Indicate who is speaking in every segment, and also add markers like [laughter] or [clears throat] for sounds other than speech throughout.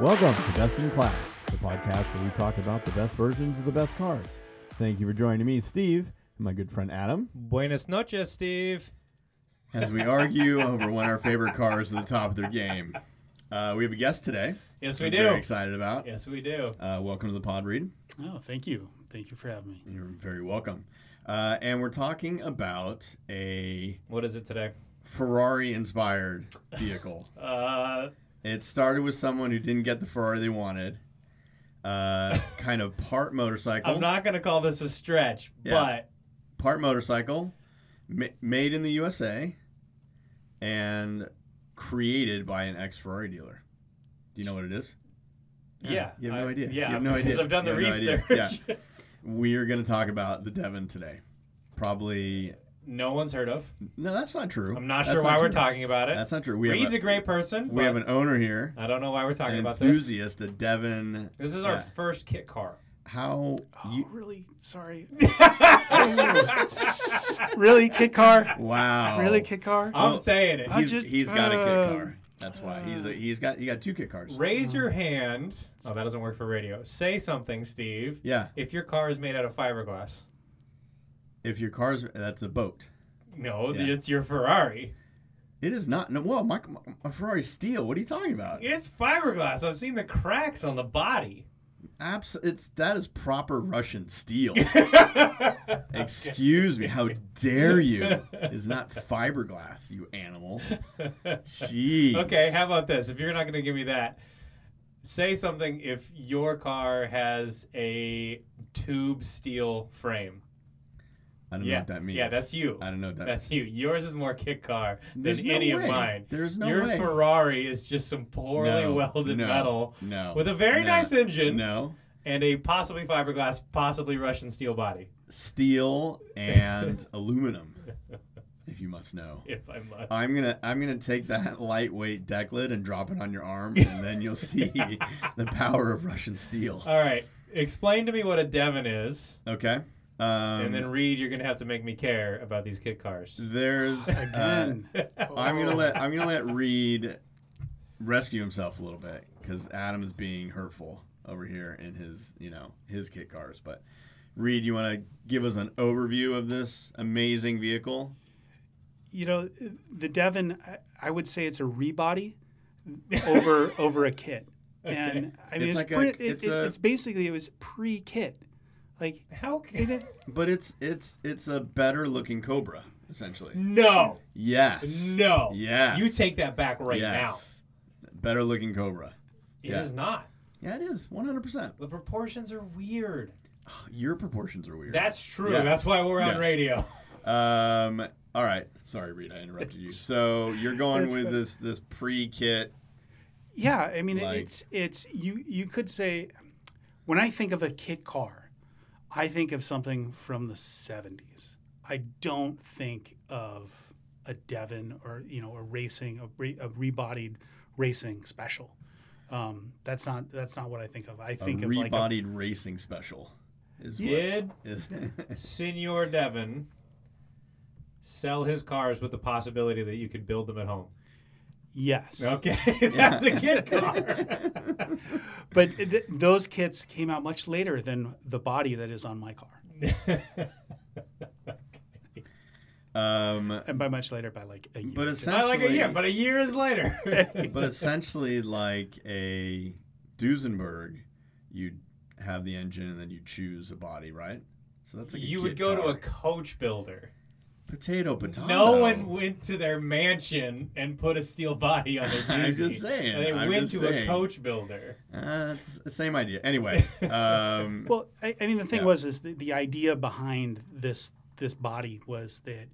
Speaker 1: Welcome to Best in Class, the podcast where we talk about the best versions of the best cars. Thank you for joining me, Steve, and my good friend Adam,
Speaker 2: Buenas noches, Steve.
Speaker 1: as we argue over when our favorite cars are the top of their game. Uh, we have a guest today.
Speaker 2: Yes,
Speaker 1: which
Speaker 2: we
Speaker 1: I'm Very
Speaker 2: do.
Speaker 1: excited about.
Speaker 2: Yes, we do.
Speaker 1: Uh, welcome to the pod, Reed.
Speaker 3: Oh, thank you. Thank you for having me.
Speaker 1: You're very welcome. Uh, and we're talking about a
Speaker 2: What is it today?
Speaker 1: Ferrari-inspired vehicle.
Speaker 2: Uh,
Speaker 1: It started with someone who didn't get the Ferrari they wanted. Uh, kind of part motorcycle,
Speaker 2: I'm not gonna call this a stretch,
Speaker 1: Yeah. part motorcycle, ma- made in the USA, and created by an ex Ferrari dealer. Do you know what it is?
Speaker 2: but yeah,
Speaker 1: You have no
Speaker 2: I-
Speaker 1: idea.
Speaker 2: Yeah,
Speaker 1: You have no idea.
Speaker 2: Because I've done
Speaker 1: You
Speaker 2: the
Speaker 1: have no idea.
Speaker 2: research. [laughs]
Speaker 1: We are going to talk about the Devon today. Probably
Speaker 2: no one's heard of.
Speaker 1: no, that's not true.
Speaker 2: I'm not
Speaker 1: That's
Speaker 2: sure why we're
Speaker 1: true.
Speaker 2: talking about it.
Speaker 1: That's not true. We
Speaker 2: Reed's
Speaker 1: have
Speaker 2: a great
Speaker 1: a,
Speaker 2: person.
Speaker 1: we
Speaker 2: but
Speaker 1: have an owner here,
Speaker 2: I don't know why we're
Speaker 1: an
Speaker 2: talking about this.
Speaker 1: enthusiast, a Devon.
Speaker 2: This is our
Speaker 1: Yeah.
Speaker 2: first kit car.
Speaker 1: How
Speaker 3: Oh,
Speaker 1: you?
Speaker 3: really? Sorry.
Speaker 1: [laughs]
Speaker 3: [laughs] really, kid
Speaker 2: Oh.
Speaker 3: car?
Speaker 1: Wow.
Speaker 3: Really, kid car?
Speaker 2: I'm
Speaker 1: Well,
Speaker 2: saying it.
Speaker 3: I
Speaker 1: he's,
Speaker 3: just-
Speaker 1: he's got a
Speaker 3: uh,
Speaker 1: kit car. That's why he's a, he's got you got two kit cars.
Speaker 2: Raise your hand. Oh, that doesn't work for radio. Say something, Steve.
Speaker 1: Yeah,
Speaker 2: If your car is made out of fiberglass.
Speaker 1: if your car's that's a boat.
Speaker 2: No,
Speaker 1: Yeah.
Speaker 2: it's your Ferrari.
Speaker 1: It is not. No, well, my, my Ferrari's steel. What are you talking about?
Speaker 2: It's fiberglass. I've seen the cracks on the body.
Speaker 1: Abs- it's that is proper Russian
Speaker 2: [laughs]
Speaker 1: steel. [laughs] Excuse me, how dare you? It's not fiberglass, you animal. Jeez.
Speaker 2: Okay, how about this? If you're not going to give me that, say something if your car has a tube steel frame.
Speaker 1: I don't know
Speaker 2: yeah,
Speaker 1: what that means.
Speaker 2: yeah, that's you.
Speaker 1: I don't know what that.
Speaker 2: That's you. Yours is more kick car
Speaker 1: There's
Speaker 2: than
Speaker 1: no
Speaker 2: any
Speaker 1: way.
Speaker 2: of mine.
Speaker 1: There's no
Speaker 2: your
Speaker 1: way.
Speaker 2: Ferrari is just some poorly
Speaker 1: No,
Speaker 2: welded
Speaker 1: no,
Speaker 2: metal
Speaker 1: No.
Speaker 2: with a very
Speaker 1: no,
Speaker 2: nice engine
Speaker 1: No.
Speaker 2: and a possibly fiberglass, possibly Russian steel body.
Speaker 1: steel
Speaker 2: [laughs]
Speaker 1: and aluminum if you must know
Speaker 2: If I must.
Speaker 1: i'm gonna i'm gonna take that [laughs] lightweight deck lid and drop it on your arm and then you'll see the power of russian steel
Speaker 2: All right, explain to me what a Devon is.
Speaker 1: okay um,
Speaker 2: and then Reed, you're gonna have to make me care about these kit cars.
Speaker 1: there's uh,
Speaker 3: Again.
Speaker 1: i'm gonna let i'm gonna let reed rescue himself a little bit because adam is being hurtful over here in his you know his kit cars but reed you want to give us an overview of this amazing vehicle
Speaker 3: You know, the Devon, I, I would say it's a rebody over over a kit.
Speaker 1: [laughs]
Speaker 3: And I mean,
Speaker 1: It's
Speaker 3: it's,
Speaker 1: like a-
Speaker 3: pre-
Speaker 1: it's
Speaker 3: it's,
Speaker 1: a-
Speaker 3: it's basically, it was pre kit. Like,
Speaker 2: How
Speaker 3: it,
Speaker 2: can
Speaker 3: it-
Speaker 1: But it's it's it's a better looking Cobra, essentially.
Speaker 2: [laughs] No,
Speaker 1: Yes.
Speaker 2: no.
Speaker 1: Yes.
Speaker 2: You take that back right
Speaker 1: yes. Better looking Cobra.
Speaker 2: now. It is
Speaker 1: Yeah.
Speaker 2: not.
Speaker 1: Yeah, it is. One hundred percent. [sighs]
Speaker 2: The proportions are weird.
Speaker 1: Your proportions are weird.
Speaker 2: That's true.
Speaker 1: Yeah.
Speaker 2: That's why we're on
Speaker 1: Yeah.
Speaker 2: radio.
Speaker 1: um. All right. Sorry, Reed. I interrupted you. So you're going
Speaker 3: That's
Speaker 1: with
Speaker 3: good.
Speaker 1: this this pre kit.
Speaker 3: Yeah, I mean, it-
Speaker 1: Like-
Speaker 3: it's it's you you could say when I think of a kit car, I think of something from the '70s. I don't think of a Devon or you know a racing a, re, a rebodied racing special. Um, that's not that's not what I think of. I
Speaker 1: A
Speaker 3: think of like a,
Speaker 1: rebodied racing special. Is what.
Speaker 2: Did
Speaker 1: Is, [laughs]
Speaker 2: Senor Devon sell his cars with the possibility that you could build them at home? [laughs]
Speaker 3: yes,
Speaker 2: Okay, [laughs] that's a kit car.
Speaker 3: but th- those kits came out much later than the body that is on my car,
Speaker 1: um.
Speaker 3: and by much later by like a year.
Speaker 1: But
Speaker 3: or two.
Speaker 2: Not
Speaker 1: essentially,
Speaker 2: like a year, but a year is [laughs] later.
Speaker 1: but essentially like a Duesenberg, you have the engine and then you choose a body, right? So that's like a
Speaker 2: you would
Speaker 1: kit
Speaker 2: go to
Speaker 1: car.
Speaker 2: a coach builder.
Speaker 1: potato potato.
Speaker 2: No one went to their mansion and put a steel body on their
Speaker 1: [laughs]
Speaker 2: jersey.
Speaker 1: I'm just saying,
Speaker 2: They
Speaker 1: I'm
Speaker 2: went
Speaker 1: just
Speaker 2: to
Speaker 1: saying.
Speaker 2: a coach builder.
Speaker 1: Uh, it's the same idea. Anyway,
Speaker 2: [laughs]
Speaker 1: um,
Speaker 3: Well, I, I mean, the thing
Speaker 1: Yeah.
Speaker 3: was is the, the idea behind this this body was that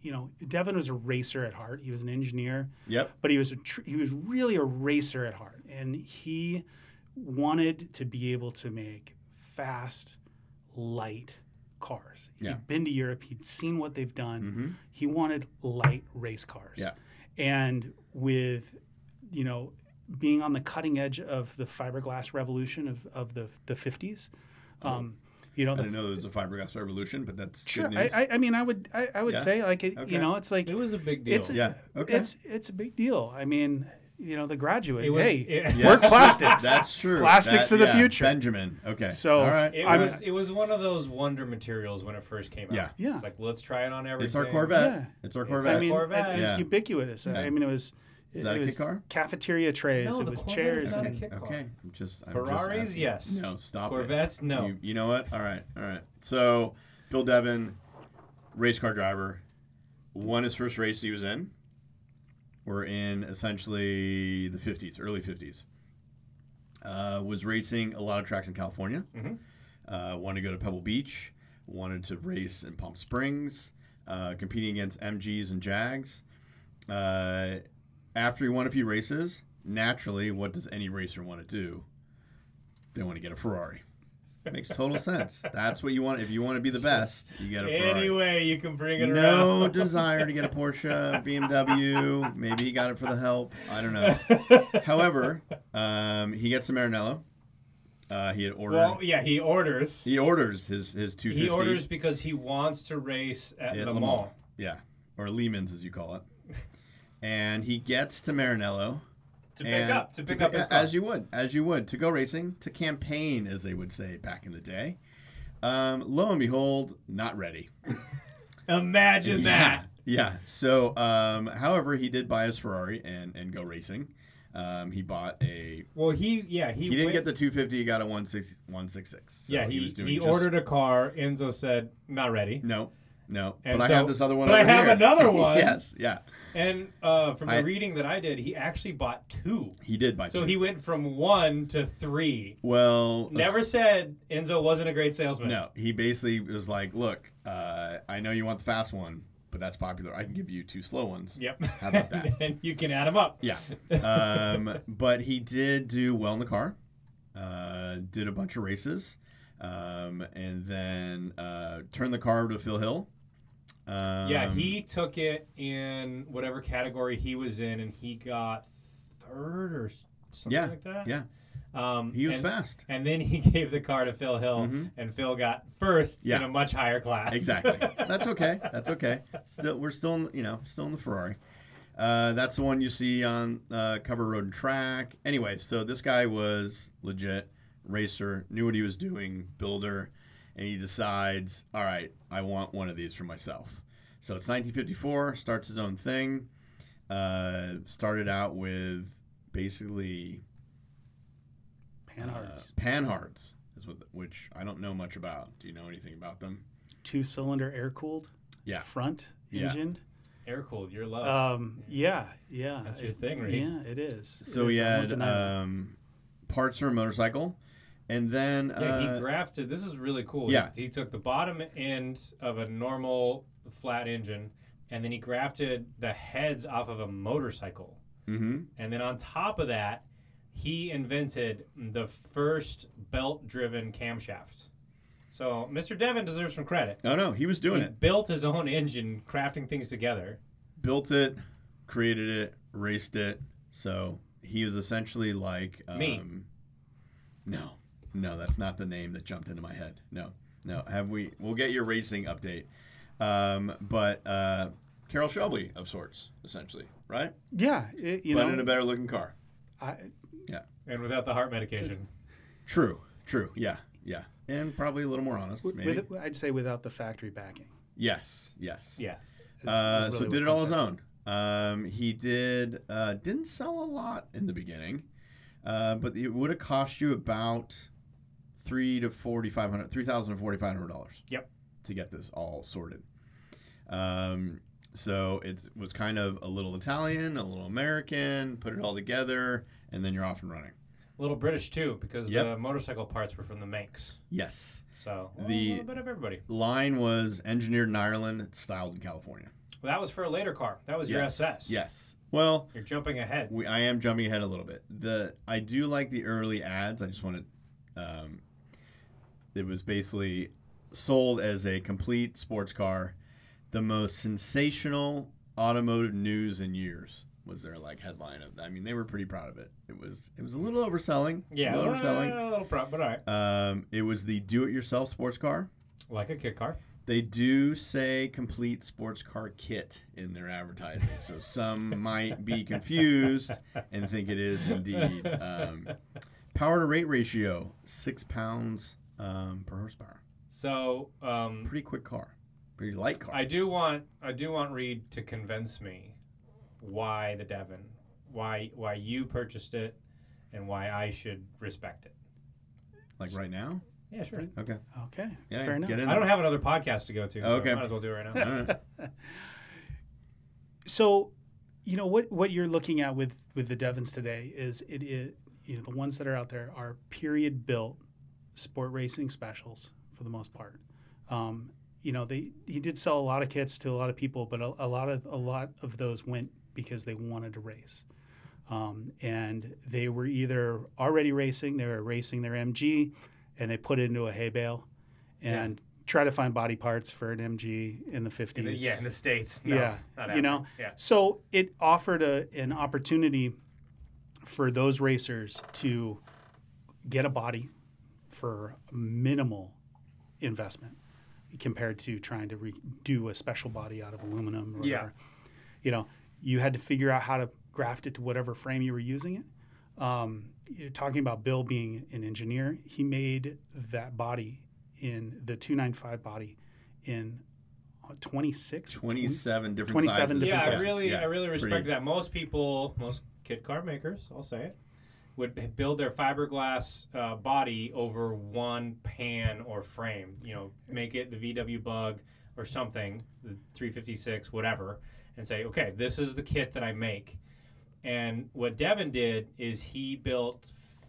Speaker 3: you know Devin was a racer at heart. He was an engineer,
Speaker 1: yep.
Speaker 3: but he was a tr- he was really a racer at heart, and he wanted to be able to make fast, light cars.
Speaker 1: Yeah.
Speaker 3: He'd been to Europe. He'd seen what they've done.
Speaker 1: Mhm.
Speaker 3: He wanted light race cars.
Speaker 1: Yeah.
Speaker 3: And with, you know, being on the cutting edge of the fiberglass revolution of, of the, the 50s, um, you know,
Speaker 1: Oh. I
Speaker 3: the,
Speaker 1: didn't know there was a fiberglass revolution, but that's
Speaker 3: sure.
Speaker 1: good
Speaker 3: I,
Speaker 1: news.
Speaker 3: I, I mean, I would, I, I would
Speaker 1: Yeah.
Speaker 3: say like, it,
Speaker 1: Okay.
Speaker 3: you know, it's like,
Speaker 2: It was a big deal.
Speaker 3: it's,
Speaker 1: Yeah. Okay.
Speaker 3: it's, it's a big deal. I mean, you know, the graduate.
Speaker 2: It was-
Speaker 3: hey,
Speaker 2: it-
Speaker 1: Yes.
Speaker 3: work plastics.
Speaker 1: [laughs] That's true.
Speaker 3: Plastics
Speaker 1: That-
Speaker 3: of the
Speaker 1: yeah,
Speaker 3: future.
Speaker 1: Benjamin. Okay.
Speaker 3: So,
Speaker 1: all right.
Speaker 2: It
Speaker 1: all
Speaker 3: I'm-
Speaker 1: right.
Speaker 2: was it was one of those wonder materials when it first came out.
Speaker 1: Yeah.
Speaker 3: Yeah.
Speaker 2: It's like let's try it on everything.
Speaker 1: It's our Corvette.
Speaker 3: Yeah.
Speaker 1: It's our
Speaker 2: It's
Speaker 1: Corvette.
Speaker 3: I mean,
Speaker 2: Corvette.
Speaker 3: it was
Speaker 1: Yeah.
Speaker 3: ubiquitous. I- I mean, it was.
Speaker 1: Is that
Speaker 3: it
Speaker 1: a kit
Speaker 3: was
Speaker 1: car?
Speaker 3: Cafeteria trays.
Speaker 2: No,
Speaker 3: it
Speaker 2: the
Speaker 3: was
Speaker 2: Corvette is
Speaker 3: chairs.
Speaker 2: not a
Speaker 3: and-
Speaker 2: kit car.
Speaker 1: Okay. I'm just. I'm
Speaker 2: Ferraris,
Speaker 1: just asking.
Speaker 2: yes.
Speaker 1: No, stop it.
Speaker 2: Corvettes, no.
Speaker 1: You, you know what? All right. All right. So, Bill Devon, race car driver, won his first race he was in. We're in essentially the 50s, early 50s. Uh, was racing a lot of tracks in California.
Speaker 2: Mhm.
Speaker 1: Uh, wanted to go to Pebble Beach. Wanted to race in Palm Springs, uh, competing against MGs and Jags. Uh, after he won a few races, naturally, what does any racer want to do? They want to get a Ferrari. Makes
Speaker 2: [laughs]
Speaker 1: total sense. That's what you want. If you want to be the best, you get a Ferrari.
Speaker 2: Anyway, you can bring it
Speaker 1: no [laughs]
Speaker 2: around.
Speaker 1: desire to get a Porsche, BMW. Maybe he got it for the help. I don't know.
Speaker 2: [laughs]
Speaker 1: However, um, he gets to Marinello. Uh, he had ordered.
Speaker 2: well, yeah, he orders.
Speaker 1: he orders his his two fifty.
Speaker 2: He orders because he wants to race at
Speaker 1: At
Speaker 2: Le
Speaker 1: Le
Speaker 2: Mans.
Speaker 1: Mans. Yeah, or Lehman's as you call it. And he gets to Marinello.
Speaker 2: to pick
Speaker 1: and-
Speaker 2: up to pick up his car.
Speaker 1: as you would as you would to go racing to campaign as they would say back in the day. Um, lo and behold, not ready.
Speaker 2: Imagine
Speaker 1: yeah.
Speaker 2: that.
Speaker 1: Yeah. So, um, however, he did buy his Ferrari and and go racing. Um, he bought a.
Speaker 2: Well, he yeah he,
Speaker 1: He didn't
Speaker 2: went-
Speaker 1: get the 250. He got a 16 166. So
Speaker 2: yeah he,
Speaker 1: was doing
Speaker 2: he
Speaker 1: just-
Speaker 2: ordered a car. Enzo said not ready,
Speaker 1: No, no.
Speaker 2: And
Speaker 1: but
Speaker 2: so-
Speaker 1: I have this other one.
Speaker 2: but I
Speaker 1: over
Speaker 2: have
Speaker 1: here. [laughs]
Speaker 2: another one.
Speaker 1: yes. Yeah.
Speaker 2: and uh, from the
Speaker 1: I-
Speaker 2: reading that I did, he actually bought two.
Speaker 1: He did buy.
Speaker 2: So
Speaker 1: two.
Speaker 2: he went from one to three.
Speaker 1: well
Speaker 2: Never said Enzo wasn't a great salesman.
Speaker 1: No, he basically was like, "Look, uh, I know you want the fast one, but that's popular. I can give you two slow ones."
Speaker 2: Yep. [laughs]
Speaker 1: How about that?
Speaker 2: and you can add them up.
Speaker 1: Yeah. um, but he did do well in the car. Uh, did a bunch of races, um, and then uh, turned the car over to Phil Hill. Um,
Speaker 2: [laughs] yeah, he took it in whatever category he was in, and he got third or s- something
Speaker 1: Yeah,
Speaker 2: like that.
Speaker 1: yeah.
Speaker 2: Um,
Speaker 1: he was
Speaker 2: and,
Speaker 1: fast.
Speaker 2: And then he [laughs] gave the car to Phil Hill,
Speaker 1: Mhm.
Speaker 2: and Phil got first
Speaker 1: Yeah.
Speaker 2: in a much higher class.
Speaker 1: Exactly. That's okay. That's okay. Still, we're still, in, you know, still in the Ferrari. Uh, that's the one you see on uh, cover road and track. Anyway, so this guy was legit racer, knew what he was doing, builder, and he decides, all right, I want one of these for myself. So it's 1954. Starts his own thing. Uh, started out with basically uh,
Speaker 3: Panhards.
Speaker 1: panhards, is what, which I don't know much about. Do you know anything about them?
Speaker 3: Two cylinder air cooled.
Speaker 1: Yeah.
Speaker 3: Front
Speaker 1: Yeah. Uh,
Speaker 3: engined.
Speaker 2: [laughs] Air cooled, your love.
Speaker 3: Um, yeah. Yeah.
Speaker 2: That's
Speaker 3: It-
Speaker 2: your thing, right?
Speaker 3: Yeah, it is.
Speaker 1: So
Speaker 3: It
Speaker 1: he
Speaker 3: is. I won't
Speaker 1: had
Speaker 3: deny it.
Speaker 1: um, parts for a motorcycle, and then
Speaker 2: yeah, he
Speaker 1: uh,
Speaker 2: grafted. This is really cool.
Speaker 1: yeah.
Speaker 2: He, he took the bottom end of a normal flat engine, and then he grafted the heads off of a motorcycle.
Speaker 1: mhm,
Speaker 2: And then on top of that, he invented the first belt driven camshaft. So Mr. Devon deserves some credit.
Speaker 1: no, no, he was doing
Speaker 2: he
Speaker 1: it.
Speaker 2: built his own engine, crafting things together.
Speaker 1: Built it, created it, raced it. So he was essentially like um,
Speaker 2: Me.
Speaker 1: No, no, that's not the name that jumped into my head. No, no. Have we? We'll get your racing update. Um, but uh, Carol Shelby of sorts, essentially, right?
Speaker 3: Yeah. It, you
Speaker 1: but
Speaker 3: know,
Speaker 1: in a better looking car.
Speaker 3: I,
Speaker 2: And without the heart medication.
Speaker 1: True, true. Yeah, yeah, and probably a little more honest, maybe.
Speaker 3: with, I'd say without the factory backing.
Speaker 1: yes, yes.
Speaker 2: Yeah.
Speaker 3: is-
Speaker 1: Uh,
Speaker 3: is
Speaker 1: so
Speaker 3: really
Speaker 1: did it
Speaker 3: what
Speaker 1: all
Speaker 3: comes
Speaker 1: his
Speaker 3: out.
Speaker 1: own. Um, he did uh, didn't sell a lot in the beginning, uh, but it would have cost you about three to forty five hundred, three thousand to forty five hundred dollars.
Speaker 2: Yep.
Speaker 1: To get this all sorted. Um, so it was kind of a little Italian, a little American. Put it all together, and then you're off and running.
Speaker 2: A little British too, because
Speaker 1: Yep.
Speaker 2: the motorcycle parts were from the Manx.
Speaker 1: Yes.
Speaker 2: So well,
Speaker 1: The-
Speaker 2: a little bit of everybody.
Speaker 1: Line was engineered in Ireland, styled in California.
Speaker 2: Well, that was for a later car. That was your
Speaker 1: yes.
Speaker 2: SS.
Speaker 1: Yes. Well,
Speaker 2: You're jumping ahead.
Speaker 1: We, I am jumping ahead a little bit. The I do like the early ads. I just want to. Um, it was basically sold as a complete sports car. The most sensational automotive news in years was their like headline of. I mean, they were pretty proud of it. It was it was a little overselling. a
Speaker 2: Yeah.
Speaker 1: little
Speaker 2: well,
Speaker 1: overselling.
Speaker 2: A little prop, but all right.
Speaker 1: Um, it was the do-it-yourself sports car.
Speaker 2: Like a kit car.
Speaker 1: They do say complete sports car kit in their advertising, so some might be confused and think it is indeed. Um, power to rate ratio six pounds um, per horsepower.
Speaker 2: So um,
Speaker 1: Pretty quick car, pretty light car.
Speaker 2: I do want I do want Reed to convince me why the Devon, why why you purchased it, and why I should respect it.
Speaker 1: like right now.
Speaker 2: Yeah, sure.
Speaker 1: Okay.
Speaker 3: Okay,
Speaker 1: Yeah,
Speaker 3: fair
Speaker 1: yeah,
Speaker 3: enough.
Speaker 1: get in
Speaker 2: I
Speaker 1: there.
Speaker 2: don't have another podcast to go to. So
Speaker 1: Okay.
Speaker 2: Might as well do it right
Speaker 1: All [laughs]
Speaker 2: now.
Speaker 1: right.
Speaker 3: So, you know what what you're looking at with with the Devons today is it is you know the ones that are out there are period built sport racing specials for the most part. Um, you know they he did sell a lot of kits to a lot of people, but a, a lot of a lot of those went because they wanted to race. Um, and they were either already racing, they were racing their MG, and they put it into a hay bale, and try to find body parts for an MG in
Speaker 2: In
Speaker 3: the fifties.
Speaker 2: the- yeah, in the states. No,
Speaker 3: Yeah,
Speaker 2: not
Speaker 3: you
Speaker 2: happening.
Speaker 3: know?
Speaker 2: Yeah.
Speaker 3: So it offered a, an opportunity for those racers to get a body for minimal investment compared to trying to re- do a special body out of aluminum or
Speaker 2: Yeah.
Speaker 3: whatever. You know, you had to figure out how to graft it to whatever frame you were using it. Um, you're talking about Bill being an engineer. He made that body in the 295 body in uh, 26
Speaker 1: Twenty-seven different
Speaker 3: 27
Speaker 1: sizes.
Speaker 3: different
Speaker 2: yeah, I
Speaker 3: sizes.
Speaker 2: really,
Speaker 1: Yeah.
Speaker 2: I really respect
Speaker 1: Pretty-
Speaker 2: that. Most people, most kit car makers, I'll say it, would build their fiberglass uh, body over one pan or frame. You know, make it the VW Bug or something, the 356, whatever, and say, okay, this is the kit that I make. And what Devin did is he built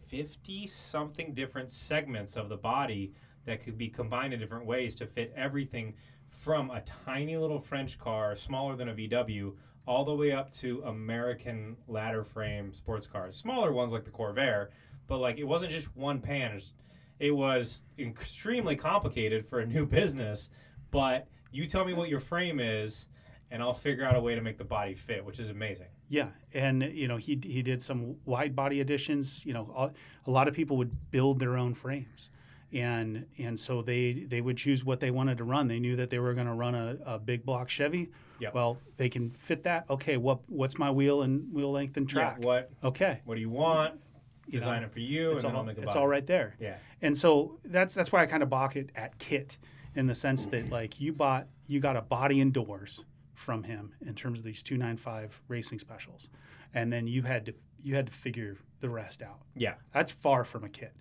Speaker 2: 50 something different segments of the body that could be combined in different ways to fit everything from a tiny little French car, smaller than a VW, all the way up to American ladder frame sports cars. Smaller ones like the Corvair, but like it wasn't just one pan. It was- It was extremely complicated for a new [laughs] business, but you tell me what your frame is, and I'll figure out a way to make the body fit, which is amazing.
Speaker 3: Yeah, and you know he he did some wide body additions. You know, all, a lot of people would build their own frames, and and so they they would choose what they wanted to run. They knew that they were going to run a, a big block Chevy.
Speaker 2: Yep.
Speaker 3: Well, they can fit that. Okay, what what's my wheel and wheel length and track?
Speaker 2: Yeah, what
Speaker 3: Okay,
Speaker 2: What do you want?
Speaker 3: You
Speaker 2: Design
Speaker 3: know,
Speaker 2: it for you,
Speaker 3: it's
Speaker 2: and then I'll
Speaker 3: all
Speaker 2: make a
Speaker 3: it's
Speaker 2: body.
Speaker 3: all right there.
Speaker 2: Yeah.
Speaker 3: And so that's that's why I kind of balk it at Kit in the sense that like you bought you got a body and doors from him in terms of these 295 racing specials and then you had to you had to figure the rest out.
Speaker 2: Yeah.
Speaker 3: That's far from a kit.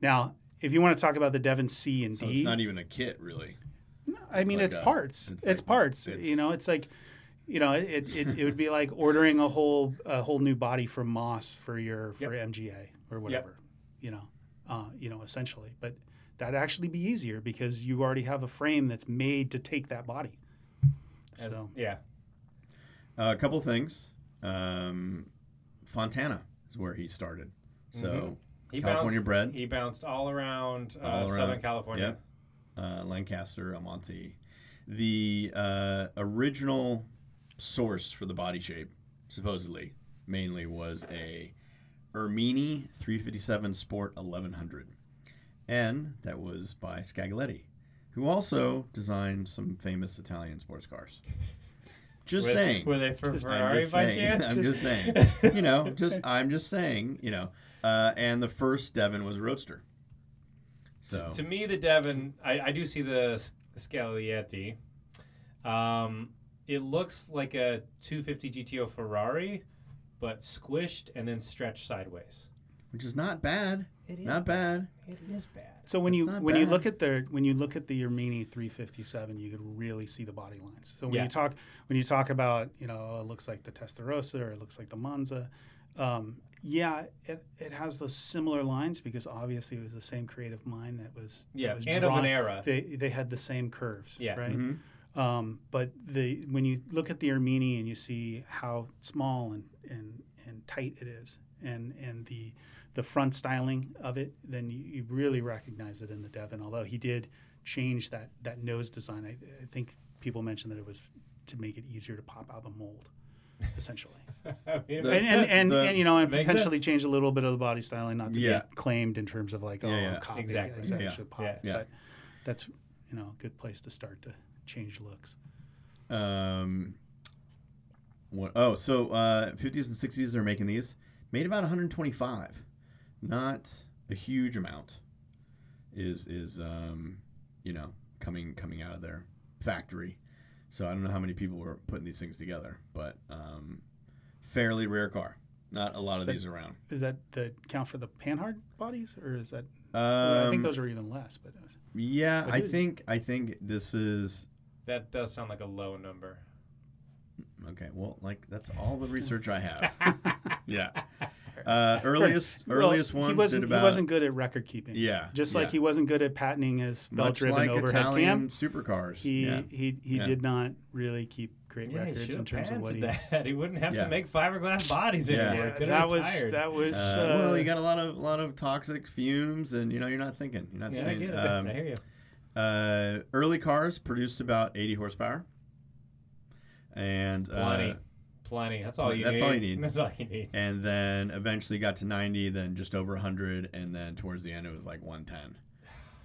Speaker 3: Now, if you want to talk about the Devon C and
Speaker 1: So
Speaker 3: D,
Speaker 1: it's not even a kit, really.
Speaker 3: I mean,
Speaker 1: like
Speaker 3: it's
Speaker 1: a-
Speaker 3: parts.
Speaker 1: it's
Speaker 3: It's,
Speaker 1: like-
Speaker 3: parts.
Speaker 1: it's-
Speaker 3: you know, it's like, you know, it, it, it would be like ordering a whole a whole new body from Moss for your for MGA or whatever. You know, uh, you know, essentially. But that'd actually be easier because you already have a frame that's made to take that body.
Speaker 2: As-
Speaker 3: So
Speaker 2: Yeah.
Speaker 1: Uh, a couple things. Um, Fontana is where he started. So
Speaker 2: He
Speaker 1: California
Speaker 2: bounced.
Speaker 1: bred,
Speaker 2: He bounced all around, uh,
Speaker 1: All around.
Speaker 2: Southern California.
Speaker 1: Yep. uh, Lancaster, Almonte. The uh, original source for the body shape, supposedly, mainly was a Ermini 357 Sport 1100. And that was by Scagletti, who also designed some famous Italian sports cars. Just
Speaker 2: Were-
Speaker 1: saying.
Speaker 2: Were they for
Speaker 3: Just-
Speaker 1: I'm
Speaker 2: Ferrari
Speaker 1: just
Speaker 2: by
Speaker 1: saying. [laughs]
Speaker 2: chance?
Speaker 1: I'm just saying.
Speaker 2: [laughs]
Speaker 1: You know, just I'm just saying. You know, uh, and the first Devon was Roadster. So
Speaker 2: To me, the Devon, I, I do see the S- Scaglietti. Um, it looks like a 250 GTO Ferrari, but squished and then stretched sideways.
Speaker 1: which is not bad.
Speaker 2: It is
Speaker 1: Not bad.
Speaker 2: It is bad.
Speaker 3: so when
Speaker 1: It's
Speaker 3: you
Speaker 1: not
Speaker 3: when you
Speaker 1: bad.
Speaker 3: look at the when you look at the Ermini 357, you could really see the body lines. So when
Speaker 2: Yeah.
Speaker 3: you talk when you talk about you know oh, it looks like the Testarossa or it looks like the Monza, um, yeah, it, it has those similar lines because obviously it was the same creative mind that was that
Speaker 2: Yeah,
Speaker 3: was
Speaker 2: and of an era.
Speaker 3: They they had the same curves,
Speaker 2: Yeah.
Speaker 3: right.
Speaker 1: Mhm.
Speaker 3: Um, but the when you look at the Ermini and you see how small and and, and tight it is, and and the the front styling of it, then you, you really recognize it in the Devon. Although he did change that that nose design, I, I think people mentioned that it was to make it easier to pop out the mold, essentially.
Speaker 2: [laughs] I mean, it
Speaker 1: The-
Speaker 2: makes
Speaker 3: and and,
Speaker 2: sense.
Speaker 3: and,
Speaker 1: The-
Speaker 3: and you know, and
Speaker 2: Makes
Speaker 3: potentially
Speaker 2: sense.
Speaker 3: change a little bit of the body styling, not to
Speaker 1: Yeah.
Speaker 3: be claimed in terms of like, oh,
Speaker 1: Yeah, yeah.
Speaker 3: copy,
Speaker 2: Exactly.
Speaker 3: exactly,
Speaker 1: Yeah.
Speaker 3: pop.
Speaker 2: Yeah.
Speaker 1: Yeah.
Speaker 3: But that's you you know, a good place to start to change looks.
Speaker 1: Um, what, oh, so uh, 50s and 60s are making these. Made about 125. Not a huge amount. Is is um, you know coming coming out of their factory. So I don't know how many people were putting these things together, but um, fairly rare car. Not a lot of
Speaker 3: So-
Speaker 1: these around.
Speaker 3: Is that the count for the panhard bodies, or is that? I
Speaker 1: Um,
Speaker 3: think those are even less. But uh,
Speaker 1: yeah,
Speaker 3: but
Speaker 1: I
Speaker 3: who-
Speaker 1: think I think this is
Speaker 2: That does sound like a low number.
Speaker 1: okay. Well, like that's all the research I
Speaker 3: [laughs]
Speaker 1: have. yeah. Uh, earliest
Speaker 3: Well,
Speaker 1: earliest ones
Speaker 3: he wasn't,
Speaker 1: did about
Speaker 3: he wasn't good at record keeping.
Speaker 1: Yeah.
Speaker 3: Just
Speaker 1: yeah.
Speaker 3: like he wasn't good at patenting his
Speaker 1: Much
Speaker 3: belt-driven
Speaker 1: like
Speaker 3: overhead
Speaker 1: Italian
Speaker 3: cam.
Speaker 1: supercars.
Speaker 3: He
Speaker 1: yeah.
Speaker 3: he he
Speaker 1: Yeah.
Speaker 3: did not really keep great
Speaker 2: Yeah, he
Speaker 3: records
Speaker 2: should've
Speaker 3: in terms of what
Speaker 2: patented
Speaker 3: he.
Speaker 2: that. [laughs] He wouldn't have
Speaker 1: Yeah.
Speaker 2: to make fiberglass bodies
Speaker 1: Yeah.
Speaker 2: anymore. He could've
Speaker 3: that was
Speaker 2: retired.
Speaker 3: that was.
Speaker 1: Uh,
Speaker 3: uh,
Speaker 1: well, you got a lot of lot of toxic fumes, and you know you're not thinking. You're not
Speaker 2: yeah, I
Speaker 1: saying.
Speaker 2: get it.
Speaker 1: Um,
Speaker 2: I hear you.
Speaker 1: uh, early cars produced about 80 horsepower, and
Speaker 2: Plenty,
Speaker 1: uh,
Speaker 2: plenty. That's all you.
Speaker 1: that's
Speaker 2: need.
Speaker 1: all you need.
Speaker 2: [laughs] That's all you need.
Speaker 1: and then eventually got to 90, then just over 100, and then towards the end it was like 110.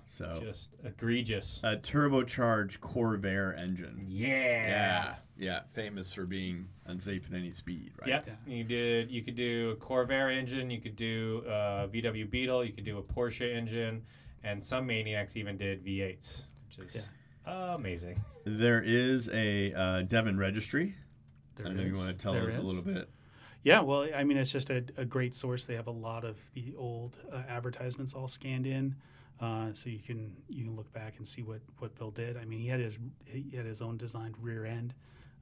Speaker 1: So
Speaker 2: Just egregious.
Speaker 1: a turbocharged Corvair engine.
Speaker 2: Yeah.
Speaker 1: Yeah, yeah, famous for being unsafe at any speed, right?
Speaker 2: Yep. You did. You could do a Corvair engine. You could do a VW Beetle. You could do a Porsche engine, and some maniacs even did V8s, which is amazing.
Speaker 1: There is a uh, Devon registry.
Speaker 3: there
Speaker 1: I know you
Speaker 3: is-
Speaker 1: want to tell
Speaker 3: there
Speaker 1: us a
Speaker 3: is.
Speaker 1: little bit.
Speaker 3: Yeah, well, I mean, it's just a, a great source. They have a lot of the old uh, advertisements all scanned in, uh, so you can you can look back and see what what Bill did. I mean, he had his he had his own designed rear end,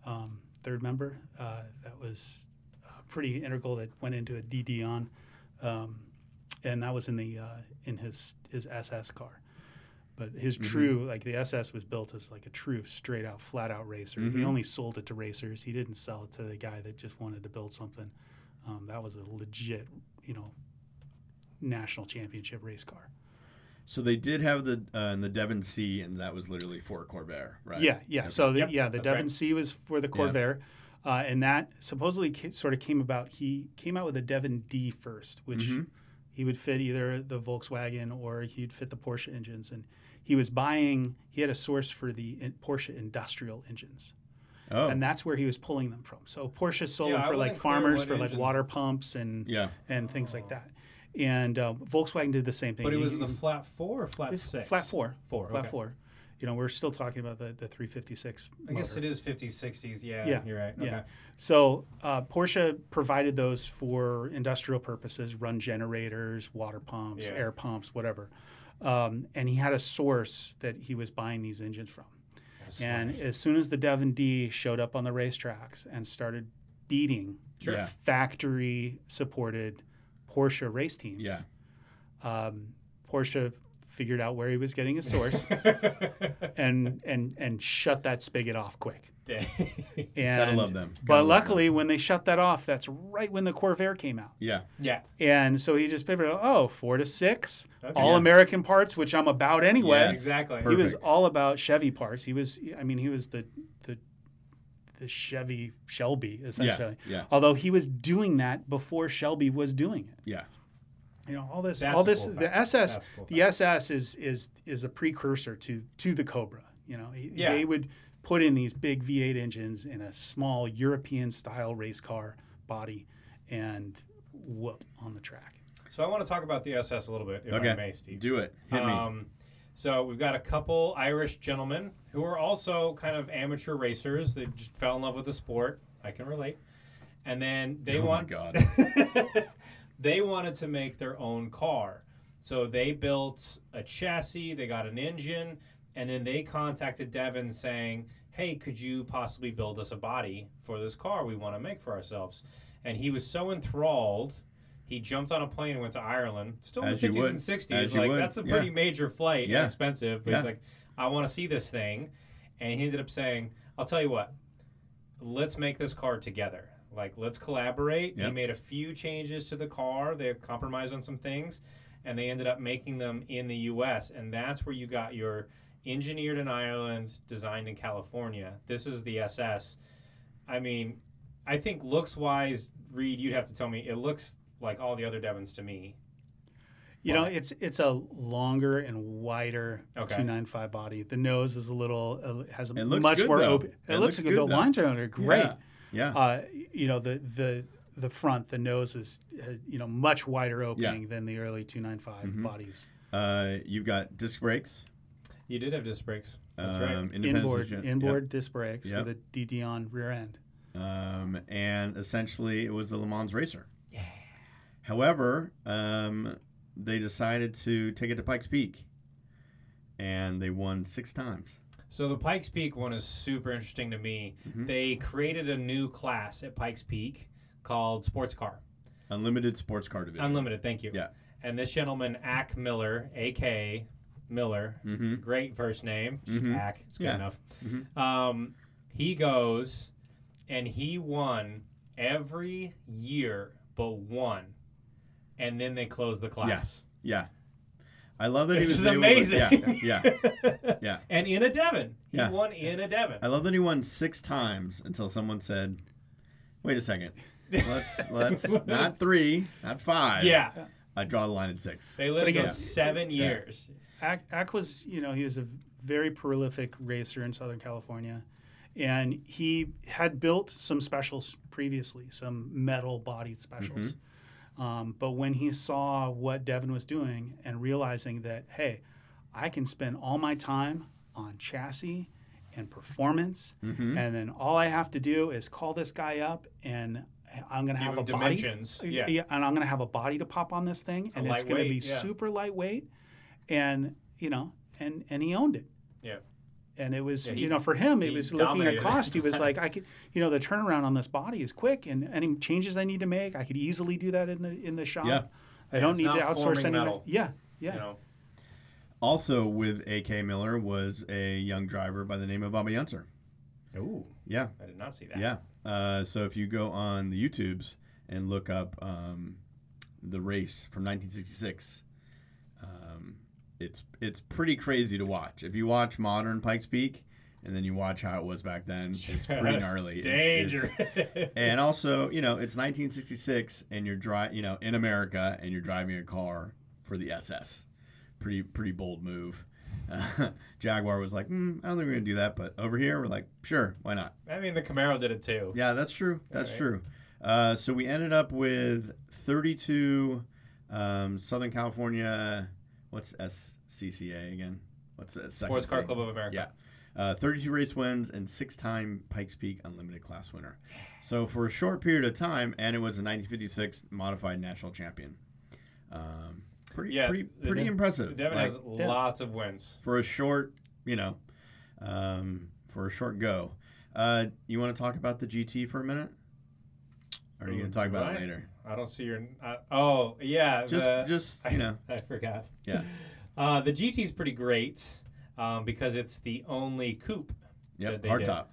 Speaker 3: um, third member. Uh, that was uh, pretty integral. That went into a DD on, um, and that was in the uh, in his his SS car. But his true, like the SS was built as like a true straight out, flat out racer. He
Speaker 1: Mhm.
Speaker 3: only sold it to racers. He didn't sell it to the guy that just wanted to build something. Um, that was a legit, you know, national championship race car.
Speaker 1: So they did have the uh, in the Devon Sea, and that was literally for Corvair, right?
Speaker 3: Yeah, yeah. So the,
Speaker 2: Yep,
Speaker 3: yeah, the
Speaker 2: that's
Speaker 3: Devon
Speaker 2: right.
Speaker 3: C was for the Corvair, uh, and that supposedly ca- sort of came about. He came out with a Devon D first, which
Speaker 1: Mhm.
Speaker 3: he would fit either the Volkswagen or he'd fit the Porsche engines. And he was buying. He had a source for the in- Porsche industrial engines,
Speaker 1: Oh,
Speaker 3: and that's where he was pulling them from. So Porsche sold
Speaker 2: Yeah,
Speaker 3: them
Speaker 2: I
Speaker 3: for like
Speaker 2: wasn't clear
Speaker 3: farmers,
Speaker 2: what
Speaker 3: for like
Speaker 2: engines-
Speaker 3: water pumps and
Speaker 1: yeah.
Speaker 3: and things like that. And uh, Volkswagen did the same thing.
Speaker 2: But it
Speaker 3: You-
Speaker 2: was
Speaker 3: you-
Speaker 2: the flat four or flat
Speaker 3: It's
Speaker 2: six?
Speaker 3: Flat four.
Speaker 2: Four,
Speaker 3: Flat
Speaker 2: okay.
Speaker 3: four. You know, we're still talking about the, the 356.
Speaker 2: I guess
Speaker 3: motor.
Speaker 2: it is 50s, 60s. Yeah,
Speaker 3: Yeah,
Speaker 2: you're right.
Speaker 3: yeah.
Speaker 2: Okay.
Speaker 3: So uh, Porsche provided those for industrial purposes, run generators, water pumps,
Speaker 2: Yeah.
Speaker 3: air pumps, whatever. Um, and he had a source that he was buying these engines from.
Speaker 2: That's
Speaker 3: And as soon as the Devon D showed up on the racetracks and started beating
Speaker 1: Sure. Yeah.
Speaker 3: factory supported Porsche race teams,
Speaker 1: Yeah.
Speaker 3: um, Porsche figured out where he was getting
Speaker 1: [laughs]
Speaker 3: his source and and and shut that spigot off quick.
Speaker 2: [laughs] Dang.
Speaker 3: And
Speaker 1: Gotta love them. Gotta
Speaker 3: But
Speaker 1: love them.
Speaker 3: luckily, when they shut that off, that's right when the Corvair came out.
Speaker 1: yeah,
Speaker 2: yeah.
Speaker 3: And so he just pivoted, oh, four to six,
Speaker 2: Okay.
Speaker 3: all
Speaker 1: Yeah.
Speaker 3: American parts, which I'm about anyway.
Speaker 1: Yes.
Speaker 2: Exactly.
Speaker 1: Perfect.
Speaker 3: He was all about Chevy parts. He was, I mean, he was the the, the Chevy Shelby
Speaker 1: yeah,
Speaker 3: essentially.
Speaker 1: yeah,
Speaker 3: Although he was doing that before Shelby was doing it.
Speaker 1: yeah.
Speaker 3: You know, all this,
Speaker 2: That's
Speaker 3: all
Speaker 2: a
Speaker 3: this,
Speaker 2: cool fact.
Speaker 3: the SS,
Speaker 2: That's a cool
Speaker 3: the SS is is is a precursor to to the Cobra. You know, He-
Speaker 2: Yeah.
Speaker 3: they would put in these big V8 engines in a small European style race car body, and whoop on the track.
Speaker 2: So I want to talk about the SS a little bit, if I
Speaker 1: Okay.
Speaker 2: may, Steve.
Speaker 1: Do it. Hit me.
Speaker 2: Um, so we've got a couple Irish gentlemen who are also kind of amateur racers. They just fell in love with the sport. I can relate. And then they
Speaker 1: oh
Speaker 2: want
Speaker 1: my
Speaker 3: [laughs]
Speaker 1: god.
Speaker 2: [laughs] they wanted to make their own car. So they built a chassis, they got an engine, and then they contacted Devin saying, Hey, could you possibly build us a body for this car we want to make for ourselves? And he was so enthralled, he jumped on a plane and went to Ireland, still in
Speaker 1: As
Speaker 2: the
Speaker 1: you
Speaker 2: 50s
Speaker 1: would.
Speaker 2: and 60s.
Speaker 1: As you
Speaker 2: like,
Speaker 1: would.
Speaker 2: that's a
Speaker 1: Yeah.
Speaker 2: pretty major flight, and
Speaker 1: Yeah.
Speaker 2: expensive. But he's
Speaker 1: Yeah.
Speaker 2: like, I want to see this thing. And he ended up saying, I'll tell you what, let's make this car together. Like, let's collaborate. He
Speaker 1: Yep.
Speaker 2: made a few changes to the car. They compromised on some things, and they ended up making them in the U.S. And that's where you got your engineered in Ireland, designed in California. This is the SS. I mean, I think looks wise, Reed, you'd have to tell me it looks like all the other Devons to me.
Speaker 3: You
Speaker 2: Wow.
Speaker 3: know, it's it's a longer and wider
Speaker 2: Okay.
Speaker 3: 295 body. The nose is a little uh, has a
Speaker 1: It looks
Speaker 3: much
Speaker 1: good,
Speaker 3: more
Speaker 1: though.
Speaker 3: open. It, looks, good. The
Speaker 1: though.
Speaker 3: lines are under great.
Speaker 1: Yeah. Yeah.
Speaker 3: Uh, you know, the the the front, the nose is uh, you know much wider opening than the early 295
Speaker 1: Mhm.
Speaker 3: bodies.
Speaker 1: Uh, you've got disc brakes.
Speaker 2: You did have disc brakes. That's
Speaker 1: um,
Speaker 2: right.
Speaker 1: independent
Speaker 3: Inboard
Speaker 1: suspension. Yep.
Speaker 3: inboard disc brakes
Speaker 1: Yep.
Speaker 3: with a DDon rear end.
Speaker 1: Um, and essentially, it was the Le Mans racer.
Speaker 2: Yeah.
Speaker 1: However, um, they decided to take it to Pikes Peak, and they won six times.
Speaker 2: So the Pikes Peak one is super interesting to me.
Speaker 1: Mhm.
Speaker 2: They created a new class at Pikes Peak called sports car.
Speaker 1: Unlimited sports car division.
Speaker 2: Unlimited, thank you.
Speaker 1: Yeah.
Speaker 2: And this gentleman, Ack Miller, A.K. Miller,
Speaker 1: mm-hmm.
Speaker 2: great first name, just
Speaker 1: Mhm.
Speaker 2: Ack. It's good
Speaker 1: Yeah.
Speaker 2: enough.
Speaker 1: Mhm.
Speaker 2: Um, he goes and he won every year but one, and then they closed the class.
Speaker 1: Yeah. I love that he
Speaker 2: Which
Speaker 1: was
Speaker 2: is
Speaker 1: able to-
Speaker 2: amazing.
Speaker 1: yeah, yeah. Yeah.
Speaker 2: and in a Devon, he
Speaker 1: Yeah.
Speaker 2: won in a Devon.
Speaker 1: I love that he won six times until someone said, "Wait a second,
Speaker 2: [laughs]
Speaker 1: let's let's not three, not five.
Speaker 2: yeah,
Speaker 1: I draw the line at six.
Speaker 2: they lived
Speaker 3: again-
Speaker 2: those seven
Speaker 1: Yeah.
Speaker 2: years.
Speaker 3: Ack, Ack was, you know, he was a very prolific racer in Southern California, and he had built some specials previously, some metal-bodied specials.
Speaker 2: Mm-hmm.
Speaker 3: Um, but when he saw what Devin was doing and realizing that, hey, I can spend all my time on chassis and performance,
Speaker 2: Mm-hmm.
Speaker 3: and then all I have to do is call this guy up, and I'm going to
Speaker 2: Give
Speaker 3: have
Speaker 2: him
Speaker 3: a body
Speaker 2: dimensions. Yeah.
Speaker 3: and I'm gonna have a body to pop on this thing, and it's gonna be
Speaker 2: lightweight, yeah.
Speaker 3: super lightweight, and you know, and and he owned it.
Speaker 2: Yeah.
Speaker 3: And it was,
Speaker 2: Yeah, he-
Speaker 3: you know, for him, it
Speaker 2: he
Speaker 3: was looking at
Speaker 2: dominated
Speaker 3: cost. He was
Speaker 2: [laughs]
Speaker 3: like,
Speaker 2: class.
Speaker 3: I could, you know, the turnaround on this body is quick, and any changes I need to make, I could easily do that in the in the shop.
Speaker 1: Yeah.
Speaker 3: I don't
Speaker 2: it's
Speaker 3: need to
Speaker 2: not forming
Speaker 3: outsource any.
Speaker 2: metal.
Speaker 3: Yeah, yeah.
Speaker 2: You know,
Speaker 1: Also with AK Miller was a young driver by the name of Bobby Unser.
Speaker 2: Ooh,
Speaker 1: Yeah,
Speaker 2: I did not see that. [laughs]
Speaker 1: yeah. Uh, so if you go on the YouTubes and look up um, the race from 1966, um, it's it's pretty crazy to watch. If you watch modern Pikes Peak and then you watch how it was back then, it's pretty
Speaker 2: That's
Speaker 1: gnarly. It's- it's-
Speaker 2: Dangerous. [laughs]
Speaker 1: and also, you know, it's 1966, and you're dri you know, in America, and you're driving a car for the SS. Pretty, pretty bold move. [laughs] Uh, Jaguar was like, mm, I don't think we're gonna do that, but over here, we're like, sure, why not?
Speaker 2: I mean, the Camaro did it too.
Speaker 1: Yeah, that's true. That's
Speaker 2: Alright.
Speaker 1: true. Uh, so we ended up with 32 um, Southern California. What's SCCA again? What's the second
Speaker 2: Sports Car
Speaker 1: C?
Speaker 2: Club of America.
Speaker 1: Yeah. Uh, 32 race wins and six time Pikes Peak Unlimited Class winner. So, for a short period of time, and it was a 1956 modified national champion. Um, pretty
Speaker 2: Yeah,
Speaker 1: pretty,
Speaker 2: the
Speaker 1: pretty
Speaker 2: Dev-
Speaker 1: impressive.
Speaker 2: Devin
Speaker 1: Like,
Speaker 2: has lots of wins.
Speaker 1: for a short, you know, um, for a short go. Uh, you want to talk about the GT for a minute? Or are you
Speaker 2: Ooh,
Speaker 1: going to talk
Speaker 2: do
Speaker 1: about
Speaker 2: I?
Speaker 1: it later?
Speaker 2: I don't see your. Uh, oh
Speaker 3: Uh,
Speaker 2: yeah,
Speaker 1: Just,
Speaker 2: the-
Speaker 1: just you know,
Speaker 2: [laughs] I forgot.
Speaker 1: Yeah.
Speaker 2: [laughs] Uh, the GT is pretty great um, because it's the only coupe.
Speaker 1: yep,
Speaker 2: they
Speaker 1: hard
Speaker 2: did.
Speaker 1: top.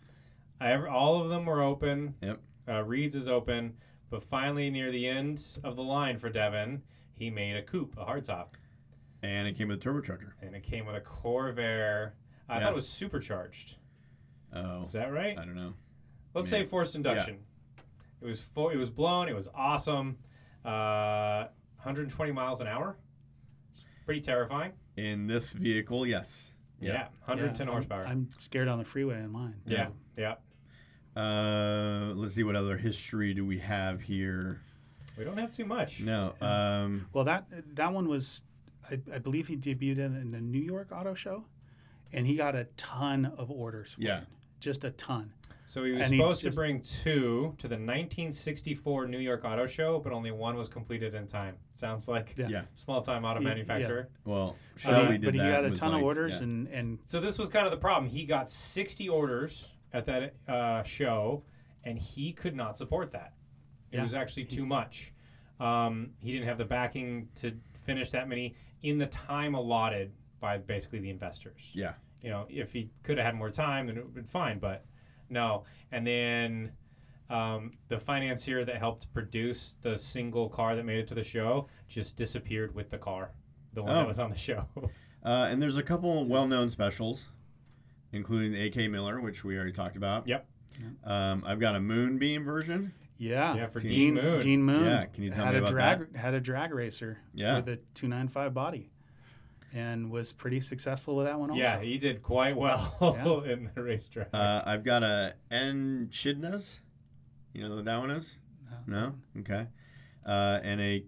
Speaker 2: I ever, all of them were open.
Speaker 1: Yep.
Speaker 2: Uh, Reed's is open, but finally near the end of the line for Devin, he made a coupe, a hardtop,
Speaker 1: And it came with a turbocharger.
Speaker 2: and it came with a Corvair. I
Speaker 1: Yeah.
Speaker 2: thought it was supercharged.
Speaker 1: Oh,
Speaker 2: Is that right?
Speaker 1: I don't know.
Speaker 2: Let's
Speaker 1: Yeah.
Speaker 2: say forced induction. It was fo- it was blown. It was awesome. Uh, 120 miles an hour. It's pretty terrifying.
Speaker 1: In this vehicle, yes. Yeah.
Speaker 2: Yeah, 110
Speaker 3: Yeah, I'm-
Speaker 2: horsepower.
Speaker 3: I'm, scared on the freeway in mine.
Speaker 2: yeah, yeah.
Speaker 1: Uh, let's see what other history do we have here.
Speaker 2: We don't have too much.
Speaker 1: No, um,
Speaker 3: Well, that that one was, I, I believe he debuted in, in the New York Auto Show, and he got a ton of orders. For
Speaker 1: Yeah.
Speaker 3: it. just a ton.
Speaker 2: So he was
Speaker 3: And he
Speaker 2: supposed
Speaker 3: just-
Speaker 2: to bring two to the 1964 New York Auto Show, but only one was completed in time. Sounds like
Speaker 3: Yeah.
Speaker 1: Yeah.
Speaker 2: small time auto
Speaker 3: Yeah, yeah.
Speaker 2: manufacturer.
Speaker 1: well,
Speaker 3: But,
Speaker 1: Shelby
Speaker 3: he,
Speaker 1: did
Speaker 3: but he
Speaker 1: that
Speaker 3: got
Speaker 1: and
Speaker 3: a
Speaker 1: was
Speaker 3: ton
Speaker 1: like-
Speaker 3: of orders
Speaker 1: yeah.
Speaker 3: and and
Speaker 2: So this was kind of the problem. He got 60 orders at that uh, show, and he could not support that. It
Speaker 3: Yeah.
Speaker 2: was actually too much. Um, he didn't have the backing to finish that many in the time allotted by basically the investors.
Speaker 1: Yeah.
Speaker 2: You know, if he could have had more time, then it would have been fine, but no. And then um, the financier that helped produce the single car that made it to the show just disappeared with the car, the one
Speaker 1: Oh.
Speaker 2: that was on the [laughs] show.
Speaker 1: Uh, and there's a couple well-known specials, including the AK Miller, which we already talked about.
Speaker 2: Yep.
Speaker 1: Um, I've got a Moonbeam version.
Speaker 3: Yeah.
Speaker 2: Yeah, for
Speaker 3: Dean
Speaker 2: Dean Moon.
Speaker 3: Dean Moon.
Speaker 1: Yeah, can you tell
Speaker 3: had
Speaker 1: me
Speaker 3: a
Speaker 1: about
Speaker 3: drag had a drag racer
Speaker 1: Yeah.
Speaker 3: with a 295 body and was pretty successful with that one also.
Speaker 2: Yeah, he did quite well [laughs] in the racetrack.
Speaker 1: Uh, I've got a N Chidnas. You know what that one is? No. Okay. Uh, and a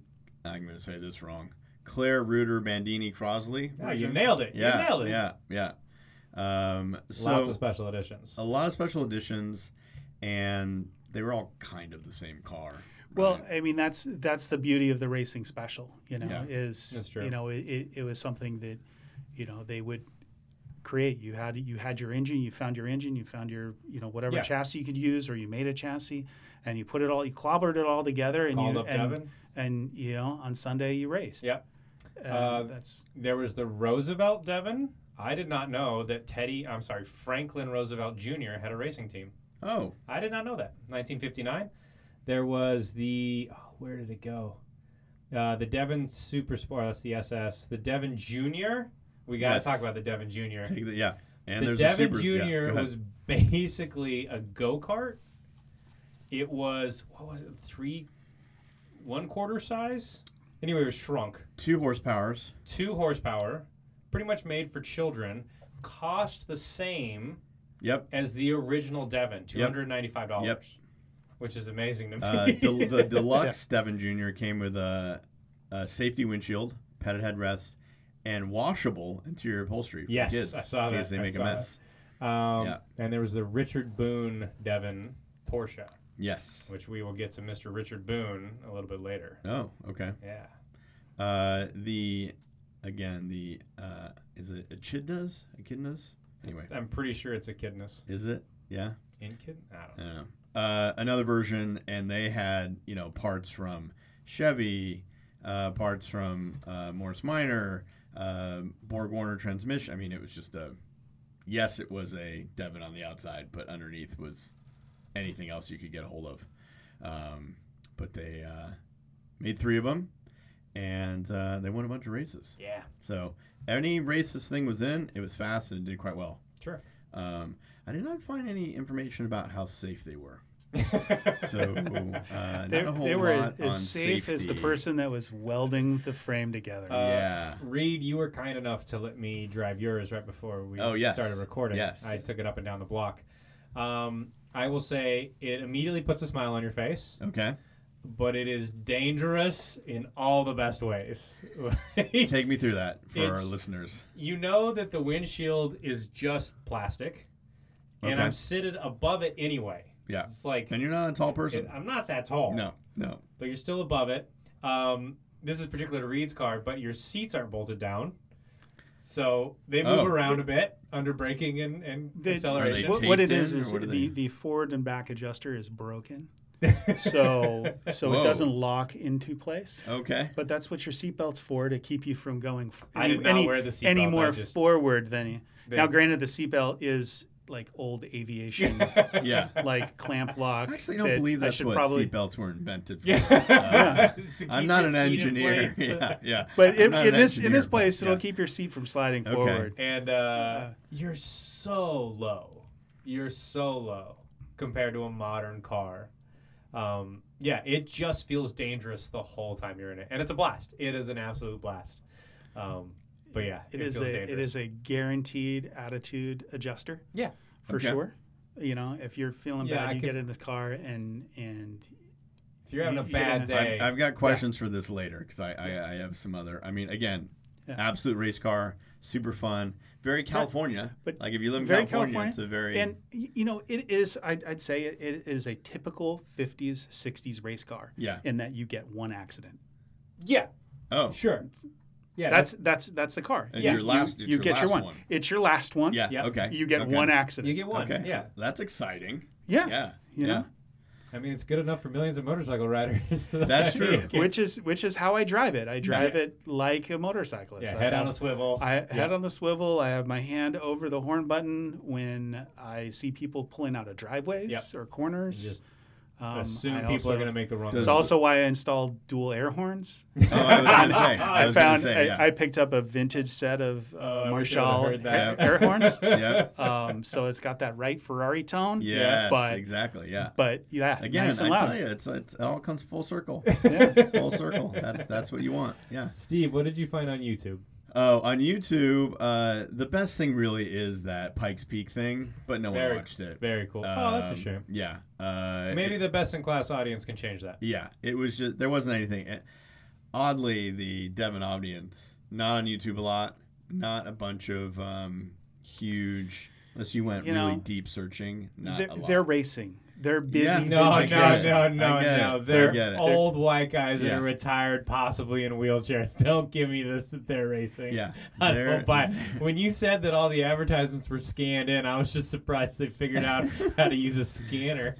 Speaker 1: I'm going to say this wrong. Claire Reuter Bandini Crosley.
Speaker 2: oh, you
Speaker 1: version.
Speaker 2: nailed it.
Speaker 1: Yeah.
Speaker 2: you nailed it.
Speaker 1: Yeah. Yeah. Um, so Uh,
Speaker 2: Lots of special editions.
Speaker 1: a lot of special editions, and they were all kind of the same car.
Speaker 3: Well,
Speaker 1: right?
Speaker 3: I mean that's that's the beauty of the racing special, you know,
Speaker 1: Yeah.
Speaker 3: is
Speaker 2: That's true.
Speaker 3: you know, it, it, it was something that you know, they would create. You had you had your engine, you found your engine, you found your, you know, whatever
Speaker 2: Yeah.
Speaker 3: chassis you could use or you made a chassis and you put it all you clobbered it all together and
Speaker 2: Called
Speaker 3: you
Speaker 2: up
Speaker 3: and,
Speaker 2: Devin.
Speaker 3: and you know, on Sunday you raced.
Speaker 2: Yep.
Speaker 3: And
Speaker 2: Uh,
Speaker 3: that's
Speaker 2: There was the Roosevelt Devon. I did not know that Teddy, I'm sorry, Franklin Roosevelt Jr. had a racing team.
Speaker 1: oh,
Speaker 2: I did not know that. 1959. There was the, oh, where did it go? Uh, the Devon Super Sport, that's the SS. The Devon Jr. We got to
Speaker 1: Yes.
Speaker 2: talk about the Devon Jr.
Speaker 1: take the yeah. And
Speaker 2: the
Speaker 1: there's
Speaker 2: Devon
Speaker 1: a super, yeah,
Speaker 2: Jr.
Speaker 1: go ahead.
Speaker 2: was basically a go kart. It was, what was it, three, one quarter size? Anyway, it was shrunk
Speaker 1: two horsepowers.
Speaker 2: two horsepower, pretty much made for children, cost the same
Speaker 1: Yep.
Speaker 2: as the original Devon, two
Speaker 1: Yep.
Speaker 2: hundred ninety-five dollars,
Speaker 1: Yep.
Speaker 2: which is amazing to me. [laughs]
Speaker 1: Uh, the, the deluxe Devon Jr. came with a, a safety windshield, padded headrest, and washable interior upholstery for
Speaker 2: Yes,
Speaker 1: kids
Speaker 2: I saw
Speaker 1: in case
Speaker 2: that,
Speaker 1: they
Speaker 2: I
Speaker 1: make a
Speaker 2: saw
Speaker 1: mess.
Speaker 2: um,
Speaker 1: yeah.
Speaker 2: And there was the Richard Boone Devon Porsche,
Speaker 1: Yes.
Speaker 2: which we will get to Mr. Richard Boone a little bit later.
Speaker 1: Oh, okay.
Speaker 2: Yeah,
Speaker 1: Uh, the again the uh, is it echidnas? Echidnas? Anyway,
Speaker 2: I'm pretty sure it's Echidnas.
Speaker 1: is it? Yeah.
Speaker 2: In kid, I don't know.
Speaker 1: I don't know. Uh, another version, and they had you know parts from Chevy, uh, parts from uh, Morris Minor, uh, Borg Warner transmission. I mean, it was just a yes, it was a Devon on the outside, but underneath was anything else you could get a hold of. Um, but they uh, made three of them, and uh, they won a bunch of races.
Speaker 2: Yeah,
Speaker 1: So any race this thing was in, it was fast and it did quite well.
Speaker 2: sure.
Speaker 1: Um, I did not find any information about how safe they were.
Speaker 3: [laughs]
Speaker 1: So uh,
Speaker 3: they,
Speaker 1: not a whole
Speaker 3: they were as
Speaker 1: lot on
Speaker 3: as safe as the
Speaker 1: safety.
Speaker 3: person that was welding the frame together.
Speaker 2: Uh,
Speaker 1: yeah.
Speaker 2: Reed, you were kind enough to let me drive yours right before we
Speaker 1: Oh, yes.
Speaker 2: started recording.
Speaker 1: Yes.
Speaker 2: I took it up and down the block. Um, I will say it immediately puts a smile on your face,
Speaker 1: Okay.
Speaker 2: but it is dangerous in all the best ways. [laughs]
Speaker 1: Take me through that for our
Speaker 2: It's-
Speaker 1: listeners.
Speaker 2: you know that the windshield is just plastic, and
Speaker 1: Okay.
Speaker 2: I'm sitting above it anyway.
Speaker 1: Yeah.
Speaker 2: It's like
Speaker 1: And you're not a tall
Speaker 2: it-
Speaker 1: person.
Speaker 2: I'm not that tall.
Speaker 1: No. No.
Speaker 2: but you're still above it. Um, this is particular to Reed's car, but your seats aren't bolted down. So they move
Speaker 1: Oh.
Speaker 2: around a bit under braking and, and
Speaker 3: They-
Speaker 2: acceleration.
Speaker 3: what, what it
Speaker 1: taped in,
Speaker 3: is
Speaker 1: or
Speaker 3: is
Speaker 1: what are
Speaker 3: the,
Speaker 1: they-
Speaker 3: the forward and back adjuster
Speaker 2: [laughs]
Speaker 3: is broken, so so
Speaker 1: Whoa.
Speaker 3: it doesn't lock into place.
Speaker 1: Okay.
Speaker 3: But that's what your seatbelt's for to keep you from going. f-
Speaker 2: I did not wear the
Speaker 3: any
Speaker 2: seatbelt, I
Speaker 3: more
Speaker 2: just-
Speaker 3: forward than you.
Speaker 2: They-
Speaker 3: Now, granted, the seatbelt is like
Speaker 2: [laughs]
Speaker 3: old aviation, [laughs]
Speaker 1: Yeah.
Speaker 3: like clamp lock.
Speaker 1: I actually don't
Speaker 3: that
Speaker 1: believe
Speaker 3: I
Speaker 1: that's
Speaker 3: should
Speaker 1: what
Speaker 3: probably.
Speaker 1: seatbelts were invented for.
Speaker 2: [laughs] yeah. [laughs] To
Speaker 1: [laughs]
Speaker 2: keep
Speaker 1: I'm not
Speaker 2: the
Speaker 1: an
Speaker 2: seat in
Speaker 1: engineer. [laughs]
Speaker 2: place.
Speaker 1: yeah. Yeah.
Speaker 3: [laughs] But
Speaker 1: I'm
Speaker 3: in,
Speaker 1: not
Speaker 3: in
Speaker 1: an
Speaker 3: this in
Speaker 1: engineer,
Speaker 3: this place,
Speaker 1: but
Speaker 3: it'll
Speaker 1: yeah.
Speaker 3: keep your seat from sliding forward.
Speaker 2: And uh, you're so low. You're so low compared to a modern car. Um, yeah, it just feels dangerous the whole time you're in it, and it's a blast. It is an absolute blast. Um, but yeah,
Speaker 3: it is a
Speaker 2: feels
Speaker 3: it
Speaker 2: dangerous.
Speaker 3: is a guaranteed attitude adjuster
Speaker 2: Yeah.
Speaker 3: for
Speaker 1: Okay.
Speaker 3: sure you know if you're feeling
Speaker 2: Yeah,
Speaker 3: bad
Speaker 2: I
Speaker 3: you
Speaker 2: could-
Speaker 3: get in this car and and
Speaker 2: If you're having a
Speaker 3: You- you
Speaker 2: bad
Speaker 3: gotta-
Speaker 2: day,
Speaker 1: I've, I've got questions for this later because I, I, I have some other. I mean, again,
Speaker 3: Yeah.
Speaker 1: absolute race car, super fun, very California.
Speaker 3: but
Speaker 1: like if you live in
Speaker 3: very
Speaker 1: California,
Speaker 3: California,
Speaker 1: it's a very
Speaker 3: and y- you know it is i'd, I'd say it, it is a typical 50s 60s race car
Speaker 1: yeah.
Speaker 3: in that you get one accident
Speaker 2: yeah,
Speaker 1: Oh,
Speaker 2: sure, yeah,
Speaker 3: that's that's that's the car
Speaker 1: And
Speaker 2: Yeah.
Speaker 1: your last, it's
Speaker 3: you
Speaker 1: your
Speaker 3: get
Speaker 1: last
Speaker 3: your one. it's your last one
Speaker 1: Yeah.
Speaker 2: Yeah.
Speaker 1: Okay.
Speaker 3: you get
Speaker 1: okay.
Speaker 3: one
Speaker 2: that's- you
Speaker 3: accident
Speaker 2: get one.
Speaker 1: Okay.
Speaker 2: Yeah,
Speaker 1: That's exciting.
Speaker 3: yeah,
Speaker 1: Yeah.
Speaker 3: you know
Speaker 2: I mean it's good enough for millions of motorcycle riders. [laughs]
Speaker 1: That's true.
Speaker 2: yeah,
Speaker 3: which is which is how i drive it i drive it like a motorcyclist I
Speaker 2: head
Speaker 3: have-
Speaker 2: on a swivel.
Speaker 3: I head on the swivel. I have my hand over the horn button when I see people pulling out of driveways
Speaker 2: Yep.
Speaker 3: or corners.
Speaker 2: just
Speaker 3: Um,
Speaker 2: Assume
Speaker 3: I
Speaker 2: people
Speaker 3: also-
Speaker 2: are going to make the wrong.
Speaker 1: Does-
Speaker 3: It's also why I installed dual air horns.
Speaker 1: Oh, [laughs] I was gonna say. I,
Speaker 3: [laughs] I,
Speaker 1: was
Speaker 3: found
Speaker 1: gonna say. Yeah.
Speaker 3: I, I picked up a vintage set of uh,
Speaker 2: Oh, I wish I
Speaker 3: Marshall
Speaker 2: would've heard
Speaker 3: air,
Speaker 2: that.
Speaker 3: air
Speaker 2: [laughs]
Speaker 3: horns. [laughs]
Speaker 1: Yep.
Speaker 3: Um, so it's got that right Ferrari tone.
Speaker 1: yes.
Speaker 3: but-
Speaker 1: exactly. Yeah.
Speaker 3: But yeah,
Speaker 1: Again,
Speaker 3: nice
Speaker 1: I
Speaker 3: and loud.
Speaker 1: tell you, it's, it's it all comes full
Speaker 3: [laughs]
Speaker 1: circle.
Speaker 3: Yeah.
Speaker 1: full circle. That's that's what you want. Yeah.
Speaker 2: [laughs] Steve, what did you find on YouTube?
Speaker 1: Oh, on YouTube, uh, the best thing really is that Pikes Peak thing, but no
Speaker 2: Very-
Speaker 1: one watched it.
Speaker 2: Very cool. oh, that's a
Speaker 1: Um,
Speaker 2: shame.
Speaker 1: Yeah. Uh,
Speaker 2: Maybe
Speaker 1: it-
Speaker 2: the best in class audience can change that.
Speaker 1: yeah. It was just there wasn't anything. It- oddly, the Devon audience not on YouTube a lot. Not a bunch of um, huge. Unless you went
Speaker 3: You
Speaker 1: really
Speaker 3: know,
Speaker 1: deep searching. Not
Speaker 3: they're,
Speaker 1: a lot.
Speaker 3: they're racing. They're busy.
Speaker 1: Yeah.
Speaker 2: No,
Speaker 1: I
Speaker 2: no,
Speaker 3: vintage
Speaker 1: get
Speaker 3: racing.
Speaker 1: it.
Speaker 2: no,
Speaker 1: I get
Speaker 2: no, no.
Speaker 1: it. I get
Speaker 2: They're
Speaker 1: it.
Speaker 2: old white guys that
Speaker 1: Yeah.
Speaker 2: are retired, possibly in wheelchairs. [laughs] Don't give me this that they're racing.
Speaker 1: Yeah.
Speaker 2: [laughs] I
Speaker 1: they're-
Speaker 2: don't buy it. When you said that all the advertisements were scanned in, I was just surprised they
Speaker 1: [laughs]
Speaker 2: figured out how to use a scanner.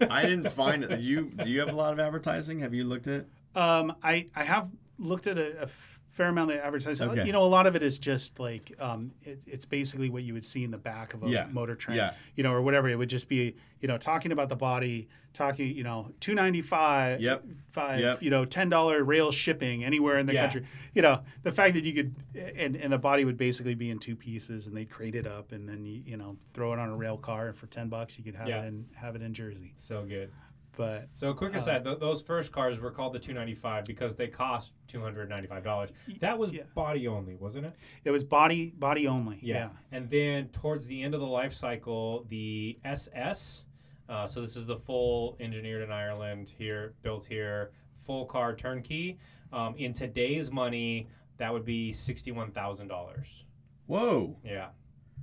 Speaker 1: I didn't find it. You do you have a lot of advertising? Have you looked at?
Speaker 3: Um, I, I have looked at a, a fair amount of advertising. Uh,
Speaker 1: Okay.
Speaker 3: You know, a lot of it is just like um, it, it's basically what you would see in the back of a
Speaker 1: Yeah.
Speaker 3: motor trend,
Speaker 1: Yeah.
Speaker 3: you know, or whatever. It would just be, you know, talking about the body, talking, you know, two ninety five,
Speaker 1: Yep.
Speaker 3: five,
Speaker 1: Yep.
Speaker 3: you know, ten dollar rail shipping anywhere in the
Speaker 2: Yeah.
Speaker 3: country. You know, the fact that you could and and the body would basically be in two pieces, and they'd crate it up, and then you you know throw it on a rail car, and for ten bucks you could have
Speaker 2: Yeah.
Speaker 3: it in have it in Jersey,
Speaker 2: So good.
Speaker 3: but.
Speaker 2: So, quick
Speaker 1: Uh,
Speaker 2: aside, th- those first cars were called the 295 because they cost $295. That was
Speaker 3: yeah.
Speaker 2: body only, wasn't it?
Speaker 3: It was body body only.
Speaker 2: Yeah.
Speaker 3: yeah.
Speaker 2: And then towards the end of the life cycle, the SS. Uh, so this is the full engineered in Ireland here, built here, full car turnkey. Um, in today's money, that would be sixty-one thousand dollars.
Speaker 1: Whoa.
Speaker 2: Yeah.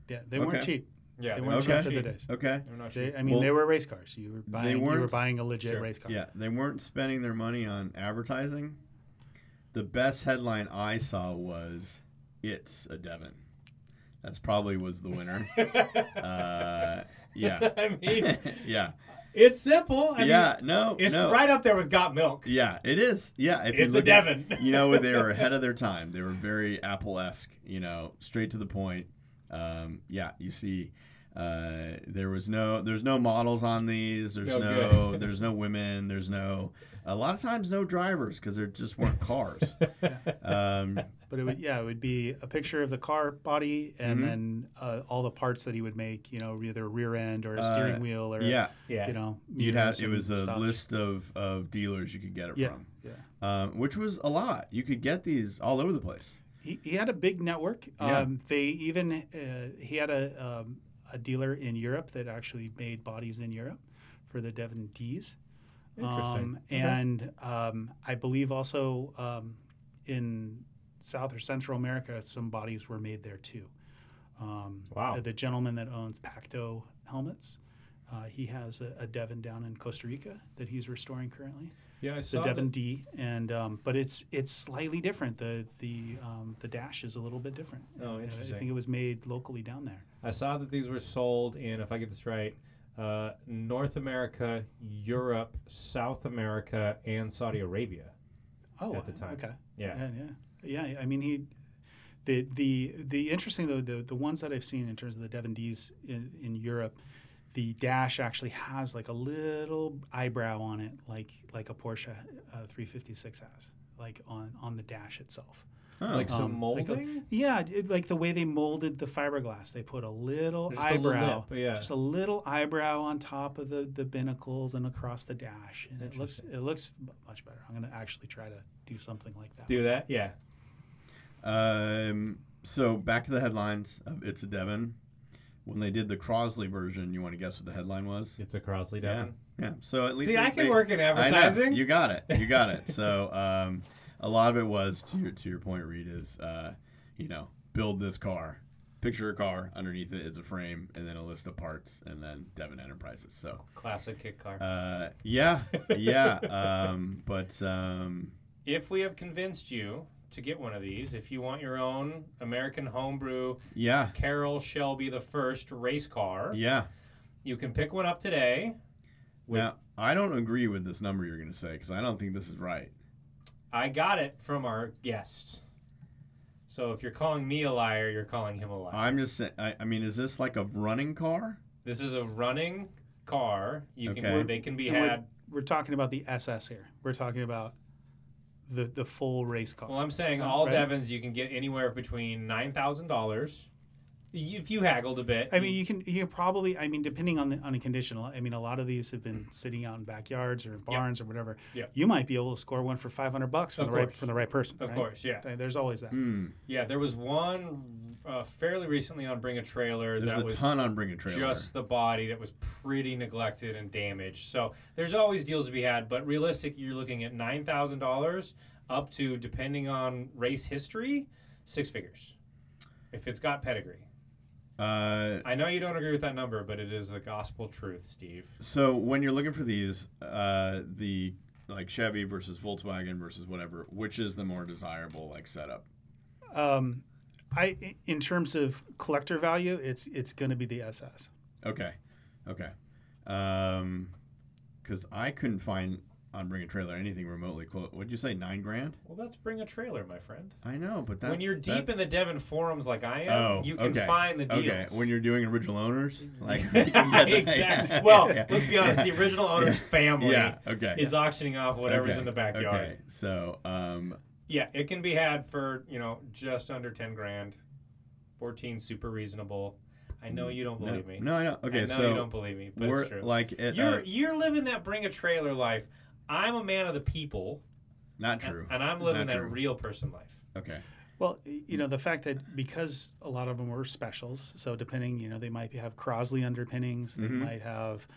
Speaker 3: Yeah, they
Speaker 1: Okay.
Speaker 3: weren't cheap.
Speaker 2: Yeah.
Speaker 3: They
Speaker 2: they're
Speaker 3: weren't
Speaker 2: not
Speaker 1: cheap
Speaker 3: for the
Speaker 2: cheap.
Speaker 3: days.
Speaker 1: Okay.
Speaker 2: They're not cheap.
Speaker 3: They, I mean,
Speaker 1: Well,
Speaker 3: they were race cars. You were buying. You were
Speaker 1: weren't-
Speaker 3: buying a legit
Speaker 2: Sure.
Speaker 3: race car.
Speaker 1: Yeah, they weren't spending their money on advertising. The best headline I saw was "It's a Devon." That's probably was the
Speaker 3: [laughs]
Speaker 1: winner. [laughs] uh, yeah,
Speaker 2: [laughs] I mean,
Speaker 1: yeah,
Speaker 2: it's simple. I mean,
Speaker 1: yeah. No,
Speaker 2: it's
Speaker 1: no.
Speaker 2: right up there with Got Milk.
Speaker 1: Yeah, it is. Yeah, if
Speaker 2: It's a
Speaker 1: look at-
Speaker 2: Devon.
Speaker 1: you
Speaker 2: [laughs]
Speaker 1: know, they were ahead of their time. They were very Apple-esque. You know, straight to the point. Um, yeah, you see, uh, there was no, there's no models on these. There's
Speaker 2: No
Speaker 1: no,
Speaker 2: good.
Speaker 1: [laughs] there's no women. There's no, a lot of times no drivers because there just weren't
Speaker 2: [laughs]
Speaker 1: cars. um,
Speaker 3: But it would. Yeah, it would be a picture of the car body and
Speaker 1: Mm-hmm.
Speaker 3: then uh, all the parts that he would make. You know, either a rear end or a
Speaker 1: Uh,
Speaker 3: steering wheel or
Speaker 1: yeah,
Speaker 2: Yeah.
Speaker 3: you know.
Speaker 1: you'd
Speaker 3: mirrors
Speaker 1: have. It
Speaker 3: and
Speaker 1: was a
Speaker 3: stuff.
Speaker 1: list of of dealers you could get it
Speaker 3: Yeah.
Speaker 1: from,
Speaker 3: Yeah.
Speaker 1: um, which was a lot. You could get these all over the place.
Speaker 3: He, he had a big network.
Speaker 1: Yeah.
Speaker 3: Um, they even uh, he had a um, a dealer in Europe that actually made bodies in Europe for the Devon D's.
Speaker 2: Interesting.
Speaker 3: Um,
Speaker 2: Okay.
Speaker 3: And um, I believe also um, in South or Central America, some bodies were made there too. Um,
Speaker 2: Wow.
Speaker 3: The gentleman that owns Pacto helmets, uh, he has a, a Devon down in Costa Rica that he's restoring currently.
Speaker 2: Yeah. I
Speaker 3: It's a
Speaker 2: saw that.
Speaker 3: Devon D, and um, but it's it's slightly different. The the um, the dash is a little bit different.
Speaker 2: Oh,
Speaker 3: Uh, I
Speaker 2: interesting.
Speaker 3: think it was made locally down there.
Speaker 2: I saw that these were sold in, if I get this right, uh, North America, Europe, South America, and Saudi Arabia.
Speaker 3: Oh,
Speaker 2: At the time.
Speaker 3: okay.
Speaker 2: Yeah.
Speaker 3: yeah, yeah, yeah. I mean, he, the the the interesting though the the ones that I've seen in terms of the Devon D's in, in Europe, the dash actually has like a little eyebrow on it, like like a Porsche uh, 356 has, like on on the dash itself.
Speaker 1: Huh.
Speaker 2: Like some
Speaker 3: Um, like a-
Speaker 2: molding?
Speaker 3: Yeah, it, like the way they molded the fiberglass, they put a little
Speaker 2: Just a little
Speaker 3: eyebrow,
Speaker 2: lip, yeah.
Speaker 3: just a little eyebrow on top of the the binnacles and across the dash, and it looks it looks much better. I'm gonna actually try to do something like that.
Speaker 2: Do that? Yeah.
Speaker 1: Um, so back to the headlines of It's a Devon. When they did the Crosley version, you want to guess what the headline was?
Speaker 2: It's a Crosley
Speaker 1: Yeah.
Speaker 2: Devon.
Speaker 1: Yeah. So at least
Speaker 2: See,
Speaker 1: they-
Speaker 2: I can
Speaker 1: they-
Speaker 2: work in
Speaker 1: I know.
Speaker 2: advertising.
Speaker 1: You got it. You got
Speaker 2: [laughs]
Speaker 1: it. so um, a lot of it was to your to your point, Reed, is uh, you know, build this car. Picture a car, underneath it is a frame, and then a list of parts, and then Devon Enterprises. So
Speaker 2: Classic kit car.
Speaker 1: uh, yeah,
Speaker 2: [laughs]
Speaker 1: yeah. Um, but um,
Speaker 2: if we have convinced you to get one of these, if you want your own American homebrew
Speaker 1: yeah,
Speaker 2: Carroll Shelby the First race car,
Speaker 1: yeah.
Speaker 2: you can pick one up today. Wait.
Speaker 1: Now, I don't agree with this number you're going to say because I don't think this is right.
Speaker 2: I got it from our guest. So if you're calling me a liar, you're calling him a liar.
Speaker 1: I'm just saying. I, I mean, is this like a running car?
Speaker 2: This is a running car. You
Speaker 1: Okay.
Speaker 2: can they can be
Speaker 3: And we're-
Speaker 2: had.
Speaker 3: We're talking about the SS here. We're talking about the the full race car.
Speaker 2: Well, I'm saying all
Speaker 3: Right.
Speaker 2: Devons you can get anywhere between nine thousand dollars. If you haggled a bit,
Speaker 3: I mean, you can you can probably I mean, depending on the on a conditional. I mean, a lot of these have been sitting out in backyards or in barns or whatever.
Speaker 2: Mm. Yep.
Speaker 3: You might be able to score one for five hundred bucks from
Speaker 2: Of
Speaker 3: the right
Speaker 2: course.
Speaker 3: from the right person.
Speaker 2: of
Speaker 3: right?
Speaker 2: course, yeah,
Speaker 3: Uh, There's always that.
Speaker 1: Mm,
Speaker 2: yeah. There was one uh, fairly recently on Bring a Trailer
Speaker 1: there's
Speaker 2: that
Speaker 1: a
Speaker 2: was
Speaker 1: ton on Bring a Trailer.
Speaker 2: just the body that was pretty neglected and damaged. So there's always deals to be had, but realistic, you're looking at nine thousand dollars up to, depending on race history, six figures, if it's got pedigree.
Speaker 1: uh,
Speaker 2: I know you don't agree with that number, but it is the gospel truth, Steve.
Speaker 1: So when you're looking for these, uh, the like Chevy versus Volkswagen versus whatever, which is the more desirable like setup?
Speaker 3: Um, I in terms of collector value, it's it's going to be the SS.
Speaker 1: Okay, okay, because I couldn't find on Bring a Trailer anything remotely close. What'd you say, nine grand?
Speaker 2: Well, let's bring a trailer, my friend.
Speaker 1: I know, but that's
Speaker 2: when you're deep in the
Speaker 1: that's-
Speaker 2: Devon forums like I am,
Speaker 1: Oh,
Speaker 2: you can
Speaker 1: okay.
Speaker 2: find the deals.
Speaker 1: okay
Speaker 2: [laughs]
Speaker 1: when you're doing original owners, like [laughs] you can get that-
Speaker 2: exactly. Well,
Speaker 1: yeah,
Speaker 2: let's be honest.
Speaker 1: yeah,
Speaker 2: The original owner's
Speaker 1: [laughs]
Speaker 2: family
Speaker 1: yeah, okay,
Speaker 2: is auctioning off whatever's
Speaker 1: okay,
Speaker 2: in the backyard.
Speaker 1: Okay, so um,
Speaker 2: Yeah, it can be had for you know just under ten grand, fourteen super reasonable. I know you don't
Speaker 1: no,
Speaker 2: believe me.
Speaker 1: no, I know. Okay,
Speaker 2: I know
Speaker 1: so
Speaker 2: you don't believe me, but
Speaker 1: we're
Speaker 2: it's true.
Speaker 1: like at,
Speaker 2: you're
Speaker 1: uh,
Speaker 2: e- you're living that bring a trailer life. I'm a man of the people,
Speaker 1: not
Speaker 2: and-
Speaker 1: true.
Speaker 2: and, I'm living
Speaker 1: Not
Speaker 2: that
Speaker 1: true.
Speaker 2: real person life. [laughs]
Speaker 1: Okay.
Speaker 3: Well, y- you know the fact that because a lot of them were specials, so depending, you know, they might have Crosley underpinnings, they
Speaker 1: Mhm.
Speaker 3: might have,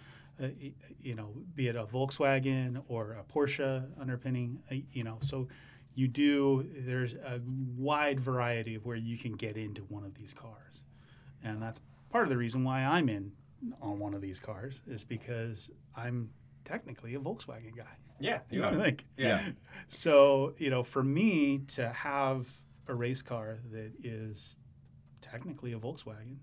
Speaker 3: uh, y- you know, be it a Volkswagen or a Porsche underpinning, uh, you know, so you do. There's a wide variety of where you can get into one of these cars, and that's part of the reason why I'm in on one of these cars is because I'm technically a Volkswagen guy.
Speaker 2: Yeah,
Speaker 1: You
Speaker 2: yeah.
Speaker 1: are.
Speaker 3: [laughs] like,
Speaker 1: Yeah.
Speaker 3: so, you know, for me to have a race car that is technically a Volkswagen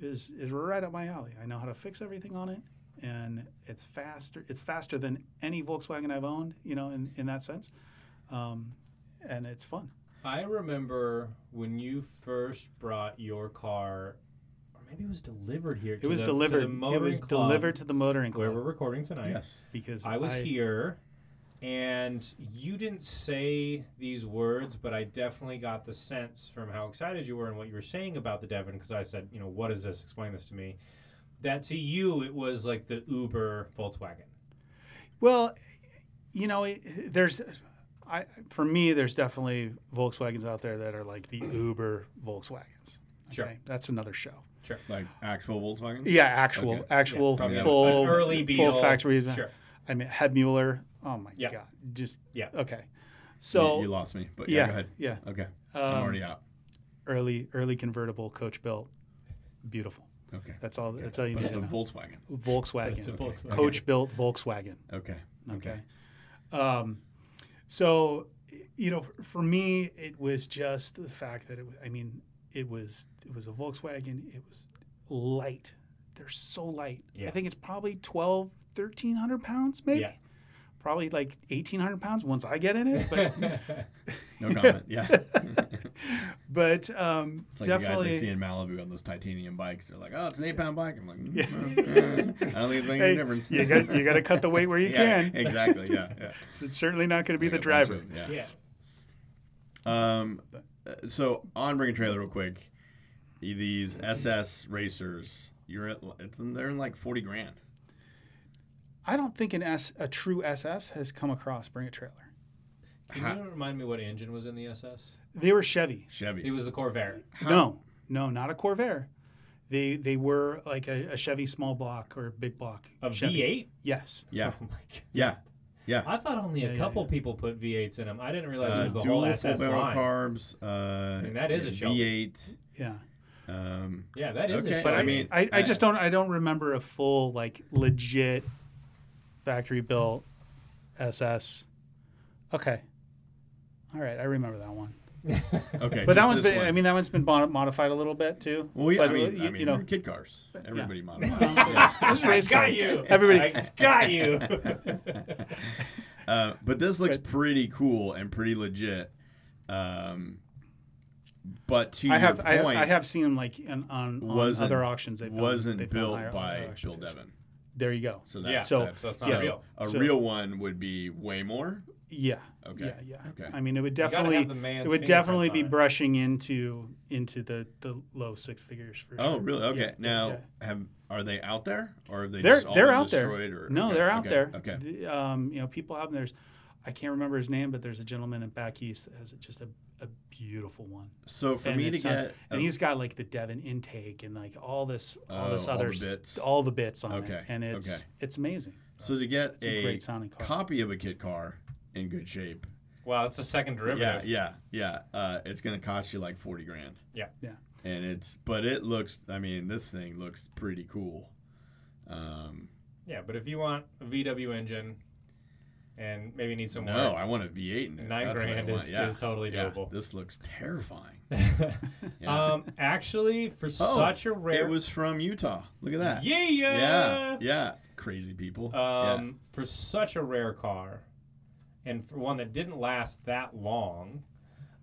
Speaker 3: is is right up my alley. I know how to fix everything on it and it's faster it's faster than any Volkswagen I've owned, you know, in, in that sense. Um, and it's fun.
Speaker 2: I remember when you first brought your car, or maybe it was delivered here.
Speaker 3: It was delivered it was delivered to the motoring
Speaker 2: where
Speaker 3: club
Speaker 2: we're recording tonight.
Speaker 1: Yes.
Speaker 3: because
Speaker 2: I was here, and you didn't say these words, but I definitely got the sense from how excited you were and what you were saying about the Devon. Because I said, you know, what is this? Explain this to me. That to you, it was like the Uber Volkswagen.
Speaker 3: Well, you know, it, there's, I for me, there's definitely Volkswagens out there that are like the Uber Volkswagens.
Speaker 2: Sure.
Speaker 3: that's another show.
Speaker 1: Like actual Volkswagen?
Speaker 3: Yeah, actual,
Speaker 1: Okay.
Speaker 3: actual
Speaker 2: probably
Speaker 1: yeah.
Speaker 3: full,
Speaker 2: an early Beetle.
Speaker 3: full factory.
Speaker 2: Sure.
Speaker 3: I mean, had Mueller. Oh my
Speaker 2: Yeah.
Speaker 3: god, just
Speaker 2: Yeah.
Speaker 3: Okay,
Speaker 1: So
Speaker 3: so
Speaker 1: you, you lost me, but yeah, go
Speaker 3: yeah,
Speaker 1: ahead.
Speaker 3: yeah,
Speaker 1: Okay, I'm
Speaker 3: um,
Speaker 1: already out.
Speaker 3: early, early convertible coach built, beautiful.
Speaker 1: Okay,
Speaker 3: That's all. That's all you
Speaker 1: but
Speaker 3: need
Speaker 1: it's a
Speaker 3: to know.
Speaker 1: Volkswagen.
Speaker 3: Volkswagen,
Speaker 2: It's a
Speaker 1: Okay.
Speaker 2: Volkswagen.
Speaker 3: coach built Volkswagen.
Speaker 1: Okay,
Speaker 3: Okay. Um, so, y- you know, for, for me, it was just the fact that it. wa- I mean, it was it was a Volkswagen. It was light. They're so light.
Speaker 2: Yeah.
Speaker 3: I think it's probably 12, 1,300 pounds, maybe.
Speaker 2: Yeah.
Speaker 3: Probably like eighteen hundred pounds once I get in it,
Speaker 1: [laughs]
Speaker 3: but [laughs]
Speaker 1: no comment. Yeah, it's
Speaker 3: but um,
Speaker 1: like the guys I see
Speaker 3: definitely.
Speaker 1: in Malibu on those titanium bikes. They're like, "Oh, it's an eight-pound bike." I'm like, mm,
Speaker 3: Yeah.
Speaker 1: uh, "I don't think it's making
Speaker 3: Hey,
Speaker 1: a difference."
Speaker 3: you got you got to cut the weight where
Speaker 1: [laughs]
Speaker 3: you
Speaker 1: yeah,
Speaker 3: can.
Speaker 1: exactly. Yeah,
Speaker 3: [laughs]
Speaker 1: yeah.
Speaker 3: It's certainly not going to be
Speaker 1: Like
Speaker 3: the
Speaker 1: a bunch
Speaker 3: driver.
Speaker 1: of- yeah.
Speaker 2: Yeah.
Speaker 1: Um, uh, so on Ring and Trailer, real quick, e, these SS racers, you're at, it's in, they're in like forty grand.
Speaker 3: I don't think an S a true SS has come across. Bring a trailer.
Speaker 2: Can you remind me what engine was in the SS?
Speaker 3: They were Chevy.
Speaker 2: It
Speaker 1: Chevy.
Speaker 2: was the Corvair.
Speaker 3: No, no, not a Corvair. They they were like a, a Chevy small block or big block.
Speaker 2: A
Speaker 3: Chevy.
Speaker 2: V8?
Speaker 3: Yes.
Speaker 2: [laughs]
Speaker 1: Yeah,
Speaker 2: Oh my God.
Speaker 1: yeah, yeah.
Speaker 2: I thought only a
Speaker 3: Yeah, yeah,
Speaker 2: couple people put V8s in them. I didn't realize it
Speaker 1: Uh,
Speaker 2: was the
Speaker 1: dual
Speaker 2: whole
Speaker 1: full
Speaker 2: SS
Speaker 1: barrel
Speaker 2: line.
Speaker 1: carbs. Uh,
Speaker 2: mean, that is a Shelby.
Speaker 1: V8.
Speaker 3: Yeah.
Speaker 1: Um,
Speaker 2: Yeah, that is
Speaker 1: Okay,
Speaker 2: a
Speaker 1: but I
Speaker 2: Chevy. [laughs]
Speaker 1: mean-
Speaker 3: I, I
Speaker 1: uh,
Speaker 3: just don't I don't remember a full like legit factory built SS. Okay. All right, I remember that one.
Speaker 1: okay,
Speaker 3: But that
Speaker 1: just
Speaker 3: one's
Speaker 1: this
Speaker 3: been I mean that one's been mod- modified a little bit too.
Speaker 1: well, yeah,
Speaker 3: but,
Speaker 1: I mean,
Speaker 3: you,
Speaker 1: I mean,
Speaker 3: you know,
Speaker 1: kid cars. Everybody
Speaker 2: [laughs]
Speaker 1: modified.
Speaker 3: it was a race car.
Speaker 2: got you.
Speaker 3: Everybody-
Speaker 2: I
Speaker 1: [laughs]
Speaker 2: got you. [laughs]
Speaker 1: Uh, but this looks
Speaker 3: But-
Speaker 1: pretty cool and pretty legit. Um, but to
Speaker 3: I
Speaker 1: your
Speaker 3: have I, have
Speaker 1: point,
Speaker 3: I have seen them like in, on, on
Speaker 1: Wasn't-
Speaker 3: other auctions. They built,
Speaker 1: wasn't
Speaker 3: they've done
Speaker 1: built
Speaker 3: higher-
Speaker 1: by
Speaker 3: other auctions.
Speaker 1: Bill Devon.
Speaker 3: there you go.
Speaker 1: So
Speaker 2: Yeah,
Speaker 1: that's
Speaker 3: so-
Speaker 1: that's,
Speaker 2: so it's not
Speaker 1: so
Speaker 2: real.
Speaker 1: A
Speaker 3: So-
Speaker 1: real one would be way more.
Speaker 3: Yeah.
Speaker 1: Okay.
Speaker 3: Yeah, yeah.
Speaker 1: Okay.
Speaker 3: I mean, it would
Speaker 2: gotta have
Speaker 3: definitely
Speaker 2: the man's
Speaker 3: it would
Speaker 2: fingerprints
Speaker 3: definitely be
Speaker 2: on it.
Speaker 3: brushing into into the the low six figures for sure.
Speaker 1: Oh, really? Okay.
Speaker 3: Yeah, yeah,
Speaker 1: now,
Speaker 3: yeah.
Speaker 1: have are they out there, or have they
Speaker 3: they're
Speaker 1: just all
Speaker 3: they're
Speaker 1: been
Speaker 3: out there.
Speaker 1: destroyed? Or,
Speaker 3: no,
Speaker 1: okay,
Speaker 3: they're out
Speaker 1: okay,
Speaker 3: there.
Speaker 1: Okay.
Speaker 3: The, um, you know, people have them. There's, I can't remember his name, but there's a gentleman in back east that has just a, a beautiful one.
Speaker 1: So for
Speaker 3: And
Speaker 1: me to
Speaker 3: it's on-
Speaker 1: get a-
Speaker 3: and he's got like the Devon intake and like all this all
Speaker 1: Oh,
Speaker 3: this
Speaker 1: all the
Speaker 3: other s-
Speaker 1: bits.
Speaker 3: all the bits on
Speaker 1: Okay,
Speaker 3: it, and it's
Speaker 1: okay.
Speaker 3: it's amazing.
Speaker 1: so to get
Speaker 3: It's a,
Speaker 1: a
Speaker 3: great sounding car.
Speaker 1: copy of a kit car in good shape.
Speaker 2: Wow, that's the second
Speaker 1: Yeah,
Speaker 2: derivative.
Speaker 1: yeah, yeah. Uh, it's gonna cost you like forty grand.
Speaker 2: Yeah.
Speaker 3: Yeah.
Speaker 1: And it's but it looks. I mean, this thing looks pretty cool. Um,
Speaker 2: Yeah, but if you want a VW engine and maybe need some
Speaker 1: no,
Speaker 2: work,
Speaker 1: I want a V8 in it.
Speaker 2: nine
Speaker 1: That's what I
Speaker 2: grand
Speaker 1: want.
Speaker 2: is,
Speaker 1: yeah.
Speaker 2: is totally
Speaker 1: yeah.
Speaker 2: doable.
Speaker 1: This looks terrifying. Yeah.
Speaker 2: um, actually, for
Speaker 1: Oh,
Speaker 2: such a rare,
Speaker 1: It was from Utah. Look at that.
Speaker 2: yeah,
Speaker 1: yeah, yeah. Crazy people. yeah.
Speaker 2: Um, for such a rare car, and for one that didn't last that long,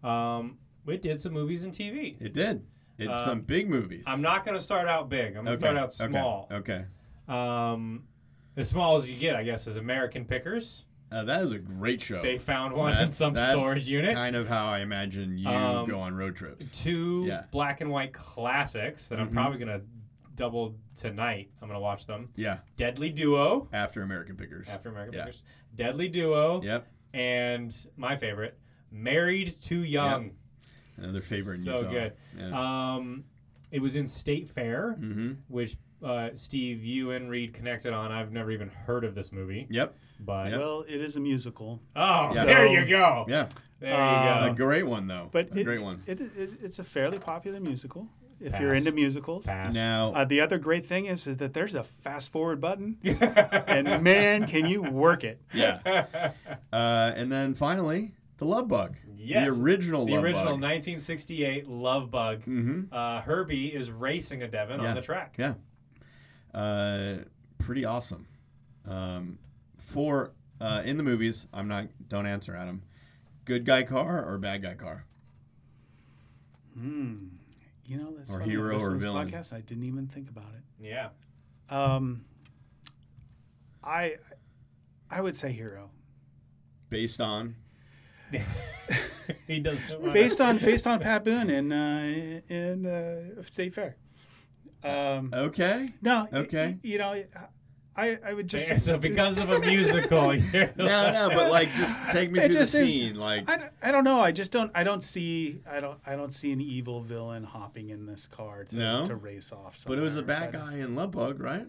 Speaker 2: um, we did some movies and TV.
Speaker 1: It did. It's
Speaker 2: uh,
Speaker 1: some big movies.
Speaker 2: I'm not going to start out big. I'm going
Speaker 1: Okay,
Speaker 2: to start out small.
Speaker 1: Okay. okay.
Speaker 2: Um, as small as you get, I guess, is American Pickers.
Speaker 1: Uh, that is a great show.
Speaker 2: They found one in
Speaker 1: That's-
Speaker 2: some
Speaker 1: that's
Speaker 2: storage unit.
Speaker 1: Kind of how I imagine you
Speaker 2: Um,
Speaker 1: go on road trips.
Speaker 2: two
Speaker 1: Yeah.
Speaker 2: black and white classics that
Speaker 1: Mhm.
Speaker 2: I'm probably gonna double tonight. I'm gonna watch them.
Speaker 1: Yeah.
Speaker 2: Deadly Duo
Speaker 1: After American Pickers.
Speaker 2: after American
Speaker 1: Yeah.
Speaker 2: Pickers. Deadly Duo
Speaker 1: Yep.
Speaker 2: and my favorite, Married Too Young.
Speaker 1: Another favorite in
Speaker 2: So
Speaker 1: Utah.
Speaker 2: good.
Speaker 1: Yeah.
Speaker 2: Um, it was in State Fair,
Speaker 1: mm-hmm.
Speaker 2: which uh, Steve, you and Reed connected on. I've never even heard of this movie,
Speaker 1: Yep.
Speaker 2: but
Speaker 1: Yep.
Speaker 3: Well, it is a musical,
Speaker 2: oh,
Speaker 1: Yeah.
Speaker 2: there
Speaker 3: So-
Speaker 2: you go.
Speaker 1: Yeah. Um,
Speaker 2: There
Speaker 3: Uh,
Speaker 2: you
Speaker 1: a
Speaker 2: go.
Speaker 1: great one though.
Speaker 3: but
Speaker 1: a
Speaker 3: it,
Speaker 1: great one.
Speaker 3: It, it, it's a fairly popular musical. If you're
Speaker 2: Pass.
Speaker 3: into
Speaker 1: [laughs]
Speaker 3: musicals,
Speaker 2: Pass.
Speaker 3: [laughs]
Speaker 1: Now
Speaker 3: Uh, the other great thing is, is that there's a fast
Speaker 1: [laughs]
Speaker 3: forward button, and man, can you work it?
Speaker 1: yeah. Uh, and then finally, the love bug.
Speaker 2: [laughs] Yes.
Speaker 1: The original
Speaker 2: The
Speaker 1: love
Speaker 2: original
Speaker 1: bug.
Speaker 2: 1968 Love Bug.
Speaker 1: mm-hmm.
Speaker 2: Uh, Herbie is racing a Devon
Speaker 1: Yeah.
Speaker 2: on the track.
Speaker 1: Yeah. Uh, pretty awesome. Um, for uh, in the movies, I'm not. Don't answer, Adam. Good guy car or bad guy car?
Speaker 3: Hmm. You know, that's
Speaker 1: Or
Speaker 3: funny,
Speaker 1: hero or
Speaker 3: listening to this
Speaker 1: villain.
Speaker 3: podcast. I didn't even think about it. [laughs]
Speaker 2: Yeah.
Speaker 3: Um, I, I would say hero
Speaker 1: Based on
Speaker 2: he doesn't. wanna-
Speaker 3: based on based on Pat Boone in uh, in uh, State Fair. Um,
Speaker 1: okay.
Speaker 3: no, y-
Speaker 1: Uh, okay.
Speaker 3: y- you know, I
Speaker 2: [laughs]
Speaker 3: I would just
Speaker 2: so because of a musical. you're
Speaker 1: [laughs] No, no, but like, just take me
Speaker 3: It
Speaker 1: through the
Speaker 3: just seems-
Speaker 1: scene. Like,
Speaker 3: I, don't- I don't know. I just don't. I don't see. I don't. I don't see an evil villain hopping in this car to,
Speaker 1: No?
Speaker 3: to race off.
Speaker 1: but it was a
Speaker 3: somewhere.
Speaker 1: bad
Speaker 3: That
Speaker 1: guy
Speaker 3: is-
Speaker 1: in Love Bug, right?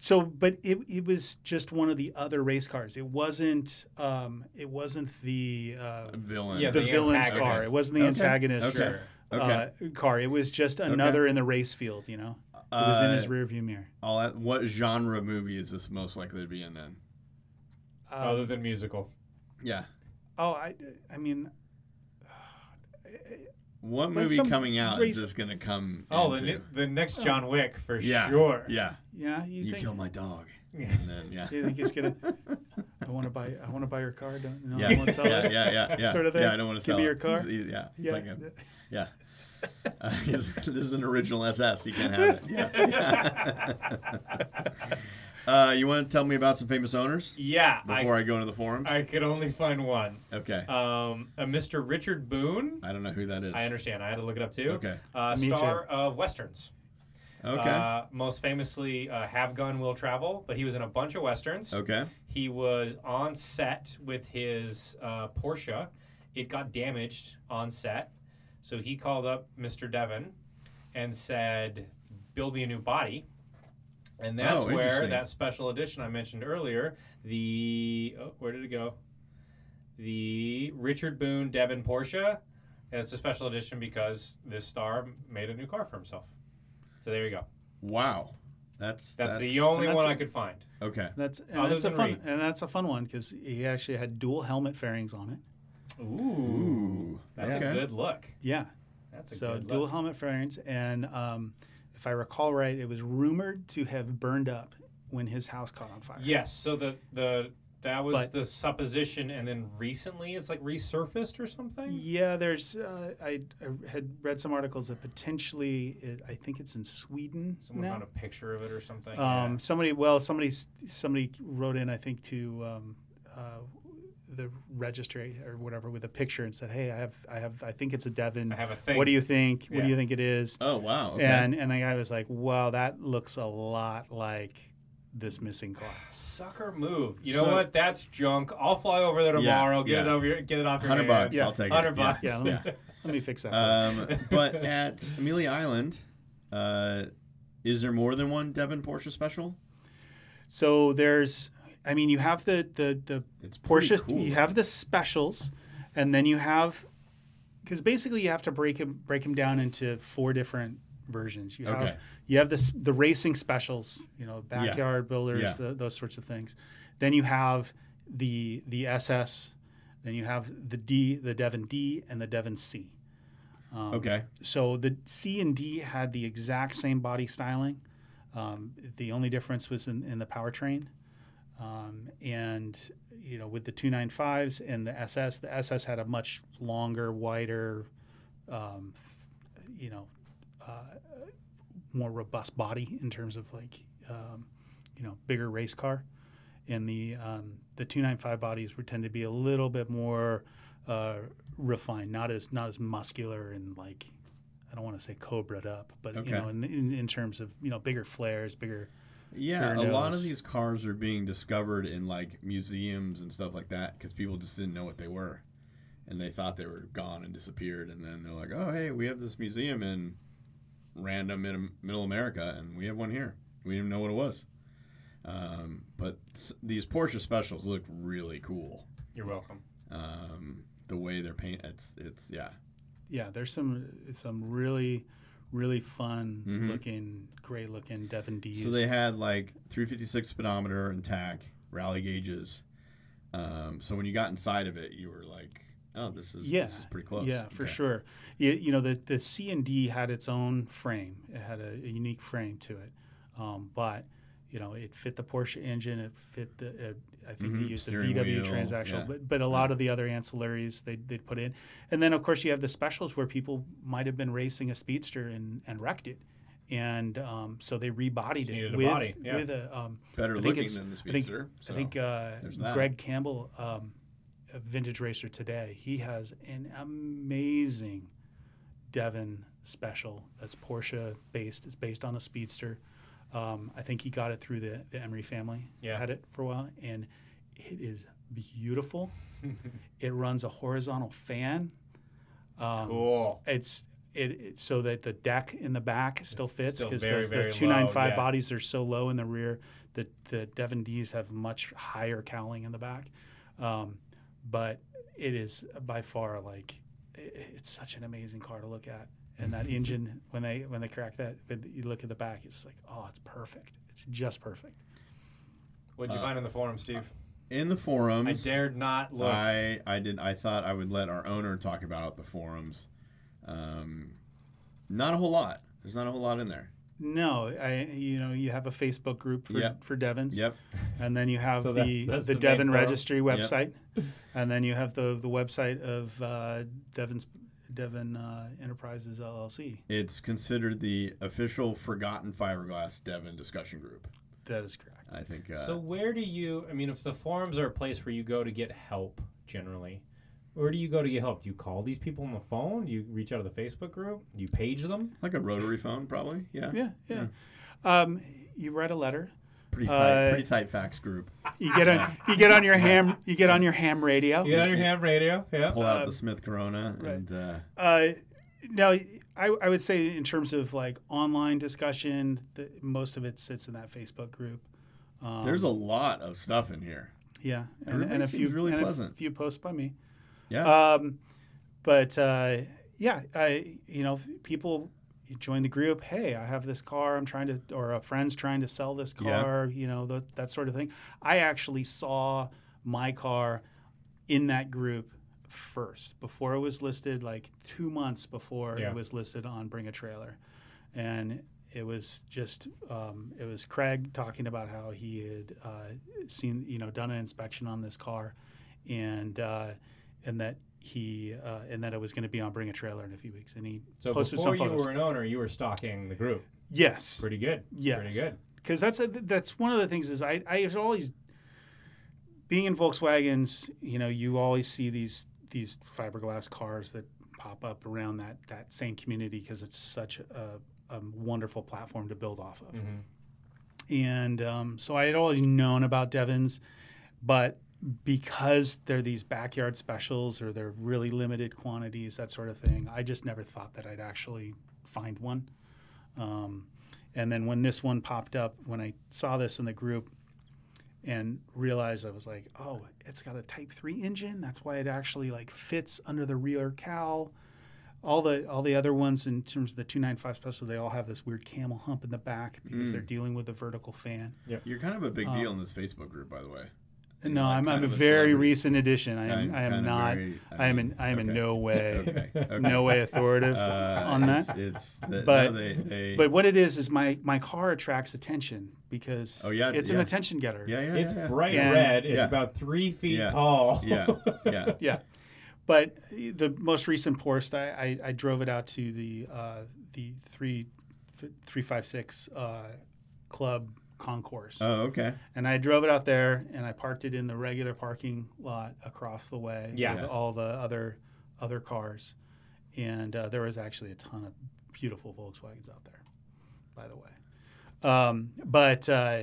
Speaker 3: So, but it, it was just one of the other race cars. It wasn't. Um, it wasn't the uh,
Speaker 1: A villain.
Speaker 2: Yeah,
Speaker 3: the,
Speaker 2: the
Speaker 3: villain's car.
Speaker 2: antagonist.
Speaker 3: It wasn't the
Speaker 1: Okay.
Speaker 3: antagonist
Speaker 1: Okay.
Speaker 2: Sure.
Speaker 1: okay.
Speaker 3: uh, car. It was just another in the race field. You know, it was in his
Speaker 1: Uh,
Speaker 3: rearview mirror.
Speaker 1: I'll a- what genre movie is this most likely to be in then?
Speaker 3: Uh,
Speaker 2: Other than musical.
Speaker 1: Yeah.
Speaker 3: oh, I. I mean,
Speaker 1: What
Speaker 3: Like
Speaker 1: movie
Speaker 3: some
Speaker 1: coming out
Speaker 3: race-
Speaker 1: is this going to come
Speaker 2: Oh, the,
Speaker 1: into?
Speaker 2: ne- the next John Wick for
Speaker 1: uh, yeah.
Speaker 2: sure.
Speaker 1: Yeah.
Speaker 3: yeah. You,
Speaker 1: You,
Speaker 3: think?
Speaker 1: killed my dog.
Speaker 2: [laughs] Yeah.
Speaker 1: And then, yeah.
Speaker 3: do [laughs] you think it's gonna? I want to buy. I want to buy your car. Don't. No,
Speaker 1: Yeah,
Speaker 3: I won't sell it.
Speaker 1: [laughs] yeah, yeah,
Speaker 3: [laughs]
Speaker 1: yeah, yeah.
Speaker 3: Sort of
Speaker 1: Yeah,
Speaker 3: thing.
Speaker 1: I don't want to
Speaker 3: Could
Speaker 1: sell
Speaker 3: be
Speaker 1: it.
Speaker 3: your car.
Speaker 1: He's- he's- yeah, he's
Speaker 3: Yeah.
Speaker 1: like a- yeah. [laughs] Uh, he's- this is an original SS. You can't have it.
Speaker 3: [laughs]
Speaker 1: Yeah. [laughs] uh, you want to tell me about some famous owners
Speaker 2: Yeah.
Speaker 1: before
Speaker 2: I,
Speaker 1: I, go into the forums?
Speaker 2: I could only find one.
Speaker 1: okay.
Speaker 2: Um, a Mr. Richard Boone.
Speaker 1: I don't know who that is.
Speaker 2: I understand. I had to look it up too.
Speaker 1: Okay.
Speaker 2: Uh,
Speaker 3: Me
Speaker 2: star of westerns.
Speaker 1: Okay.
Speaker 2: Uh, most famously, uh, Have Gun Will Travel, but he was in a bunch of westerns.
Speaker 1: okay.
Speaker 2: He was on set with his uh, Porsche. It got damaged on set. So he called up Mr. Devon and said, Build me a new body. And that's
Speaker 1: Oh,
Speaker 2: where
Speaker 1: interesting.
Speaker 2: that special edition I mentioned earlier, the, oh, where did it go? The Richard Boone Devon Porsche. That's a special edition because this star made a new car for himself. So there you go.
Speaker 1: Wow. That's
Speaker 2: That's, the only
Speaker 3: that's
Speaker 2: one
Speaker 3: a-
Speaker 2: I could find.
Speaker 1: Okay.
Speaker 3: That's and
Speaker 2: Other
Speaker 3: that's a
Speaker 2: than
Speaker 3: fun
Speaker 2: Reed.
Speaker 3: and that's a fun one because he actually had dual helmet fairings on it.
Speaker 2: Ooh.
Speaker 1: Ooh.
Speaker 2: That's
Speaker 1: okay.
Speaker 2: a good look.
Speaker 3: Yeah,
Speaker 2: That's a
Speaker 3: so
Speaker 2: good
Speaker 3: dual
Speaker 2: look.
Speaker 3: helmet fairings, and um, if I recall right, it was rumored to have burned up when his house caught on fire.
Speaker 2: Yes. So the the That was
Speaker 3: But-
Speaker 2: the supposition, and then recently it's like resurfaced or something.
Speaker 3: Yeah, there's. Uh, I, I had read some articles that potentially, it, I think it's in Sweden
Speaker 2: Someone
Speaker 3: now.
Speaker 2: found a picture of it or something.
Speaker 3: Um, Somebody, well, somebody, s- somebody wrote in, I think, to um, uh, the registry or whatever with a picture and said, "Hey, I have, I have, I think it's a Devon.
Speaker 2: yeah. I have a thing.
Speaker 3: What do you think? What do
Speaker 2: Yeah.
Speaker 3: you think it is?"
Speaker 1: Oh wow. Okay.
Speaker 3: And and the guy was like, "Wow, that looks a lot like this missing car."
Speaker 2: Sucker move. You know
Speaker 1: So-
Speaker 2: what? That's junk. I'll fly over there
Speaker 1: Yeah,
Speaker 2: tomorrow. get it
Speaker 1: yeah.
Speaker 2: over your, get it off your
Speaker 1: Hundred
Speaker 2: hands.
Speaker 1: bucks.
Speaker 3: Yeah.
Speaker 1: I'll take it.
Speaker 2: Hundred bucks.
Speaker 3: Yeah, let me, let me fix that. for you.
Speaker 2: [laughs]
Speaker 1: Um, but at Amelia Island, uh, is there more than one Devon Porsche special?
Speaker 3: so there's, I mean, you have the the the
Speaker 1: It's pretty
Speaker 3: Porsche.
Speaker 1: cool.
Speaker 3: You have the specials, and then you have, because basically you have to break him break him down into four different versions. You have
Speaker 1: Okay.
Speaker 3: you have this the racing specials, you know, backyard builders,
Speaker 1: Yeah.
Speaker 3: tho- those sorts of things. Then you have the the SS, then you have the D, the Devon D, and the Devon C. Um,
Speaker 1: okay.
Speaker 3: So the C and D had the exact same body styling. Um, the only difference was in, in the powertrain. Um, and, you know, with the 295s and the SS, the SS had a much longer, wider, um, f- you know, uh, more robust body in terms of like, um, you know, bigger race car. And the, um, the 295 bodies were tend to be a little bit more uh, refined, not as not as muscular and like I don't want to say cobraed up, but
Speaker 1: Okay.
Speaker 3: you know, in, in in terms of you know bigger flares, bigger
Speaker 1: Yeah,
Speaker 3: Fair
Speaker 1: a lot of
Speaker 3: nose.
Speaker 1: these cars are being discovered in like museums and stuff like that because people just didn't know what they were, and they thought they were gone and disappeared, and then they're like, "Oh, hey, we have this museum in random mid- Middle America, and we have one here. We didn't know what it was." Um, but s- these Porsche specials look really cool.
Speaker 2: You're welcome.
Speaker 1: Um, the way they're painted, it's it's yeah,
Speaker 3: yeah, there's some some really really fun
Speaker 1: Mhm.
Speaker 3: looking, great looking Devon D's.
Speaker 1: So they had like 356 speedometer and tack rally gauges. Um, so when you got inside of it, you were like, "Oh, this is
Speaker 3: Yeah,
Speaker 1: this is pretty close."
Speaker 3: Yeah, for
Speaker 1: Okay.
Speaker 3: sure. You, you know, the, the C and D had its own frame. It had a, a unique frame to it, um, but you know, it fit the Porsche engine. It fit the. It, I think they
Speaker 1: Mhm,
Speaker 3: used the
Speaker 1: steering
Speaker 3: VW
Speaker 1: wheel,
Speaker 3: transactional,
Speaker 1: yeah.
Speaker 3: but but a lot of the other ancillaries they they put in, and then of course you have the specials where people might have been racing a speedster and and wrecked it. And um, so they rebodied
Speaker 2: needed
Speaker 3: it
Speaker 2: a
Speaker 3: with,
Speaker 2: body, yeah.
Speaker 3: with a um,
Speaker 1: Better
Speaker 3: think
Speaker 1: looking
Speaker 3: it's-
Speaker 1: than the
Speaker 3: I think-
Speaker 1: speedster. so.
Speaker 3: I think uh,
Speaker 1: there's that.
Speaker 3: Greg Campbell, um, a vintage racer today, he has an amazing Devon special that's Porsche based. It's based on a Speedster. Um, I think he got it through the, the Emery family.
Speaker 2: Yeah.
Speaker 3: Had it for a while, and it is beautiful. it runs a horizontal fan. Um,
Speaker 2: Cool.
Speaker 3: It's it, it- so that the deck in the back still
Speaker 2: It's
Speaker 3: fits
Speaker 2: still
Speaker 3: because
Speaker 2: very,
Speaker 3: those
Speaker 2: very low,
Speaker 3: the two nine five
Speaker 2: yeah.
Speaker 3: bodies are so low in the rear that the Devon D's have much higher cowling in the back. Um, but it is by far like i- i- it's such an amazing car to look at. And [laughs] that engine when they when they crack that, when you look at the back, it's like oh, it's perfect. It's just perfect.
Speaker 2: What'd you
Speaker 1: uh,
Speaker 2: find in the forum, Steve?
Speaker 1: in the forums,
Speaker 2: I dared not look.
Speaker 3: Uh,
Speaker 1: I I did. I thought I would let our owner talk about the forums. Um, not a whole lot. There's not a whole lot in there.
Speaker 3: No, I you know you have a Facebook group for
Speaker 1: Yep.
Speaker 3: for Devons.
Speaker 1: Yep.
Speaker 3: And then you have
Speaker 2: So that's-
Speaker 3: the,
Speaker 2: that's the
Speaker 3: the,
Speaker 2: main
Speaker 3: Devon
Speaker 2: forum.
Speaker 3: Registry website, and then you have the the website of uh, Devon's Devon uh, Enterprises LLC.
Speaker 1: It's considered the official Forgotten Fiberglass Devon discussion group.
Speaker 3: That is correct.
Speaker 1: I think. Uh,
Speaker 2: so where do you? I mean, if the forums are a place where you go to get help, generally, where do you go to get help? Do you call these people on the phone? Do you reach out to the Facebook group? Do you page them?
Speaker 1: like a rotary phone, probably. Yeah.
Speaker 3: Yeah, yeah. Um, you write a letter.
Speaker 1: Pretty tight.
Speaker 3: Uh,
Speaker 1: pretty tight fax group.
Speaker 3: You get on you get on your ham you get on your ham radio.
Speaker 2: You got on your ham radio. Yeah.
Speaker 1: pull out
Speaker 3: Um,
Speaker 1: the Smith Corona and uh,
Speaker 3: Uh, now, I, I would say in terms of like online discussion, the, most of it sits in that Facebook group. Um,
Speaker 1: there's a lot of stuff in here.
Speaker 3: Yeah, and,
Speaker 1: Everybody
Speaker 3: and a
Speaker 1: seems
Speaker 3: few
Speaker 1: really
Speaker 3: and
Speaker 1: pleasant.
Speaker 3: A few posts by me.
Speaker 1: Yeah.
Speaker 3: Um, but uh, yeah, I you know people join the group. Hey, I have this car. I'm trying to, or a friend's trying to sell this
Speaker 1: Yeah.
Speaker 3: car. You know that that sort of thing. I actually saw my car in that group first before it was listed, like two months before
Speaker 2: Yeah.
Speaker 3: it was listed on Bring a Trailer, and it was just um, it was Craig talking about how he had uh, seen you know done an inspection on this car, and uh, and that he uh, and that it was going to be on Bring a Trailer in a few weeks, and he
Speaker 2: So
Speaker 3: posted
Speaker 2: before
Speaker 3: some
Speaker 2: you
Speaker 3: photos.
Speaker 2: were an owner, you were stalking the group.
Speaker 3: yes,
Speaker 2: Pretty good.
Speaker 3: Yes.
Speaker 2: Pretty good.
Speaker 3: because that's a, that's one of the things is I I was always being in Volkswagens, you know, you always see these these fiberglass cars that pop up around that that same community because it's such a, a wonderful platform to build off of.
Speaker 2: Mhm.
Speaker 3: And um, so I had always known about Devons, but because they're these backyard specials or they're really limited quantities, that sort of thing, I just never thought that I'd actually find one. Um, and then when this one popped up, when I saw this in the group and realized, I was like, oh, it's got a Type Three engine. That's why it actually like fits under the rear cowl. All the all the other ones in terms of the two nine five special, they all have this weird camel hump in the back because
Speaker 1: Mm.
Speaker 3: they're dealing with a vertical fan.
Speaker 1: You're kind of a
Speaker 3: um,
Speaker 1: big deal in this Facebook group, by the way. You're
Speaker 3: No,
Speaker 1: like
Speaker 3: I'm, I'm
Speaker 1: kind
Speaker 3: a
Speaker 1: of a
Speaker 3: very
Speaker 1: celebrity.
Speaker 3: recent addition. I am
Speaker 1: Kind-
Speaker 3: I am
Speaker 1: kind of
Speaker 3: not.
Speaker 1: very-
Speaker 3: I am
Speaker 1: mean,
Speaker 3: in I am in
Speaker 1: okay.
Speaker 3: no way
Speaker 1: [laughs] Okay. okay.
Speaker 3: no way authoritative
Speaker 1: Uh,
Speaker 3: on that.
Speaker 1: it's- It's, the,
Speaker 3: But-
Speaker 1: no, they, they,
Speaker 3: But what it is is my my car attracts attention because
Speaker 1: Oh, yeah,
Speaker 3: it's an
Speaker 1: yeah.
Speaker 3: attention getter.
Speaker 1: yeah, yeah,
Speaker 2: It's
Speaker 1: yeah, yeah.
Speaker 2: bright
Speaker 3: And-
Speaker 2: red. It's
Speaker 1: Yeah.
Speaker 2: about three feet
Speaker 1: Yeah.
Speaker 2: tall. [laughs]
Speaker 1: Yeah,
Speaker 3: [laughs]
Speaker 1: yeah.
Speaker 3: yeah. But the most recent Porsche, I, I, I drove it out to the uh, the three three five six uh, club concourse,
Speaker 1: Oh, okay.
Speaker 3: and I drove it out there, and I parked it in the regular parking lot across the way
Speaker 2: Yeah.
Speaker 3: with
Speaker 1: Yeah.
Speaker 3: all the other other cars, and uh, there was actually a ton of beautiful Volkswagens out there, by the way. Um, but uh,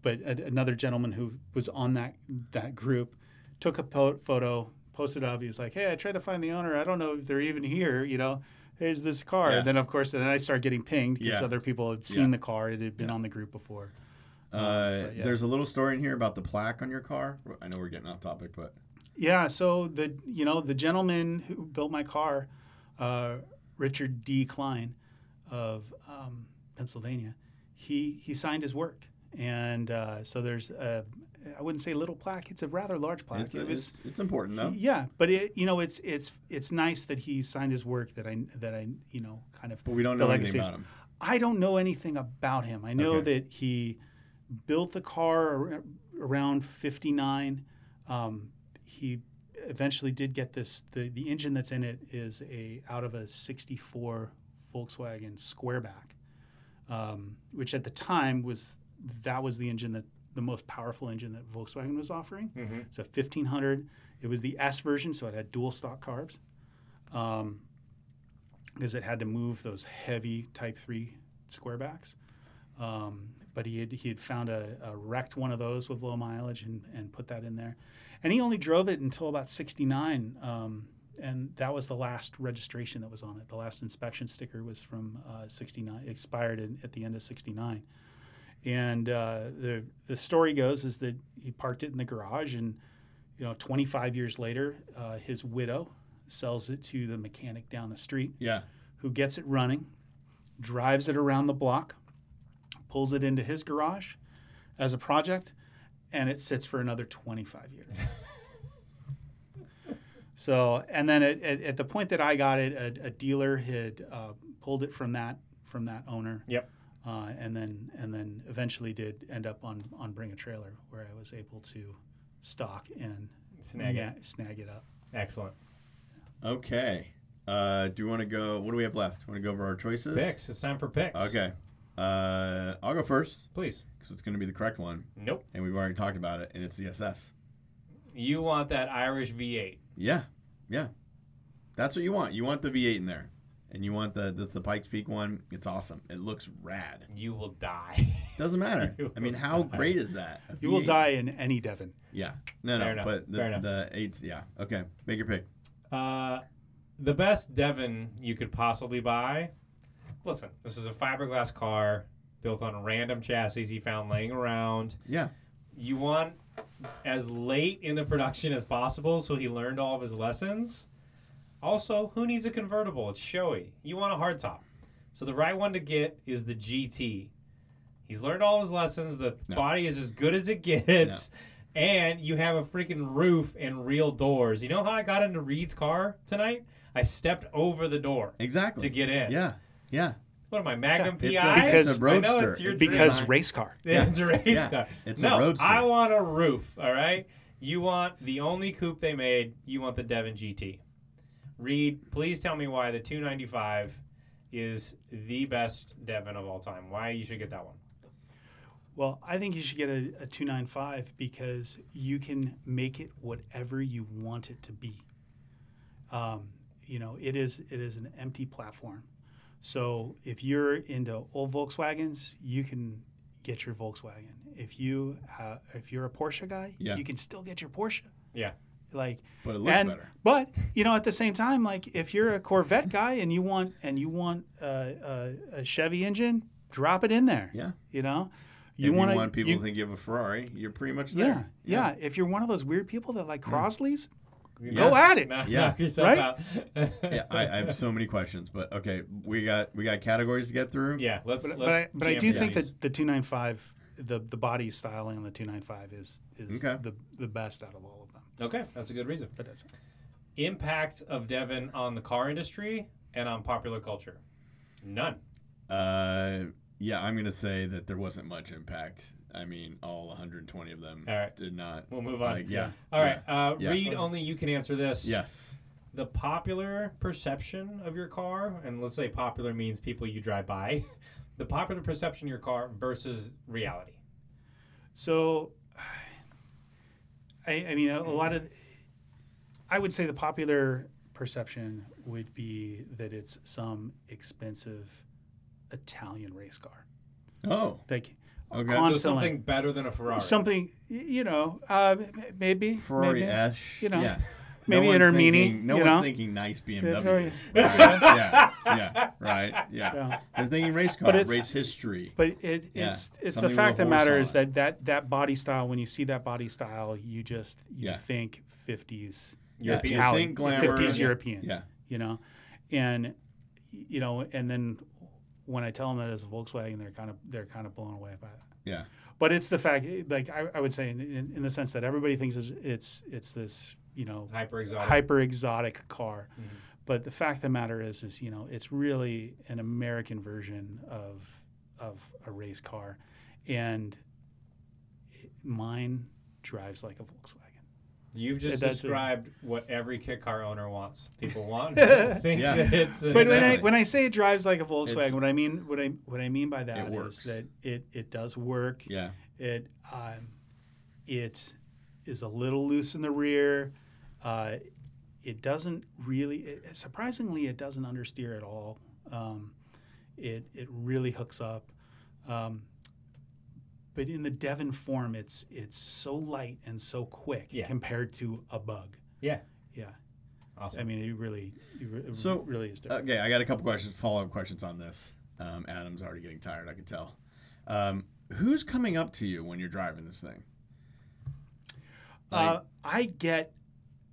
Speaker 3: but a, another gentleman who was on that that group took a po- photo, posted it up. He's like, "Hey, I tried to find the owner. I don't know if they're even here. You know, here's this car."
Speaker 1: Yeah.
Speaker 3: And then of course, then I started getting pinged because
Speaker 1: Yeah.
Speaker 3: other people had seen
Speaker 1: Yeah.
Speaker 3: the car. It had been on the group before.
Speaker 1: Uh,
Speaker 3: but yeah.
Speaker 1: There's a little story in here about the plaque on your car. I know we're getting off topic, but
Speaker 3: Yeah. So the you know the gentleman who built my car, uh, Richard D. Klein, of um, Pennsylvania, he he signed his work, and uh, so there's a I wouldn't say little plaque. It's a rather large plaque.
Speaker 1: it's,
Speaker 3: it was.
Speaker 1: it's, it's important, though.
Speaker 3: Yeah, but it, you know, it's it's it's nice that he signed his work that I that I you know kind of.
Speaker 1: But we don't know
Speaker 3: the
Speaker 1: anything
Speaker 3: legacy.
Speaker 1: about him.
Speaker 3: I don't know anything about him. I know
Speaker 1: Okay.
Speaker 3: that he built the car ar- around 59. Um, he eventually did get this. The, the engine that's in it is a out of a 64 Volkswagen Squareback, um, which at the time was that was the engine that the most powerful engine that Volkswagen was offering.
Speaker 2: hmm
Speaker 3: So 1500. It was the S version, so it had dual stock carbs, um, because it had to move those heavy Type three square backs. Um, but he had he had found a, a wrecked one of those with low mileage and and put that in there, and he only drove it until about 69. Um, and that was the last registration that was on it. The last inspection sticker was from uh, 69, expired in, at the end of 69. And uh, the the story goes is that he parked it in the garage, and you know, 25 years later, uh, his widow sells it to the mechanic down the street,
Speaker 1: Yeah.
Speaker 3: who gets it running, drives it around the block, pulls it into his garage as a project, and it sits for another 25 years.
Speaker 2: [laughs]
Speaker 3: so, and then at, at, at the point that I got it, a, a dealer had uh, pulled it from that from that owner.
Speaker 2: Yep.
Speaker 3: Uh, and then and then eventually did end up on on bring a trailer where I was able to stock and
Speaker 2: Snag it.
Speaker 3: na- snag it up.
Speaker 2: Excellent.
Speaker 1: Okay. Uh, do you want to go? What do we have left? Want to go over our choices?
Speaker 2: Picks. It's time for picks.
Speaker 1: Okay. Uh, I'll go first
Speaker 2: Please.
Speaker 1: because it's going to be the correct one,
Speaker 2: Nope.
Speaker 1: and we've already talked about it, and it's the SS.
Speaker 2: You want that Irish V8.
Speaker 1: Yeah, yeah. That's what you want. You want the V8 in there, and you want the this the Pikes Peak one. It's awesome. It looks rad.
Speaker 2: You will die.
Speaker 1: Doesn't
Speaker 3: [laughs]
Speaker 1: matter.
Speaker 2: You
Speaker 1: I mean,
Speaker 2: will
Speaker 1: how
Speaker 2: die.
Speaker 1: great is that? A
Speaker 3: You will
Speaker 1: V8.
Speaker 3: die in any Devon.
Speaker 1: Yeah. No,
Speaker 2: Fair
Speaker 1: no.
Speaker 2: enough.
Speaker 1: But the,
Speaker 2: Fair enough.
Speaker 1: the eight. Yeah. Okay. Make your pick.
Speaker 2: Uh, the best Devon you could possibly buy. Listen, this is a fiberglass car built on random chassis he found laying around.
Speaker 1: Yeah.
Speaker 2: You want as late in the production as possible so he learned all of his lessons. Also, who needs a convertible? It's showy. You want a hardtop. So the right one to get is the GT. He's learned all his lessons. The
Speaker 1: No.
Speaker 2: body is as good as it gets. And you have a freaking roof and real doors. You know how I got into Reed's car tonight? I stepped over the door
Speaker 1: Exactly.
Speaker 2: to get in.
Speaker 1: Yeah. Yeah.
Speaker 2: What am I, Magnum
Speaker 1: Oh, Yeah, it's a-
Speaker 2: PI?
Speaker 1: Because-
Speaker 2: I
Speaker 1: it's a
Speaker 2: know
Speaker 1: roadster.
Speaker 2: it's your
Speaker 1: It's
Speaker 2: design.
Speaker 1: designed-
Speaker 3: because
Speaker 2: [laughs]
Speaker 3: race car.
Speaker 2: Yeah, it's a race
Speaker 1: Yeah,
Speaker 2: car.
Speaker 1: it's a
Speaker 2: no,
Speaker 1: roadster.
Speaker 2: I want a roof. All right. You want the only coupe they made. You want the Devon GT. Reed, please tell me why the 295 is the best Devon of all time. Why you should get that one?
Speaker 3: Well, I think you should get a, a 295 because you can make it whatever you want it to be. Um, you know, it is it is an empty platform. So if you're into old Volkswagens, you can get your Volkswagen. If you uh, if you're a Porsche guy,
Speaker 1: Yeah.
Speaker 3: you can still get your Porsche.
Speaker 2: Yeah.
Speaker 3: Like
Speaker 1: But it looks
Speaker 3: and,
Speaker 1: better.
Speaker 3: But you know, at the same time, like if you're a Corvette guy and you want and you want uh, uh, a Chevy engine, drop it in there.
Speaker 1: Yeah.
Speaker 3: You know,
Speaker 1: You, if
Speaker 3: wanna-
Speaker 1: you want people
Speaker 3: you-
Speaker 1: to think you have a Ferrari, you're pretty much
Speaker 3: yeah,
Speaker 1: there.
Speaker 3: yeah, If you're one of those weird people that like Crosleys,
Speaker 2: You
Speaker 3: go
Speaker 2: knock-
Speaker 3: at it.
Speaker 2: Knock,
Speaker 1: Yeah.
Speaker 2: knock yourself
Speaker 3: Right?
Speaker 2: out.
Speaker 1: Yeah, I,
Speaker 2: [laughs]
Speaker 1: I have so many questions, but okay, we got we got categories to get through.
Speaker 2: Yeah, let's. let's
Speaker 3: But, but I, but I
Speaker 2: jam
Speaker 3: do
Speaker 2: through
Speaker 3: think
Speaker 2: these.
Speaker 3: that the 295, the the body styling on the 295 is is
Speaker 1: Okay.
Speaker 3: the the best out of all of them.
Speaker 2: Okay, that's a good reason.
Speaker 3: That is.
Speaker 2: Impact of Devon on the car industry and on popular culture. None.
Speaker 1: Uh, yeah, I'm gonna say that there wasn't much impact. I mean, all 120 of them
Speaker 2: All right.
Speaker 1: did not.
Speaker 2: We'll move on.
Speaker 1: Like, yeah.
Speaker 2: All right. Uh,
Speaker 1: Yeah.
Speaker 2: Reed, only you can answer this.
Speaker 1: Yes.
Speaker 2: the popular perception of your car, and let's say popular means people you drive by, [laughs] the popular perception of your car versus reality.
Speaker 3: So, [sighs] I, I mean, a, a lot of, I would say the popular perception would be that it's some expensive Italian race car.
Speaker 1: Oh.
Speaker 3: Like,
Speaker 1: Okay.
Speaker 2: So
Speaker 3: Con- Constantly.
Speaker 2: something better than a Ferrari.
Speaker 3: something, y- you know, uh, m- maybe.
Speaker 1: Ferrari
Speaker 3: maybe.
Speaker 1: Esch.
Speaker 3: you know, [laughs]
Speaker 1: Yeah.
Speaker 3: maybe
Speaker 1: one's
Speaker 3: an Ermini,
Speaker 1: thinking- No
Speaker 3: you
Speaker 1: one's
Speaker 3: know?
Speaker 1: thinking nice
Speaker 3: Ferrari. [laughs]
Speaker 1: BMW. Right. yeah. Yeah. Right. Yeah.
Speaker 3: Yeah.
Speaker 1: They're thinking race car,
Speaker 3: But it's-
Speaker 1: race history.
Speaker 3: But it,
Speaker 1: Yeah,
Speaker 3: it's it's the
Speaker 1: something with
Speaker 3: fact
Speaker 1: a
Speaker 3: that
Speaker 1: horse
Speaker 3: matters
Speaker 1: on
Speaker 3: that, that that body style. When you see that body style, you just you
Speaker 1: Yeah.
Speaker 3: think fifties
Speaker 1: Yeah,
Speaker 2: European. [laughs]
Speaker 1: you
Speaker 3: Italian,
Speaker 1: think glamour.
Speaker 3: fifties European.
Speaker 1: Yeah.
Speaker 3: you know, and you know, and then when I tell them that it's a Volkswagen, they're kind of they're kind of blown away by that.
Speaker 1: Yeah.
Speaker 3: But it's the fact, like I, I would say, in, in, in the sense that everybody thinks it's it's, it's this you know
Speaker 2: Hyper exotic.
Speaker 3: hyper exotic car, but the fact of the matter is, is you know, it's really an American version of of a race car, and it, mine drives like a Volkswagen.
Speaker 2: You've just
Speaker 3: That's it.
Speaker 2: described what every kit car owner wants.
Speaker 3: [laughs]
Speaker 2: People want. to think
Speaker 1: Yeah.
Speaker 2: that
Speaker 1: [laughs]
Speaker 2: it's a,
Speaker 3: But when I
Speaker 1: Exactly.
Speaker 3: when I say it drives like a Volkswagen,
Speaker 1: It's-
Speaker 3: what I mean what I what I mean by that is
Speaker 1: works.
Speaker 3: that it it does work.
Speaker 1: Yeah.
Speaker 3: It um, it is a little loose in the rear. Uh, it doesn't really it, surprisingly it doesn't understeer at all. Um, it it really hooks up. Um, but in the Devon form, it's it's so light and so quick
Speaker 2: Yeah.
Speaker 3: compared to a bug.
Speaker 2: Yeah.
Speaker 3: Yeah,
Speaker 2: Awesome.
Speaker 3: I mean it really, it re- it
Speaker 1: So,
Speaker 3: really is different.
Speaker 1: Okay, I got a couple questions, follow up questions on this. Um, Adam's already getting tired, I can tell. Um, who's coming up to you when you're driving this thing?
Speaker 3: Uh, I get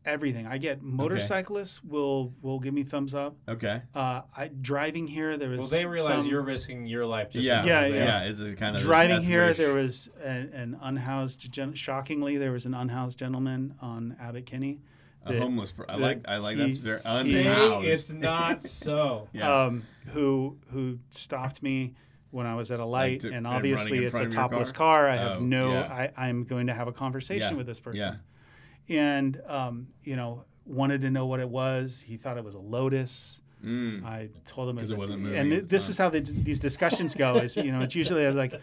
Speaker 3: everything. I get motorcyclists will will give me thumbs up.
Speaker 1: Okay.
Speaker 3: Uh, I driving here there was
Speaker 2: well, they realize
Speaker 3: some-
Speaker 2: you're risking your life just
Speaker 1: Yeah.
Speaker 2: as
Speaker 1: Yeah.
Speaker 2: much as they are.
Speaker 1: Yeah. Is it kind of
Speaker 3: driving
Speaker 1: that's
Speaker 3: here.
Speaker 1: where
Speaker 3: There
Speaker 1: sh-
Speaker 3: was an, an unhoused gen- shockingly there was an unhoused gentleman on Abbott Kinney.
Speaker 1: a homeless. Per- I like. I like that's their
Speaker 3: he's-
Speaker 2: Say
Speaker 1: unhoused.
Speaker 2: it's
Speaker 3: [laughs]
Speaker 2: not so.
Speaker 1: Yeah.
Speaker 3: um, who who stopped me when I was at a light,
Speaker 1: to- and
Speaker 3: and
Speaker 1: running in
Speaker 3: obviously it's a
Speaker 1: front of your
Speaker 3: topless
Speaker 1: car?
Speaker 3: car. I have
Speaker 1: Oh,
Speaker 3: no.
Speaker 1: yeah.
Speaker 3: I, I'm going to have a conversation
Speaker 1: Yeah,
Speaker 3: with this
Speaker 1: yeah.
Speaker 3: person, and um, you know, wanted to know what it was. He thought it was a Lotus.
Speaker 1: Mm.
Speaker 3: I told him
Speaker 1: 'Cause
Speaker 3: as
Speaker 1: it
Speaker 3: a-
Speaker 1: wasn't moving at
Speaker 3: And th-
Speaker 1: the
Speaker 3: this
Speaker 1: time.
Speaker 3: is how the, these discussions go. Is you know, it's usually like,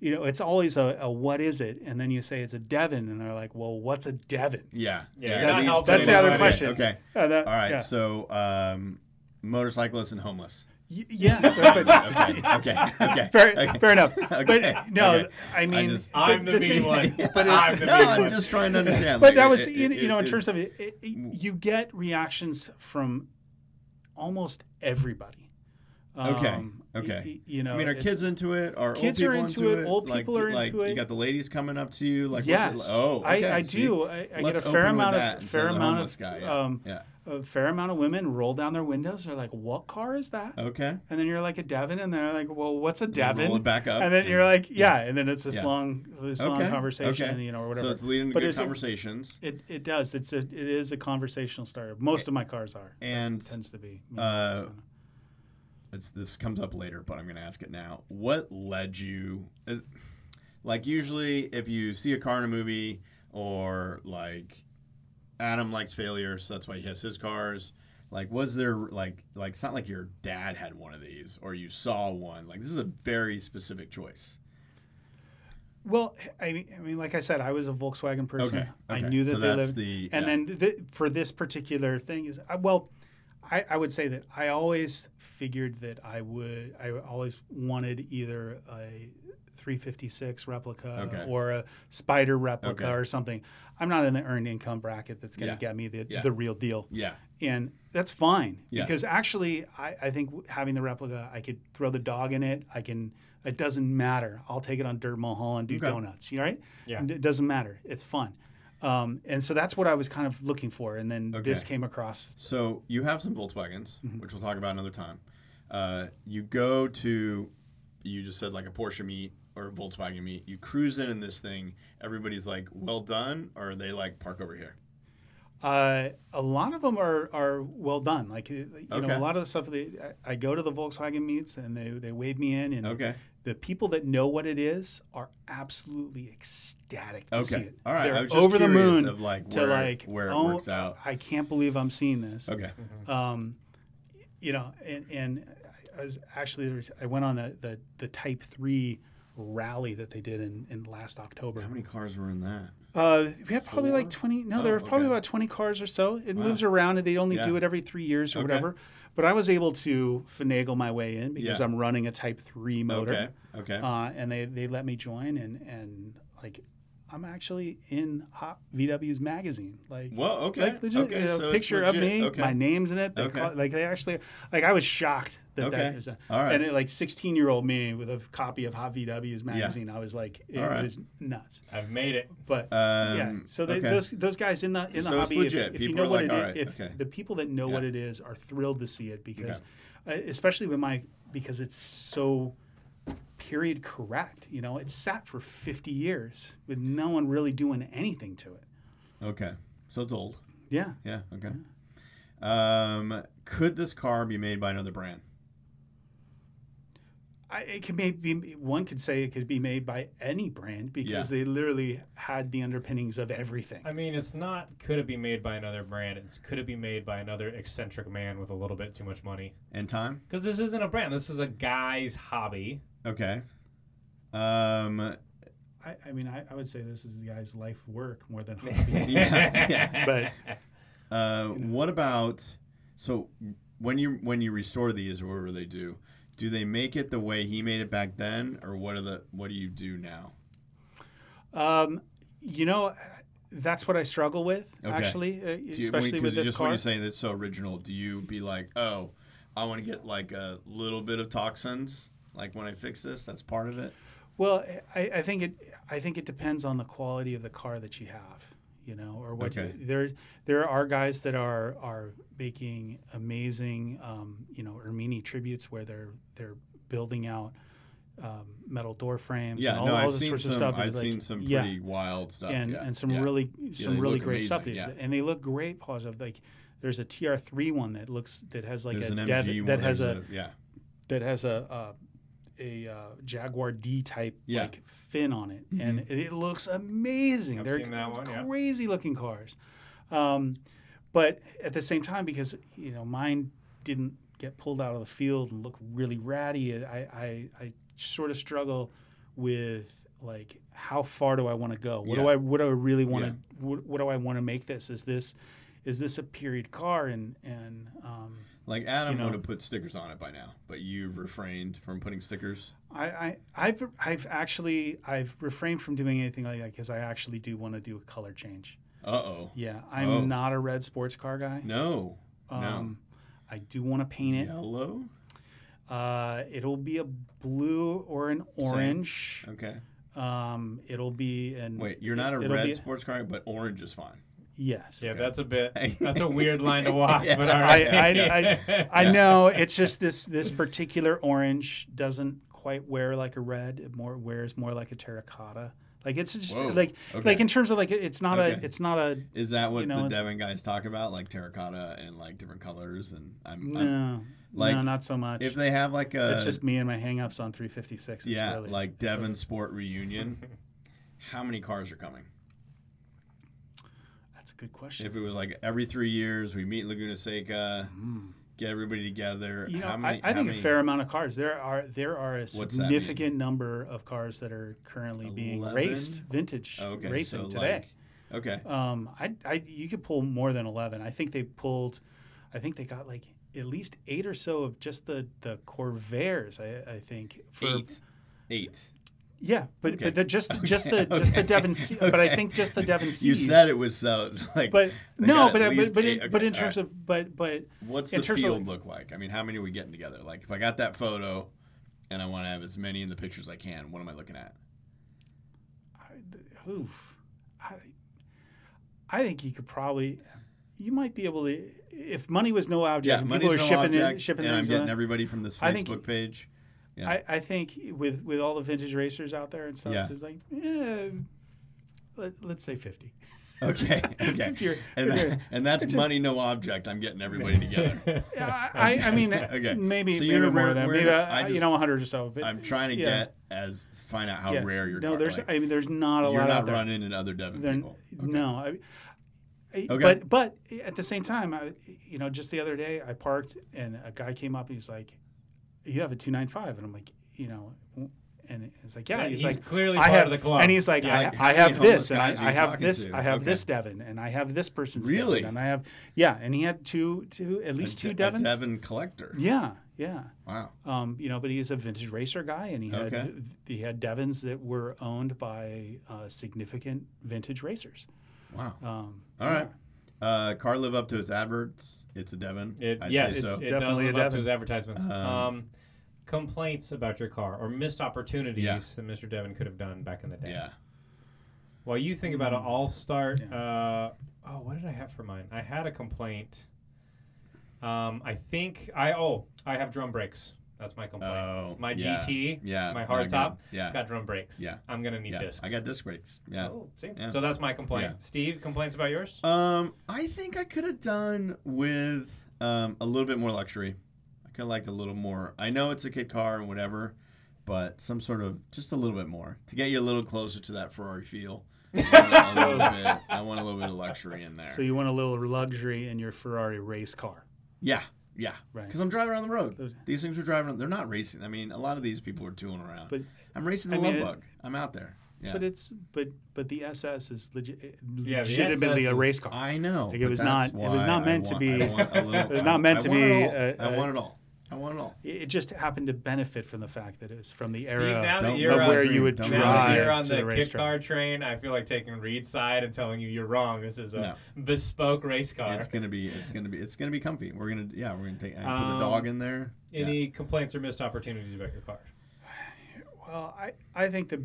Speaker 3: you know, it's always a, a what is it, and then you say it's a Devon, and they're like, well, what's a Devon?
Speaker 1: Yeah.
Speaker 2: Yeah,
Speaker 1: They're
Speaker 2: you're not
Speaker 1: these
Speaker 2: helping
Speaker 1: things
Speaker 3: That's the other
Speaker 1: right.
Speaker 3: question.
Speaker 1: Okay.
Speaker 3: Uh, that-
Speaker 1: All right.
Speaker 3: Yeah.
Speaker 1: So, um, motorcyclists and homeless.
Speaker 3: Y- yeah, [laughs] but- but-
Speaker 1: [laughs] Okay. okay. Okay.
Speaker 3: [laughs] fair,
Speaker 1: okay.
Speaker 3: fair enough.
Speaker 1: [laughs] Okay,
Speaker 3: But no,
Speaker 1: okay.
Speaker 3: I mean,
Speaker 1: just-
Speaker 3: [laughs] but
Speaker 2: I'm the, mean
Speaker 3: thing-
Speaker 2: one.
Speaker 1: But
Speaker 2: I'm
Speaker 1: it's, [laughs]
Speaker 2: the
Speaker 1: no,
Speaker 2: mean
Speaker 1: I'm
Speaker 2: one.
Speaker 1: just trying to understand.
Speaker 3: But
Speaker 1: like,
Speaker 3: that was,
Speaker 1: it-
Speaker 3: you,
Speaker 1: it-
Speaker 3: you know, in
Speaker 1: it-
Speaker 3: terms of it, it, it- you get reactions from almost everybody.
Speaker 1: Okay,
Speaker 3: Um, y-
Speaker 1: okay.
Speaker 3: y- You know,
Speaker 1: I mean, are
Speaker 3: it's-
Speaker 1: kids into it? Are
Speaker 3: Kids
Speaker 1: old people
Speaker 3: are into it, old
Speaker 1: Like,
Speaker 3: people are
Speaker 1: like,
Speaker 3: into it.
Speaker 1: You got the ladies coming up to you. Like, what's it
Speaker 3: yes.
Speaker 1: like? oh, okay,
Speaker 3: I, I
Speaker 1: see?
Speaker 3: do. I, I get
Speaker 1: Let's
Speaker 3: a
Speaker 1: open
Speaker 3: fair
Speaker 1: with
Speaker 3: amount
Speaker 1: that
Speaker 3: of
Speaker 1: instead
Speaker 3: fair
Speaker 1: the
Speaker 3: amount
Speaker 1: homeless
Speaker 3: of
Speaker 1: guy. Yeah.
Speaker 3: um,
Speaker 1: yeah.
Speaker 3: a fair amount of women roll down their windows. They're like, "What car is that?"
Speaker 1: Okay.
Speaker 3: And then you're like a Devon, and they're like, "Well, what's a
Speaker 1: Devin.
Speaker 3: Devon?"
Speaker 1: Oh. Roll it back up.
Speaker 3: and then you're like, "Yeah," and then it's this
Speaker 1: Yeah.
Speaker 3: long, this long
Speaker 1: Okay,
Speaker 3: conversation,
Speaker 1: okay.
Speaker 3: you know, or
Speaker 1: So
Speaker 3: whatever.
Speaker 1: it's leading to
Speaker 3: But
Speaker 1: good
Speaker 3: it's a-
Speaker 1: conversations.
Speaker 3: it, it does. It's a it is a conversational starter. Most of my cars are
Speaker 1: and
Speaker 3: tends to be.
Speaker 1: uh,
Speaker 3: so.
Speaker 1: it's this comes up later, but I'm going to ask it now. What led you? uh, Like usually, if you see a car in a movie, or like Adam likes failure, so that's why he has his cars. Like, was there like like it's not like your dad had one of these, or you saw one. Like this is a very specific choice.
Speaker 3: Well, I mean, I mean, like I said, I was a Volkswagen person.
Speaker 1: Okay,
Speaker 3: I
Speaker 1: okay.
Speaker 3: knew that
Speaker 1: So
Speaker 3: they
Speaker 1: that's
Speaker 3: lived.
Speaker 1: the-
Speaker 3: and
Speaker 1: yeah.
Speaker 3: then th- for this particular thing is I, well, I, I would say that I always figured that I would. I always wanted either a 356 replica
Speaker 1: Okay.
Speaker 3: or a Spider replica
Speaker 1: Okay.
Speaker 3: or something. I'm not in the earned income bracket that's going to
Speaker 1: Yeah.
Speaker 3: get me the,
Speaker 1: Yeah.
Speaker 3: the real deal
Speaker 1: Yeah.
Speaker 3: and that's fine
Speaker 1: Yeah.
Speaker 3: because actually I, I think w- having the replica i could throw the dog in it i can it doesn't matter i'll take it on dirt mulholland and do
Speaker 1: Okay.
Speaker 3: donuts you all right
Speaker 2: Yeah.
Speaker 3: it doesn't matter it's fun um, and so that's what i was kind of looking for and then this
Speaker 1: Okay.
Speaker 3: came across
Speaker 1: So you have some Volkswagens,
Speaker 3: Mm-hmm.
Speaker 1: which we'll talk about another time. Uh, you go to, you just said like a Porsche meet or a Volkswagen meet. You cruise in in this thing. Everybody's like, "Well done," or they like park over here.
Speaker 3: uh, a lot of them are, are well done like uh, you
Speaker 1: Okay.
Speaker 3: know a lot of the stuff that I, I go to the volkswagen meets and they, they wave me in and
Speaker 1: Okay.
Speaker 3: the people that know what it is are absolutely ecstatic to see
Speaker 1: Okay.
Speaker 3: it
Speaker 1: All right.
Speaker 3: They're
Speaker 1: I was just
Speaker 3: over the
Speaker 1: curious
Speaker 3: moon
Speaker 1: of like
Speaker 3: to
Speaker 1: where,
Speaker 3: like
Speaker 1: where it
Speaker 3: oh, uh,
Speaker 1: works out.
Speaker 3: I can't believe I'm seeing this.
Speaker 1: Okay.
Speaker 3: Um, you know, and and I was actually there was- I went on the the, the Type Three rally that they did in, in last October.
Speaker 1: How many cars were in that?
Speaker 3: Uh, we had probably like
Speaker 1: Four?
Speaker 3: twenty. No,
Speaker 1: Oh,
Speaker 3: there were probably
Speaker 1: okay.
Speaker 3: about twenty cars or so. It moves around, and they only
Speaker 1: Yeah.
Speaker 3: do it every three years or
Speaker 1: Okay.
Speaker 3: whatever. But I was able to finagle my way in because
Speaker 1: Yeah.
Speaker 3: I'm running a Type Three motor
Speaker 1: Okay. Okay.
Speaker 3: uh, and they, they let me join and and like I'm actually in Hot VW's magazine. Like
Speaker 1: Well, okay.
Speaker 3: like legit,
Speaker 1: okay.
Speaker 3: you know,
Speaker 1: so it's
Speaker 3: picture of
Speaker 1: legit.
Speaker 3: me,
Speaker 1: Okay.
Speaker 3: my name's in it. They
Speaker 1: Okay.
Speaker 3: call, like they actually like I was shocked that
Speaker 1: Okay.
Speaker 3: that was a,
Speaker 1: All right.
Speaker 3: and it, like 16 year old me with a copy of Hot VW's magazine. I was like it
Speaker 1: All right.
Speaker 3: was nuts.
Speaker 2: I've made it.
Speaker 3: But
Speaker 1: Um,
Speaker 3: yeah, so they,
Speaker 1: okay.
Speaker 3: those those guys in the in the
Speaker 1: So it's
Speaker 3: hobby, if-
Speaker 1: legit.
Speaker 3: if, you
Speaker 1: People
Speaker 3: know
Speaker 1: are like,
Speaker 3: what it is,
Speaker 1: "All right,
Speaker 3: if
Speaker 1: okay."
Speaker 3: the people that know
Speaker 1: Yeah.
Speaker 3: what it is are thrilled to see it because, uh, especially with my because it's so period correct. You know, it sat for fifty years with no one really doing anything to it.
Speaker 1: okay. So it's old.
Speaker 3: Yeah,
Speaker 1: Yeah. Okay. Um, could this car be made by another brand?
Speaker 3: I, it could maybe one could say it could be made by any brand because they literally had the underpinnings of everything.
Speaker 2: I mean, it's not could it be made by another brand? It's could it be made by another eccentric man with a little bit too much money?
Speaker 1: And time?
Speaker 2: Because this isn't a brand. This is a guy's
Speaker 3: [laughs]
Speaker 2: hobby.
Speaker 1: Okay. Um,
Speaker 3: I, I mean, I, I would say this is the guy's life work more than hobby.
Speaker 1: [laughs] yeah.
Speaker 3: But-
Speaker 1: uh, what about so when you when you restore these or whatever they do, do they make it the way he made it back then, or what are the what do you do now?
Speaker 3: Um, you know, that's what I struggle with
Speaker 1: Okay.
Speaker 3: actually, uh,
Speaker 1: Do you,
Speaker 3: especially
Speaker 1: when, 'cause
Speaker 3: with this
Speaker 1: just
Speaker 3: car.
Speaker 1: when you say that's so original, do you be like, oh, I want to get like a little bit of toxins, like when I fix this, that's part of it.
Speaker 3: well, I, I think it. I think it depends on the quality of the car that you have, you know, or what. you-
Speaker 1: Okay.
Speaker 3: there, there are guys that are are making amazing, um, you know, Ermini tributes where they're they're building out. Um, metal door frames
Speaker 1: Yeah,
Speaker 3: and all,
Speaker 1: no,
Speaker 3: all
Speaker 1: I've
Speaker 3: this
Speaker 1: seen
Speaker 3: sorts
Speaker 1: some.
Speaker 3: of stuff.
Speaker 1: I've
Speaker 3: It's like-
Speaker 1: seen some
Speaker 3: yeah.
Speaker 1: pretty wild stuff,
Speaker 3: and,
Speaker 1: yeah,
Speaker 3: and some
Speaker 1: yeah.
Speaker 3: really some
Speaker 1: they
Speaker 3: really
Speaker 1: look
Speaker 3: great stuff.
Speaker 1: amazing,
Speaker 3: that-
Speaker 1: yeah.
Speaker 3: And they look great, Paul's of like there's a TR3 one that looks that has like
Speaker 1: There's
Speaker 3: a
Speaker 1: an
Speaker 3: dev-
Speaker 1: MG one,
Speaker 3: that has
Speaker 1: there's
Speaker 3: a,
Speaker 1: yeah,
Speaker 3: that has a a, a uh, Jaguar D type
Speaker 1: Yeah.
Speaker 3: like fin on it, and it, it looks amazing.
Speaker 2: Mm-hmm. I've
Speaker 3: They're
Speaker 2: seen that one, yeah.
Speaker 3: crazy looking cars, um, but at the same time, because you know mine didn't get pulled out of the field and look really ratty, it- I I, I sort of struggle with like how far do I want to go? What do
Speaker 1: Yeah.
Speaker 3: I what do I really want to
Speaker 1: Yeah.
Speaker 3: what, what do I want to make this? Is this is this a period car and and um,
Speaker 1: Like Adam
Speaker 3: know.
Speaker 1: would have put stickers on it by now, but you refrained from putting stickers.
Speaker 3: I, I I've I've actually I've refrained from doing anything like that because I actually do want to do a color change.
Speaker 1: Uh oh.
Speaker 3: Yeah, I'm
Speaker 1: Oh.
Speaker 3: not a red sports car guy.
Speaker 1: No.
Speaker 3: Um, I do want to paint
Speaker 1: no.
Speaker 3: it.
Speaker 1: Yellow.
Speaker 3: Uh, it'll be a blue or an orange.
Speaker 1: Okay.
Speaker 3: Um, it'll be an
Speaker 1: Wait, you're not a
Speaker 3: it'll
Speaker 1: red
Speaker 3: be-
Speaker 1: sports car, but orange is fine.
Speaker 3: yes.
Speaker 2: [laughs] Yeah, that's a
Speaker 3: [laughs]
Speaker 2: bit. That's a weird line to walk.
Speaker 1: Yeah.
Speaker 2: But all
Speaker 3: I,
Speaker 2: right.
Speaker 3: I,
Speaker 1: [laughs]
Speaker 3: I, I know it's just this this particular orange doesn't quite wear like a red. It more wears more like a terracotta Like it's just
Speaker 1: Whoa,
Speaker 3: like
Speaker 1: okay.
Speaker 3: like in terms of like it- it's not
Speaker 1: Okay.
Speaker 3: a it's not a
Speaker 1: Is that what
Speaker 3: you know,
Speaker 1: the
Speaker 3: it's-
Speaker 1: Devon guys talk about, like terracotta and like different colors? And I'm, I'm-
Speaker 3: no
Speaker 1: Uh, like,
Speaker 3: no not so much.
Speaker 1: if they have like a
Speaker 3: it's just me and my hangups on 356.
Speaker 1: Uh, yeah,
Speaker 3: really,
Speaker 1: like
Speaker 3: that's
Speaker 1: Devon Sport
Speaker 3: [laughs]
Speaker 1: reunion, how many cars are coming?
Speaker 3: what- That's a good question.
Speaker 1: If it was like every three years, we meet in Laguna Seca, get everybody together.
Speaker 3: Mm. you know,
Speaker 1: how many,
Speaker 3: I, I
Speaker 1: how
Speaker 3: think
Speaker 1: many-
Speaker 3: a fair amount of cars. There are there are a
Speaker 1: that mean?
Speaker 3: significant number of cars that are currently being
Speaker 1: 11?
Speaker 3: raced, vintage
Speaker 1: okay,
Speaker 3: racing
Speaker 1: so,
Speaker 3: today.
Speaker 1: Like, okay,
Speaker 3: um, I, I you could pull more than eleven. I think they pulled, I think they got like at least eight or so of just the the Corvairs. I, I think for
Speaker 1: eight, eight.
Speaker 3: yeah, but
Speaker 1: Okay.
Speaker 3: but the,
Speaker 1: [laughs]
Speaker 3: just just the
Speaker 1: Okay,
Speaker 3: just the
Speaker 1: okay,
Speaker 3: Devon. Se- But I
Speaker 1: okay.
Speaker 3: think just the Devon.
Speaker 1: You
Speaker 3: Seas.
Speaker 1: said it was so [laughs] like,
Speaker 3: But
Speaker 1: they
Speaker 3: no,
Speaker 1: got
Speaker 3: but
Speaker 1: at
Speaker 3: I- but
Speaker 1: least
Speaker 3: but,
Speaker 1: eight-
Speaker 3: in, but
Speaker 1: okay,
Speaker 3: in
Speaker 1: all right.
Speaker 3: terms of but but
Speaker 1: What's
Speaker 3: in
Speaker 1: the
Speaker 3: terms of-
Speaker 1: field look like? I mean, how many we getting together? Like, if I got that photo, and I want to have as many in the picture as I can, what am I looking at?
Speaker 3: I, oof, I, I think you could probably, you might be able to, if money was no object, and people
Speaker 1: money's
Speaker 3: are
Speaker 1: no
Speaker 3: shipping in,
Speaker 1: object,
Speaker 3: shipping
Speaker 1: and I'm
Speaker 3: things
Speaker 1: getting
Speaker 3: on-
Speaker 1: everybody from this
Speaker 3: I think-
Speaker 1: Facebook
Speaker 3: [laughs]
Speaker 1: page. Yeah.
Speaker 3: I, I think with with all the vintage racers out there and stuff,
Speaker 1: Yeah.
Speaker 3: it's like, eh, let, let's say fifty. [laughs]
Speaker 1: Okay, okay.
Speaker 3: 50 or-
Speaker 1: and,
Speaker 3: okay.
Speaker 1: that- and that's money, no object. I'm getting
Speaker 3: [laughs]
Speaker 1: everybody together.
Speaker 3: Yeah, [laughs] I, I, I
Speaker 1: [laughs]
Speaker 3: mean,
Speaker 1: Okay.
Speaker 3: maybe
Speaker 1: So
Speaker 3: maybe
Speaker 1: you're-
Speaker 3: more
Speaker 1: we're-
Speaker 3: than
Speaker 1: we're-
Speaker 3: maybe uh,
Speaker 1: I
Speaker 3: you
Speaker 1: just-
Speaker 3: know hundred or so. But
Speaker 1: I'm trying to
Speaker 3: yeah,
Speaker 1: get as find out how
Speaker 3: yeah.
Speaker 1: rare your
Speaker 3: no.
Speaker 1: car.
Speaker 3: There's
Speaker 1: like,
Speaker 3: I mean, there's not a
Speaker 1: you're
Speaker 3: lot out
Speaker 1: not
Speaker 3: there.
Speaker 1: running into other Devon
Speaker 3: They're-
Speaker 1: people.
Speaker 3: No, I, I-
Speaker 1: Okay.
Speaker 3: but but at the same time, I, you know, just the other day I parked and a guy came up and he's like, "You have a two nine five and I'm like, "You know," and it's like, "Yeah."
Speaker 2: Yeah,
Speaker 3: he's,
Speaker 2: he's
Speaker 3: like,
Speaker 2: clearly
Speaker 3: "I
Speaker 2: part
Speaker 3: have,"
Speaker 2: of the club.
Speaker 3: and he's like,
Speaker 2: Yeah.
Speaker 3: I,
Speaker 1: Like, how
Speaker 3: I
Speaker 1: many
Speaker 3: have this,
Speaker 1: homeless
Speaker 3: and I,
Speaker 1: guys are
Speaker 3: I
Speaker 1: you
Speaker 3: have
Speaker 1: talking
Speaker 3: this,
Speaker 1: to?
Speaker 3: I have
Speaker 1: Okay.
Speaker 3: this Devon, and I have this person's
Speaker 1: Really?
Speaker 3: Devon, and I have yeah," and he had two two at least two Devons.
Speaker 1: Devon collector.
Speaker 3: Yeah, yeah.
Speaker 1: Wow.
Speaker 3: Um, you know, but he's a vintage racer guy, and he had
Speaker 1: Okay.
Speaker 3: he had Devons that were owned by uh, significant vintage racers.
Speaker 1: Wow.
Speaker 3: Um,
Speaker 1: All right. Uh, car live up to its adverts. It's a Devon.
Speaker 2: It,
Speaker 1: I'd
Speaker 2: yes,
Speaker 1: say so.
Speaker 2: it
Speaker 3: Definitely
Speaker 2: does live up to
Speaker 3: a Devon.
Speaker 2: his advertisements.
Speaker 1: Um,
Speaker 2: Um, complaints about your car or missed opportunities
Speaker 1: Yeah.
Speaker 2: that Mr. Devon could have done back in the day.
Speaker 1: yeah.
Speaker 2: While you think about it, I'll start.
Speaker 3: Hmm. Yeah.
Speaker 2: Uh, oh, what did I have for mine? I had a complaint. Um, I think I oh I have drum brakes. That's my complaint.
Speaker 1: Oh,
Speaker 2: my
Speaker 1: yeah.
Speaker 2: GT,
Speaker 1: Yeah.
Speaker 2: my
Speaker 1: not good.
Speaker 2: hardtop,
Speaker 1: Yeah.
Speaker 2: it's got drum brakes.
Speaker 1: Yeah.
Speaker 2: I'm gonna need
Speaker 1: yeah.
Speaker 2: discs.
Speaker 1: I got disc brakes. Yeah.
Speaker 2: Oh, see?
Speaker 1: Yeah.
Speaker 2: So that's my complaint.
Speaker 1: Yeah.
Speaker 2: Steve, complaints about yours?
Speaker 1: Um, I think I could have done with um, a little bit more luxury. I could have liked a little more. I know it's a kid car and whatever, but some sort of just a little bit more to get you a little closer to that Ferrari feel. I want
Speaker 2: [laughs]
Speaker 1: a little bit, I want a little bit of luxury in there.
Speaker 3: So you want a little luxury in your Ferrari race car.
Speaker 1: yeah, yeah.
Speaker 3: Right.
Speaker 1: Because I'm driving on the road.
Speaker 3: Those-
Speaker 1: These things are driving. They're not racing. I mean, a lot of these people are tooling around.
Speaker 3: But-
Speaker 1: I'm racing the
Speaker 3: I
Speaker 1: love
Speaker 3: mean, it-
Speaker 1: bug. I'm out there. Yeah.
Speaker 3: But it's but but the SS is legit,
Speaker 2: the
Speaker 3: legitimately
Speaker 2: SS
Speaker 3: a
Speaker 2: is-
Speaker 3: race car.
Speaker 1: I know.
Speaker 3: Like, it
Speaker 1: but
Speaker 3: was
Speaker 1: that's
Speaker 3: not- it was
Speaker 1: why
Speaker 3: not
Speaker 1: I
Speaker 3: meant to
Speaker 1: want-
Speaker 3: be-
Speaker 1: I
Speaker 3: [laughs]
Speaker 1: want a little-
Speaker 3: it was
Speaker 1: I-
Speaker 3: not meant
Speaker 1: I
Speaker 3: to
Speaker 1: want
Speaker 3: be,
Speaker 1: it all.
Speaker 3: uh,
Speaker 1: I
Speaker 3: uh,
Speaker 1: want it all. I want it all.
Speaker 3: it it just happened to benefit from the fact that it was from the
Speaker 2: Steve, now
Speaker 3: era
Speaker 2: that
Speaker 1: Don't
Speaker 2: you're
Speaker 3: of
Speaker 1: love
Speaker 2: on,
Speaker 3: where
Speaker 1: dream.
Speaker 3: you would
Speaker 1: Don't
Speaker 2: now that you're
Speaker 1: drive
Speaker 2: on
Speaker 3: drive to
Speaker 2: the,
Speaker 3: the
Speaker 2: kit car
Speaker 3: racetrack.
Speaker 2: train, I feel like taking Reed's side and telling you you're wrong. This is a bespoke race car.
Speaker 1: It's gonna be. It's gonna be. It's gonna be comfy. We're gonna. Yeah, we're gonna take. I can put
Speaker 2: Um,
Speaker 1: the dog in there.
Speaker 2: Any complaints or missed opportunities about your car?
Speaker 3: Well, I I think the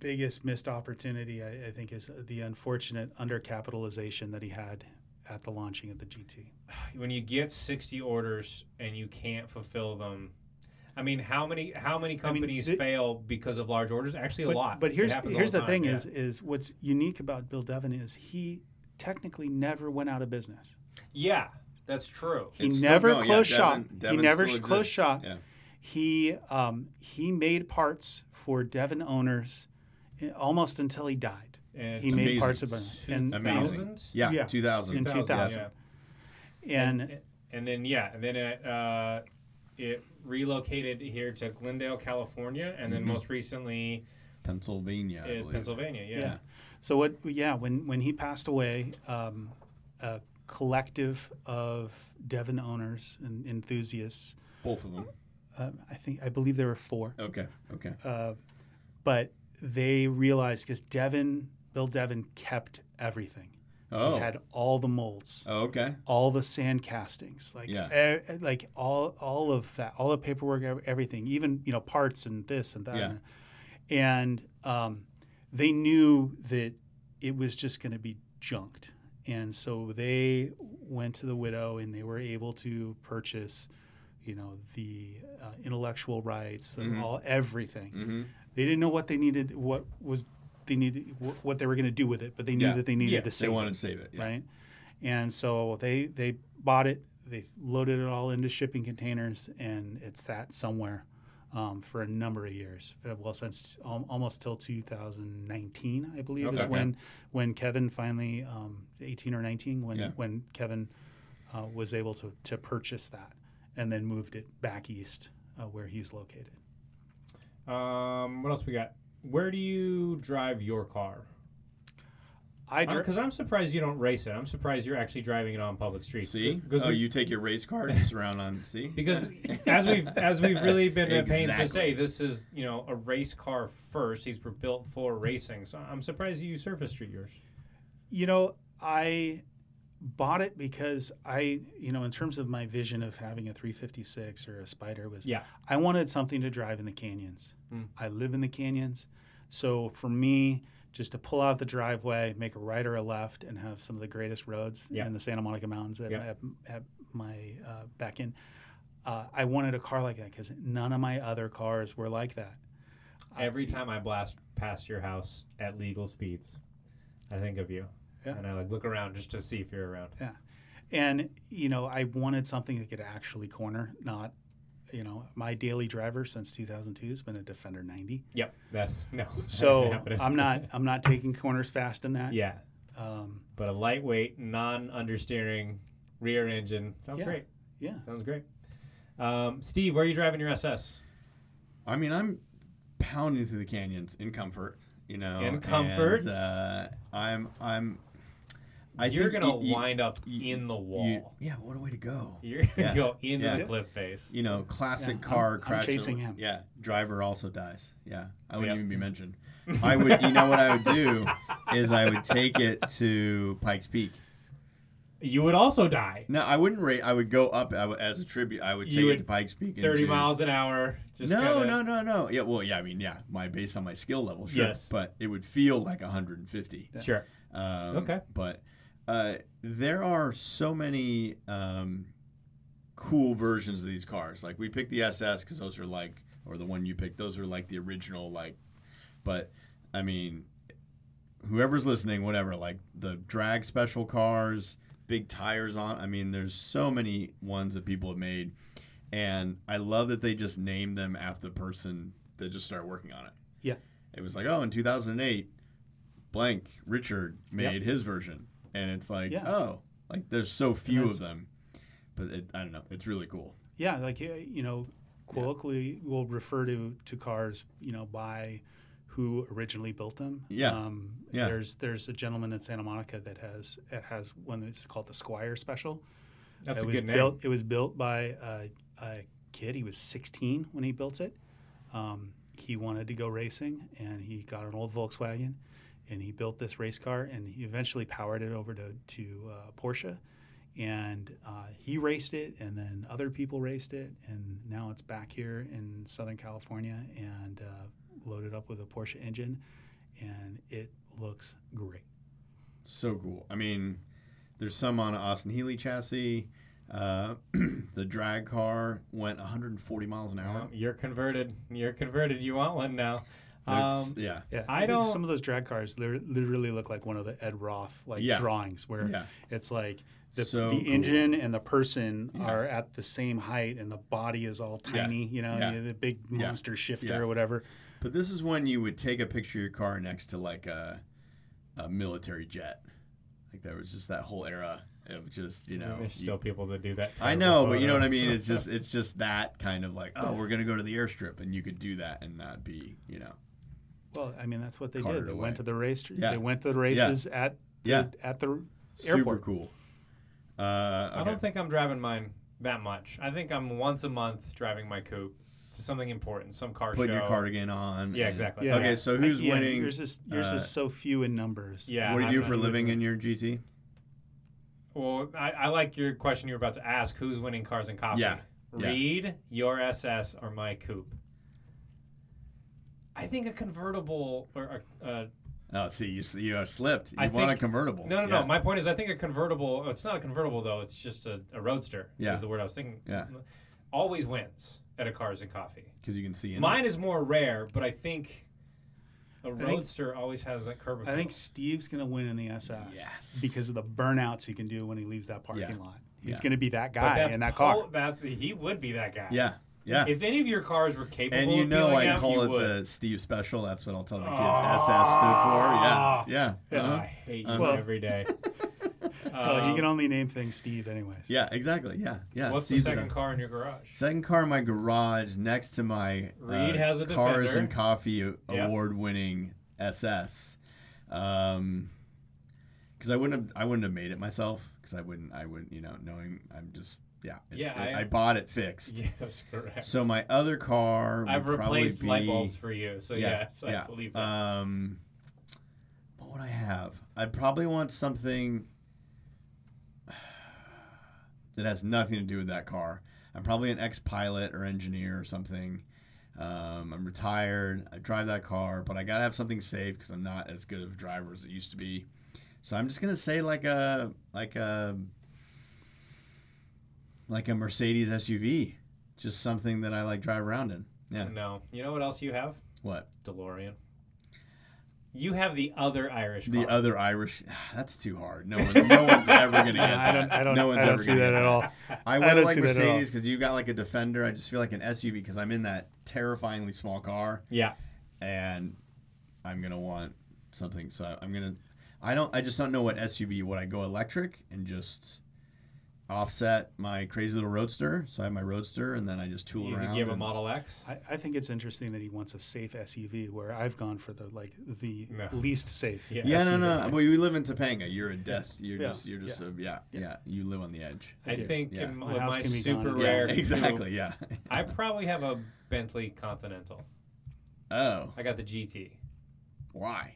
Speaker 3: biggest missed opportunity I, I think is the unfortunate undercapitalization that he had at the launching of the GT.
Speaker 2: When you get 60 orders and you can't fulfill them, I mean, how many how many companies
Speaker 3: the-
Speaker 2: fail because of large orders? Actually, a
Speaker 3: but,
Speaker 2: lot.
Speaker 3: But
Speaker 2: It
Speaker 3: here's
Speaker 2: happens all
Speaker 3: here's the
Speaker 2: time,
Speaker 3: thing
Speaker 2: yeah.
Speaker 3: is is what's unique about Bill Devon is he technically never went out of business.
Speaker 2: yeah, that's true.
Speaker 3: He
Speaker 1: It's still
Speaker 3: never
Speaker 1: going. Yeah,
Speaker 3: closed
Speaker 1: Devin-
Speaker 3: shop.
Speaker 1: Devin
Speaker 3: he never
Speaker 1: still
Speaker 3: closed
Speaker 1: exists.
Speaker 3: shop.
Speaker 1: Yeah.
Speaker 3: He um, he made parts for Devon owners i- almost until he died.
Speaker 2: And
Speaker 3: he
Speaker 1: amazing.
Speaker 3: made parts of and
Speaker 1: Amazing.
Speaker 2: Thousands?
Speaker 1: Yeah.
Speaker 3: Yeah.
Speaker 1: Two thousand.
Speaker 3: In 2000.
Speaker 2: yeah.
Speaker 3: and,
Speaker 2: and then yeah, and then it, uh, it relocated here to Glendale, California, and then
Speaker 3: Mm-hmm.
Speaker 2: most recently
Speaker 1: Pennsylvania. I
Speaker 2: is
Speaker 1: believe.
Speaker 2: Pennsylvania. Yeah.
Speaker 3: yeah. So what? Yeah, when when he passed away, um, a collective of Devon owners and enthusiasts.
Speaker 1: Both of them.
Speaker 3: Uh, I think I believe there were four.
Speaker 1: Okay. Okay.
Speaker 3: Uh, but they realized because Devin, Bill Devin, kept everything.
Speaker 1: oh.
Speaker 3: He had all the molds,
Speaker 1: oh. Okay.
Speaker 3: all the sand castings, like
Speaker 1: Yeah.
Speaker 3: e- like all all of that, all the paperwork, ev- everything, even you know parts and this and that,
Speaker 1: Yeah.
Speaker 3: and um, they knew that it was just going to be junked, and so they went to the widow and they were able to purchase. You know the uh, intellectual rights and all everything,
Speaker 1: Mm-hmm.
Speaker 3: they didn't know what they needed, what was they needed wh- what they were going to do with it, but they knew
Speaker 1: Yeah.
Speaker 3: that they needed
Speaker 2: Yeah.
Speaker 3: to
Speaker 1: They
Speaker 3: save
Speaker 1: wanted
Speaker 3: it,
Speaker 1: to save it. Yeah.
Speaker 3: right? And so they they bought it, they loaded it all into shipping containers, and it sat somewhere um, for a number of years. Well, since al- almost till 2019, I believe is
Speaker 2: Okay.
Speaker 3: when when Kevin finally um, 18 or 19 when
Speaker 1: Yeah.
Speaker 3: when Kevin uh, was able to to purchase that, and then moved it back east uh, where he's located.
Speaker 2: Um, what else we got? Where do you drive your car?
Speaker 3: I dri-
Speaker 2: Because I'm surprised you don't race it. I'm surprised you're actually driving it on public streets.
Speaker 1: See?
Speaker 2: Because
Speaker 1: oh,
Speaker 2: we-
Speaker 1: you take your race card and just round on. See? [laughs]
Speaker 2: [laughs] because as we've as we've really been at pains to
Speaker 1: Exactly.
Speaker 2: say, this is you know a race car first. These were built for racing, so I'm surprised you surface street yours.
Speaker 3: You know, I bought it because I, you know, in terms of my vision of having a 356 or a Spider was,
Speaker 2: Yeah.
Speaker 3: I wanted something to drive in the canyons.
Speaker 2: Mm.
Speaker 3: I live in the canyons, so for me, just to pull out the driveway, make a right or a left, and have some of the greatest roads
Speaker 2: Yeah.
Speaker 3: in the Santa Monica Mountains at,
Speaker 2: Yeah.
Speaker 3: at, at my uh, back end. Uh, I wanted a car like that because none of my other cars were like that.
Speaker 2: Every time I blast past your house at legal speeds, I think of you,
Speaker 3: Yeah.
Speaker 2: and I like look around just to see if you're around.
Speaker 3: and you know i wanted something that could actually corner not you know my daily driver since 2002 has been a defender 90
Speaker 2: Yep, that's [laughs] no.
Speaker 3: so
Speaker 2: [laughs] happening.
Speaker 3: i'm not i'm not taking corners fast in that
Speaker 2: yeah,
Speaker 3: um,
Speaker 2: but a lightweight, non-understeering rear engine sounds
Speaker 3: Yeah.
Speaker 2: great.
Speaker 3: yeah
Speaker 2: Sounds great. Um, Steve, where are you driving your SS?
Speaker 1: I mean, I'm pounding through the canyons in comfort. You know,
Speaker 2: In comfort.
Speaker 1: and, uh, I'm. I'm. I
Speaker 2: You're
Speaker 1: think
Speaker 2: gonna
Speaker 1: you- you-
Speaker 2: wind up
Speaker 1: you-
Speaker 2: in the
Speaker 1: you-
Speaker 2: wall.
Speaker 1: yeah. What a way to go.
Speaker 2: You, are gonna
Speaker 1: Yeah.
Speaker 2: go into the
Speaker 1: Yeah.
Speaker 2: cliff face.
Speaker 1: you know, classic
Speaker 3: Yeah, I'm-
Speaker 1: car
Speaker 3: I'm
Speaker 1: crash.
Speaker 3: chasing him.
Speaker 1: Yeah, driver also dies. Yeah, I wouldn't
Speaker 2: Yep. Mm-hmm.
Speaker 1: even be mentioned. I would, you know, what I would do is I would take it to Pikes Peak.
Speaker 2: You would also die.
Speaker 1: No, I wouldn't rate. I would go up I would, as a tribute. I would
Speaker 2: You
Speaker 1: take
Speaker 2: would-
Speaker 1: it to Pikes Peak. and
Speaker 2: Thirty
Speaker 1: do-
Speaker 2: miles an hour. Just
Speaker 1: no, no,
Speaker 2: kinda,
Speaker 1: no, no. Yeah, well, yeah. I mean, yeah. My based on my skill level, sure.
Speaker 2: Yes.
Speaker 1: But it would feel like 150.
Speaker 2: Sure.
Speaker 1: Um,
Speaker 2: Okay.
Speaker 1: But uh, there are so many um, cool versions of these cars. Like we picked the SS because those are like, or the one you picked, those are like the original. Like, but I mean, whoever's listening, whatever. Like the drag special cars, big tires on. I mean, there's so many ones that people have made, and I love that they just named them after the person that just started working on it.
Speaker 3: Yeah.
Speaker 1: It was like, oh, in 2008, blank Richard
Speaker 2: Yep.
Speaker 1: made his version, and it's like,
Speaker 3: Yeah.
Speaker 1: oh, like there's so few
Speaker 3: that's-
Speaker 1: of them, but it, I don't know, it's really cool.
Speaker 3: yeah like uh, you know colloquially we'll refer to to cars you know by who originally built them
Speaker 1: Yeah.
Speaker 3: um,
Speaker 1: Yeah.
Speaker 3: there's there's a gentleman in santa monica that has it has one that's called the squire special
Speaker 2: That's
Speaker 3: it
Speaker 2: a
Speaker 3: was
Speaker 2: good name.
Speaker 3: built. It was built by a, a kid. He was 16 when he built it. Um, he wanted to go racing, and he got an old Volkswagen, and he built this race car, and he eventually powered it over to to uh, Porsche, and uh, he raced it, and then other people raced it, and now it's back here in Southern California, and uh, loaded up with a Porsche engine, and it looks great.
Speaker 1: So cool. I mean, there's some on an Austin Healy chassis. Uh, [clears throat] the drag car went 140 miles an hour.
Speaker 2: Um, you're converted. You're converted. You want one now?
Speaker 1: That's-
Speaker 2: Um,
Speaker 1: yeah,
Speaker 3: Yeah,
Speaker 2: I
Speaker 3: think
Speaker 2: don't-
Speaker 3: Some of those drag cars lir- literally look like one of the Ed Roth like
Speaker 1: Yeah.
Speaker 3: drawings where
Speaker 1: yeah,
Speaker 3: it's like the,
Speaker 1: So
Speaker 3: the
Speaker 1: cool.
Speaker 3: engine and the person
Speaker 1: Yeah.
Speaker 3: are at the same height and the body is all
Speaker 1: Yeah.
Speaker 3: tiny. You know,
Speaker 1: Yeah.
Speaker 3: you- the big
Speaker 1: Yeah.
Speaker 3: monster shifter
Speaker 1: Yeah.
Speaker 3: or whatever.
Speaker 1: But this is when you would take a picture of your car next to like a, a military jet. Like there was just that whole era of just you know
Speaker 2: There's
Speaker 1: you-
Speaker 2: still people that do that.
Speaker 1: I
Speaker 2: terrible
Speaker 1: know, but you know
Speaker 2: photo.
Speaker 1: what I mean. It's
Speaker 2: [laughs]
Speaker 1: just it's just that kind of like oh we're gonna go to the airstrip and you could do that and not be you know
Speaker 3: Well, I mean, that's what they
Speaker 1: Carted
Speaker 3: did. They
Speaker 1: away.
Speaker 3: went to the race.
Speaker 1: Yeah.
Speaker 3: They went to the races at the,
Speaker 1: yeah
Speaker 3: at the.
Speaker 1: super
Speaker 3: Airport.
Speaker 1: cool. Uh,
Speaker 2: I
Speaker 1: okay.
Speaker 2: don't think I'm driving mine that much. I think I'm once a month driving my coupe to something important, some car
Speaker 1: putting
Speaker 2: show.
Speaker 1: your cardigan on.
Speaker 2: Yeah,
Speaker 1: and-
Speaker 2: exactly.
Speaker 3: Yeah.
Speaker 1: Okay, so who's
Speaker 3: Yeah,
Speaker 1: winning?
Speaker 3: Yours is yours
Speaker 1: uh,
Speaker 3: is so few in numbers.
Speaker 2: Yeah.
Speaker 1: what do you do
Speaker 2: I'm
Speaker 1: for a
Speaker 2: not-
Speaker 1: living in your GT?
Speaker 2: Well, I, I like your question you were about to ask. Who's winning cars and coffee?
Speaker 1: Yeah, yeah.
Speaker 2: Reed, your SS, or my coupe? I think a convertible or a, uh,
Speaker 1: Oh, see, you s- you are slipped. You
Speaker 2: I
Speaker 1: want a
Speaker 2: think-
Speaker 1: convertible?
Speaker 2: no, no,
Speaker 1: yeah.
Speaker 2: no. My point is, I think a convertible. oh, It's not a convertible though. It's just a, a roadster.
Speaker 1: Yeah.
Speaker 2: is the word I was thinking.
Speaker 1: Yeah.
Speaker 2: always wins at a cars and coffee.
Speaker 1: because you can see in it.
Speaker 2: Mine is more rare, but I think A roadster always has that curb.
Speaker 3: I
Speaker 2: appeal.
Speaker 3: think Steve's going to win in the SS
Speaker 1: Yes.
Speaker 3: because of the burnouts he can do when he leaves that parking
Speaker 1: Yeah.
Speaker 3: lot. He's
Speaker 1: Yeah.
Speaker 3: going to be that
Speaker 2: But
Speaker 3: guy
Speaker 2: that's
Speaker 3: in that
Speaker 2: Paul-
Speaker 3: car.
Speaker 2: That's he would be that guy.
Speaker 1: Yeah, yeah.
Speaker 2: If any of your cars were capable,
Speaker 1: and you
Speaker 2: of
Speaker 1: know
Speaker 2: peeling
Speaker 1: I
Speaker 2: out,
Speaker 1: call
Speaker 2: you
Speaker 1: it
Speaker 2: would.
Speaker 1: the Steve Special. That's what I'll tell the kids.
Speaker 2: Ah.
Speaker 1: SS stood for. Yeah, yeah.
Speaker 2: Oh,
Speaker 1: uh-huh.
Speaker 2: I hate
Speaker 1: Uh-huh.
Speaker 2: you
Speaker 3: Well-
Speaker 2: every
Speaker 3: [laughs]
Speaker 2: day. Uh,
Speaker 3: oh, he
Speaker 2: Um,
Speaker 3: can only name things Steve, anyways.
Speaker 1: Yeah, exactly. Yeah, yeah.
Speaker 2: What's the
Speaker 1: Steve's
Speaker 2: second
Speaker 1: car?
Speaker 2: car in
Speaker 1: [laughs]
Speaker 2: your garage?
Speaker 1: Second car in my garage next to my uh,
Speaker 2: Reed has a
Speaker 1: Cars
Speaker 2: Defender.
Speaker 1: and Coffee
Speaker 2: Yeah.
Speaker 1: award winning SS. Um, because I wouldn't have, I wouldn't have made it myself because I wouldn't I wouldn't you know knowing I'm just yeah it's,
Speaker 2: Yeah,
Speaker 1: it-
Speaker 2: I-
Speaker 1: I, bought it fixed.
Speaker 2: [laughs] Yes, correct.
Speaker 1: So my other car would
Speaker 2: I've
Speaker 1: probably
Speaker 2: replaced light
Speaker 1: be-
Speaker 2: bulbs for you, so yes, I believe that.
Speaker 1: Um, what would I have? I'd probably want something [sighs] that has nothing to do with that car. I'm probably an ex-pilot or engineer or something. Um, I'm retired. I drive that car, but I gotta have something safe because I'm not as good of a driver as I used to be. So I'm just gonna say like a like a like a Mercedes SUV, just something that I like drive around in. Yeah.
Speaker 2: No, you know what else you have?
Speaker 1: What?
Speaker 2: DeLorean. You have the other Irish
Speaker 1: The
Speaker 2: car.
Speaker 1: other Irish. [sighs] That's too hard. No, one, no one's ever
Speaker 3: [laughs]
Speaker 1: gonna get
Speaker 3: Yeah,
Speaker 1: that.
Speaker 3: I don't,
Speaker 2: [laughs]
Speaker 3: I don't,
Speaker 1: no one's
Speaker 3: I don't
Speaker 1: ever
Speaker 3: see
Speaker 1: gonna
Speaker 3: that
Speaker 1: get
Speaker 3: at all.
Speaker 1: I
Speaker 3: I
Speaker 1: would
Speaker 3: don't
Speaker 1: like
Speaker 3: see that at all.
Speaker 1: Mercedes because you got like a Defender. I just feel like an SUV because I'm in that terrifyingly small car,
Speaker 2: yeah,
Speaker 1: and I'm gonna want something. So I'm gonna. I don't. I just don't know what SUV. Would I go electric and just offset my crazy little roadster? So I have my roadster, and then I just tool
Speaker 2: you
Speaker 1: around.
Speaker 2: could give a
Speaker 1: and-
Speaker 2: Model X.
Speaker 3: I, I think it's interesting that he wants a safe SUV, where I've gone for the like the
Speaker 2: No.
Speaker 3: least safe.
Speaker 2: Yeah.
Speaker 1: yeah, no,
Speaker 3: SUV.
Speaker 1: no. Well, you live in Topanga. You're a death. You're
Speaker 3: Yeah.
Speaker 1: just, you're just,
Speaker 3: Yeah.
Speaker 1: A, yeah,
Speaker 3: Yeah.
Speaker 1: yeah, You live on the edge.
Speaker 2: I
Speaker 3: do.
Speaker 2: think
Speaker 1: Yeah.
Speaker 2: in,
Speaker 3: My
Speaker 2: with
Speaker 3: house
Speaker 2: my
Speaker 3: can be gone
Speaker 2: super
Speaker 3: in a
Speaker 2: rare,
Speaker 1: Yeah, exactly. Yeah.
Speaker 2: I probably have a Bentley Continental.
Speaker 1: Oh,
Speaker 2: I got the GT
Speaker 1: why?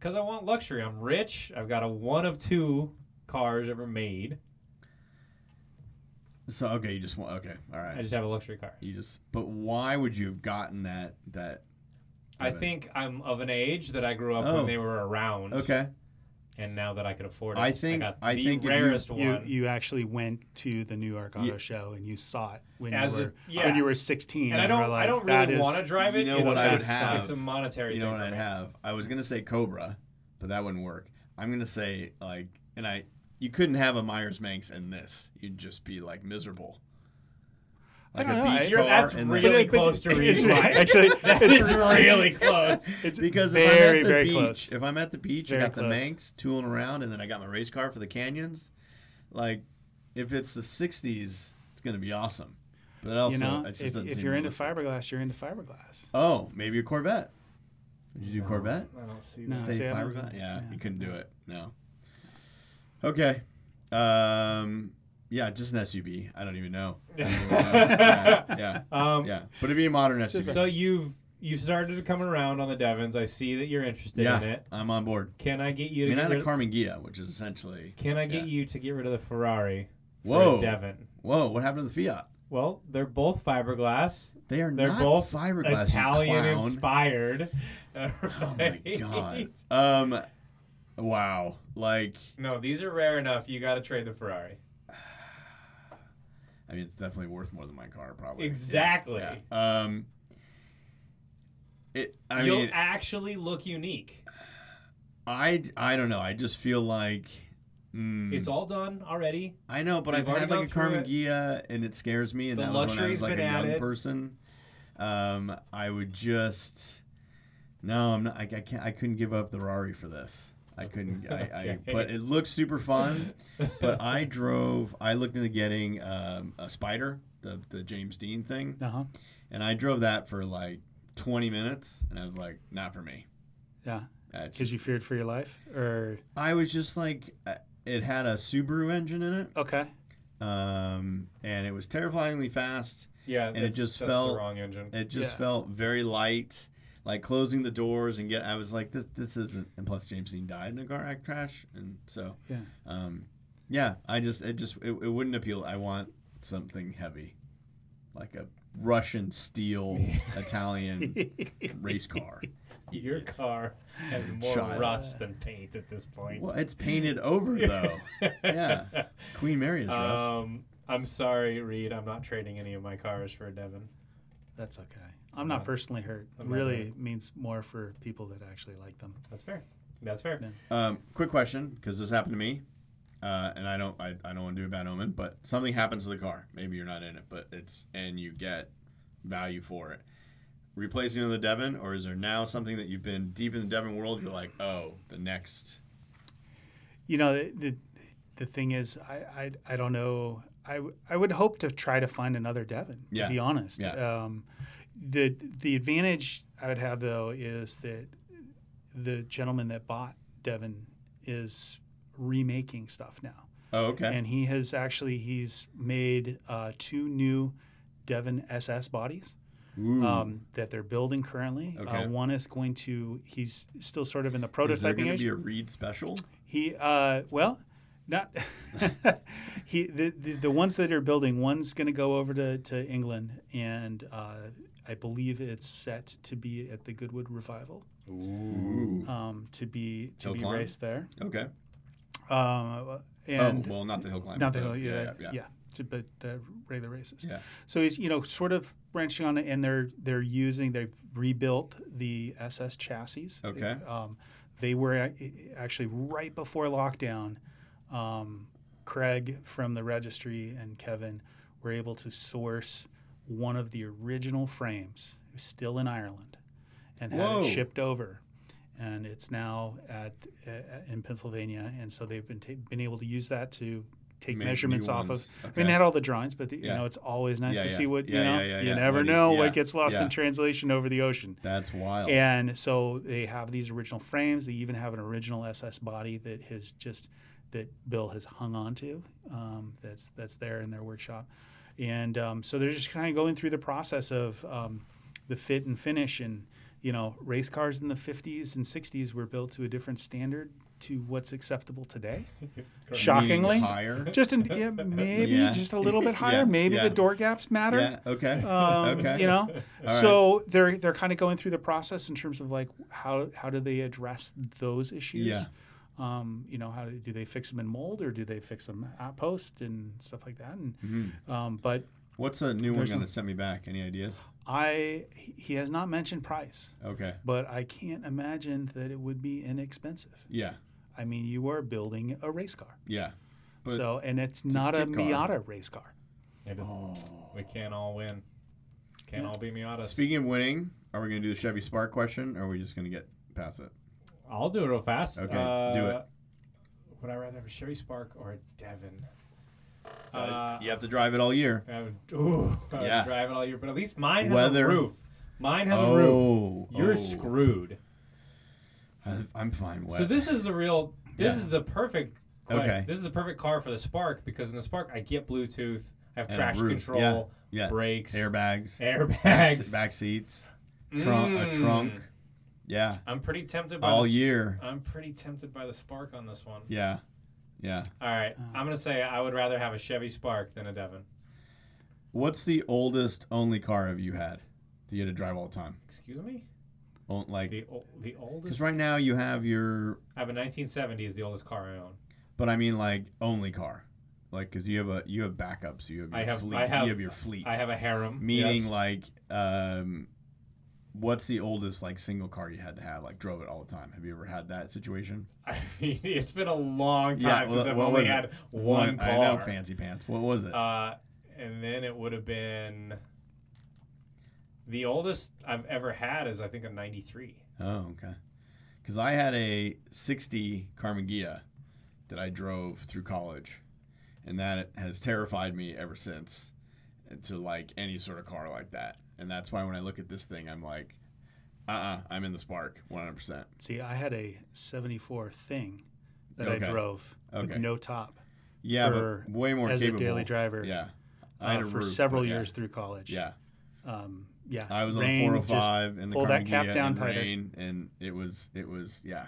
Speaker 2: because I want luxury. I'm rich. I've got a one of two cars ever made.
Speaker 1: So okay, you just want okay, all
Speaker 2: I
Speaker 1: right.
Speaker 2: just have a luxury car.
Speaker 1: You just but why would you have gotten that that
Speaker 2: I
Speaker 1: Okay.
Speaker 2: think I'm of an age that I grew up when
Speaker 1: Oh.
Speaker 2: they were around,
Speaker 1: Okay.
Speaker 2: and now that I could afford it,
Speaker 1: I think-
Speaker 2: got
Speaker 1: I
Speaker 2: the
Speaker 1: think if you-
Speaker 2: rarest
Speaker 3: You
Speaker 2: one.
Speaker 3: you actually went to the New York Auto
Speaker 1: Ye-
Speaker 3: Show and you saw it when
Speaker 2: As a-
Speaker 3: you were
Speaker 2: yeah.
Speaker 3: when you were 16.
Speaker 2: and I
Speaker 3: you were
Speaker 2: don't,
Speaker 3: like,
Speaker 2: I don't
Speaker 3: "That
Speaker 2: really
Speaker 3: is- [laughs]
Speaker 2: want to drive
Speaker 1: You
Speaker 2: it.
Speaker 1: know
Speaker 2: it's
Speaker 1: what
Speaker 3: I would
Speaker 2: it's-
Speaker 1: have?
Speaker 2: It's a monetary.
Speaker 1: You know
Speaker 2: thing
Speaker 1: what
Speaker 2: for
Speaker 1: I'd
Speaker 2: me.
Speaker 1: have? I was gonna say Cobra, but that wouldn't work. I'm gonna say like and I you couldn't have a Myers Manx in this. You'd just be like miserable.
Speaker 3: I don't know, I-
Speaker 2: You're- that's
Speaker 1: and
Speaker 2: really
Speaker 1: then-
Speaker 3: But it- but
Speaker 2: close to
Speaker 3: it- it's
Speaker 2: reading.
Speaker 3: right. Actually,
Speaker 2: [laughs]
Speaker 1: [laughs]
Speaker 2: That
Speaker 3: it's
Speaker 2: is
Speaker 3: right.
Speaker 2: really close. [laughs]
Speaker 3: It's
Speaker 1: because
Speaker 3: very,
Speaker 1: if I'm at the
Speaker 3: very
Speaker 1: beach,
Speaker 3: close.
Speaker 1: if I'm at the beach,
Speaker 3: Very
Speaker 1: I got
Speaker 3: close.
Speaker 1: the Manx tooling around, and then I got my race car for the canyons. Like, if it's the '60s, it's gonna be awesome. But also,
Speaker 3: you know,
Speaker 1: it just
Speaker 3: if,
Speaker 1: doesn't
Speaker 3: if
Speaker 1: seem
Speaker 3: you're into
Speaker 1: realistic.
Speaker 3: fiberglass, you're into fiberglass.
Speaker 1: Oh, maybe a Corvette. Did you do Corvette?
Speaker 2: I don't see
Speaker 3: No.
Speaker 2: that.
Speaker 1: Stay
Speaker 3: see, I don't-
Speaker 1: fiberglass? Yeah,
Speaker 3: yeah,
Speaker 1: you couldn't do it. No. Okay. Um. Yeah, just an SUV. I don't even know. I don't
Speaker 3: [laughs]
Speaker 1: even know. yeah, yeah,
Speaker 2: Um,
Speaker 1: yeah. But it'd be a modern SUV.
Speaker 2: So you've you started to come around on the Devons. I see that you're interested
Speaker 1: yeah,
Speaker 2: in it.
Speaker 1: I'm on board.
Speaker 2: Can I get
Speaker 1: I
Speaker 2: you to
Speaker 1: mean, I
Speaker 2: get
Speaker 1: had a
Speaker 2: rid
Speaker 1: Carmen Ghia, which is essentially
Speaker 2: Can I get
Speaker 1: yeah.
Speaker 2: you to get rid of the Ferrari for
Speaker 1: whoa,
Speaker 2: a Devon?
Speaker 1: whoa. What happened to the Fiat?
Speaker 2: Well, they're both fiberglass,
Speaker 1: They are
Speaker 2: They're
Speaker 1: not
Speaker 2: both
Speaker 1: fiberglass. Italian
Speaker 2: Italian
Speaker 1: clown.
Speaker 2: inspired. [laughs]
Speaker 1: Oh my god. Um, wow. Like,
Speaker 2: No, these are rare enough. You got to trade the Ferrari.
Speaker 1: I mean, it's definitely worth more than my car, probably.
Speaker 2: Exactly.
Speaker 1: Yeah. yeah. Um, it. I
Speaker 2: You'll
Speaker 1: mean,
Speaker 2: actually look unique.
Speaker 1: I. I don't know. I just feel like. Mm,
Speaker 2: It's all done already.
Speaker 1: I know, but
Speaker 2: we've
Speaker 1: I've
Speaker 2: already
Speaker 1: had like
Speaker 2: gone
Speaker 1: a
Speaker 2: through
Speaker 1: Carmen
Speaker 2: it.
Speaker 1: Ghia, and it scares me. And
Speaker 2: The
Speaker 1: that was when I
Speaker 2: luxury's
Speaker 1: was like
Speaker 2: been
Speaker 1: a young
Speaker 2: added.
Speaker 1: person. Um, I would just. No, I'm not. I, I can't. I couldn't give up the Rari for this. I couldn't. I,
Speaker 2: Okay.
Speaker 1: I, but it looks super fun. but I drove. I looked into getting um, a Spider, the the James Dean thing,
Speaker 3: Uh huh.
Speaker 1: and I drove that for like 20 minutes, and I was like, not for me.
Speaker 3: Yeah.
Speaker 1: That's
Speaker 3: Because you feared for your life, or
Speaker 1: I was just like, uh, it had a Subaru engine in it,
Speaker 3: okay. [laughs]
Speaker 1: um, and it was terrifyingly fast.
Speaker 2: Yeah,
Speaker 1: it
Speaker 2: that's-
Speaker 1: just
Speaker 2: that's the
Speaker 1: felt- [laughs]
Speaker 2: wrong engine.
Speaker 1: It just
Speaker 3: Yeah.
Speaker 1: felt very light. Like closing the doors and get, I was like, this, this isn't. And plus, James Dean died in a car ac- crash, and so,
Speaker 3: Yeah.
Speaker 1: um, yeah, I just, it just, it, it wouldn't appeal. I want something heavy, like a Russian
Speaker 3: [laughs]
Speaker 1: steel Italian race car.
Speaker 2: Your car
Speaker 1: [laughs]
Speaker 2: has more
Speaker 1: Child.
Speaker 2: rust than paint at this point. [laughs]
Speaker 1: Well, it's painted over though. Yeah, Queen Mary is rust.
Speaker 3: Oh,
Speaker 2: Um, I'm sorry, Reed. I'm not trading any of my cars for a Devon.
Speaker 3: That's okay. Uh, I'm
Speaker 2: Yeah.
Speaker 3: not personally hurt.
Speaker 2: Okay.
Speaker 3: Really means more for people that actually like them.
Speaker 2: That's fair. That's fair.
Speaker 3: Yeah.
Speaker 1: Um, quick question, because this happened to me, uh, and I don't, I, I don't want to do a bad omen, but something happens to the car. Maybe you're not in it, but it's and you get value for it. Replacing it with a Devon, or is there now something that you've been deep in the Devon world? You're like, oh, the next.
Speaker 3: You know, the the, the thing is, I, I I don't know. I w- I would hope to try to find another Devon.
Speaker 1: Yeah.
Speaker 3: To be honest,
Speaker 1: Yeah.
Speaker 3: um, the the advantage I would have though is that the gentleman that bought Devon is remaking stuff now,
Speaker 1: Oh, okay.
Speaker 3: and he has actually he's made uh, two new Devon SS bodies.
Speaker 1: Ooh.
Speaker 3: um, that they're building currently.
Speaker 1: Hmm. Okay.
Speaker 3: Uh, one is going to, he's still sort of in the
Speaker 1: is there
Speaker 3: prototyping
Speaker 1: going to
Speaker 3: age.
Speaker 1: be a Reed special?
Speaker 3: he, uh, well, not, [laughs] he, the, the, the ones that are building, one's going to go over to, to England and uh, I believe it's set to be at the Goodwood Revival
Speaker 1: Ooh.
Speaker 3: um, to be, to
Speaker 1: Hill
Speaker 3: be
Speaker 1: climb?
Speaker 3: raced there.
Speaker 1: Okay.
Speaker 3: Um, and
Speaker 1: oh, well, not the hill climb.
Speaker 3: not the
Speaker 1: but
Speaker 3: hill, yeah, yeah,
Speaker 1: yeah.
Speaker 3: to- but the regular races.
Speaker 1: Yeah.
Speaker 3: So he's you know sort of wrenching on it, and they're they're using they've rebuilt the SS chassis.
Speaker 1: Okay.
Speaker 3: Um, they were ac- actually right before lockdown. Um, Craig from the registry and Kevin were able to source one of the original frames, it was still in Ireland, and had
Speaker 1: Whoa.
Speaker 3: it shipped over. And it's now at uh, in Pennsylvania, and so they've been ta- been able to use that to take
Speaker 1: Make new
Speaker 3: measurements off of
Speaker 1: ones.
Speaker 3: I mean,
Speaker 1: Okay.
Speaker 3: they had all the drawings, but the,
Speaker 1: Yeah.
Speaker 3: you know, it's always nice
Speaker 1: Yeah,
Speaker 3: to
Speaker 1: yeah.
Speaker 3: see what you
Speaker 1: Yeah,
Speaker 3: know.
Speaker 1: yeah, yeah,
Speaker 3: you
Speaker 1: yeah.
Speaker 3: never
Speaker 1: What do you-
Speaker 3: know
Speaker 1: yeah,
Speaker 3: what gets lost
Speaker 1: yeah.
Speaker 3: in translation over the ocean.
Speaker 1: That's wild.
Speaker 3: And so they have these original frames. They even have an original SS body that has just that Bill has hung on to. Um, that's that's there in their workshop, and um, so they're just kind of going through the process of um, the fit and finish. And you know, race cars in the '50s and '60s were built to a different standard to what's
Speaker 1: [laughs]
Speaker 3: acceptable today.
Speaker 2: Correct.
Speaker 3: Shot. shockingly.
Speaker 1: Meaning higher. [laughs]
Speaker 3: Just in, yeah, maybe
Speaker 1: Yeah.
Speaker 3: just a
Speaker 1: [laughs]
Speaker 3: little bit higher.
Speaker 1: Yeah,
Speaker 3: Maybe
Speaker 1: yeah.
Speaker 3: the door gaps matter
Speaker 1: Yeah. Okay. [laughs]
Speaker 3: um,
Speaker 1: okay.
Speaker 3: you know
Speaker 1: right.
Speaker 3: so they're they're kind of going through the process in terms of like how how do they address those issues
Speaker 1: Yeah.
Speaker 3: um, you know how do, do they fix them in mold or do they fix them at post and stuff like that and
Speaker 1: Mhm.
Speaker 3: um, but
Speaker 1: What's a new one
Speaker 3: There's
Speaker 1: going to
Speaker 3: some-
Speaker 1: send me back? Any ideas?
Speaker 3: i he he has not mentioned price
Speaker 1: Okay.
Speaker 3: but i can't imagine that it would be inexpensive
Speaker 1: Yeah.
Speaker 3: i mean you are building a race car
Speaker 1: Yeah. But-
Speaker 3: so and it's not a,
Speaker 1: kit car.
Speaker 3: miata race car
Speaker 2: It is-
Speaker 1: Oh.
Speaker 2: We can't all win. Can't all be Miatas.
Speaker 1: Speaking of winning, are we going to do the Chevy Spark question, or are we just going to get past it?
Speaker 2: I'll do it real fast. Uh,
Speaker 1: Okay, do it.
Speaker 2: Would I rather have a Sherry Spark or a Devon? Uh,
Speaker 1: you have to drive it all year.
Speaker 2: I would, ooh, I would
Speaker 1: Yeah.
Speaker 2: drive it all year, but at least mine has
Speaker 1: Weather.
Speaker 2: a roof. Mine has a roof. You're
Speaker 1: oh.
Speaker 2: screwed.
Speaker 1: I- I'm fine. Wet.
Speaker 2: So this is the real. This
Speaker 1: Yeah.
Speaker 2: is the perfect. que-
Speaker 1: Okay.
Speaker 2: This is the perfect car for the Spark because in the Spark I get Bluetooth, I have
Speaker 1: And a
Speaker 2: traction
Speaker 1: roof.
Speaker 2: control,
Speaker 1: yeah.
Speaker 2: brakes,
Speaker 1: Airbags.
Speaker 2: airbags,
Speaker 1: Back seats. [laughs] Trunk. A
Speaker 2: Mm.
Speaker 1: trunk. Yeah.
Speaker 2: I'm pretty tempted by
Speaker 1: All
Speaker 2: the,
Speaker 1: year.
Speaker 2: I'm pretty tempted by the Spark on this one.
Speaker 1: Yeah. Yeah.
Speaker 2: All right, I'm gonna say I would rather have a Chevy Spark than a Devon.
Speaker 1: What's the oldest only car have you had that you had to drive all the time?
Speaker 2: Excuse me.
Speaker 1: Oh, Like,
Speaker 2: The o- the
Speaker 1: because
Speaker 2: oldest.
Speaker 1: right now you have your,
Speaker 2: I have a 1970 is the oldest car I own.
Speaker 1: but I mean like only car, like because you have a you have backups. You have your
Speaker 2: I have-
Speaker 1: fleet.
Speaker 2: I have-
Speaker 1: you have your fleet.
Speaker 2: I have a harem.
Speaker 1: Meaning
Speaker 2: yes.
Speaker 1: like, um, what's the oldest like single car you had to have? Like drove it all the time. Have you ever had that situation?
Speaker 2: [laughs] I mean, it's been a long
Speaker 1: Yeah,
Speaker 2: time
Speaker 1: well,
Speaker 2: since I've
Speaker 1: what
Speaker 2: only
Speaker 1: was it?
Speaker 2: had one
Speaker 1: I know,
Speaker 2: car.
Speaker 1: fancy pants. What was it?
Speaker 2: Uh, and then it would have been the oldest I've ever had is I think a 93.
Speaker 1: oh, okay. Because I had a '60 Carmen Ghia that I drove through college, and that has terrified me ever since. uh, To like any sort of car like that, and that's why when I look at this thing, I'm like, uh-uh, I'm in the Spark, 100. percent
Speaker 3: see i had a 74 thing that
Speaker 1: Okay.
Speaker 3: i drove
Speaker 1: Okay.
Speaker 3: with no top
Speaker 1: Yeah,
Speaker 3: For-
Speaker 1: but way more
Speaker 3: as
Speaker 1: capable.
Speaker 3: a daily driver
Speaker 1: Yeah,
Speaker 3: uh, for
Speaker 1: roof,
Speaker 3: several
Speaker 1: but yeah.
Speaker 3: years through college.
Speaker 1: Yeah,
Speaker 3: Um, yeah.
Speaker 1: I was
Speaker 3: Rain
Speaker 1: on oh a
Speaker 3: just-
Speaker 1: 405 in the
Speaker 3: pull that
Speaker 1: Carnegie
Speaker 3: cap down
Speaker 1: and
Speaker 3: tighter.
Speaker 1: rain, and it was it was yeah.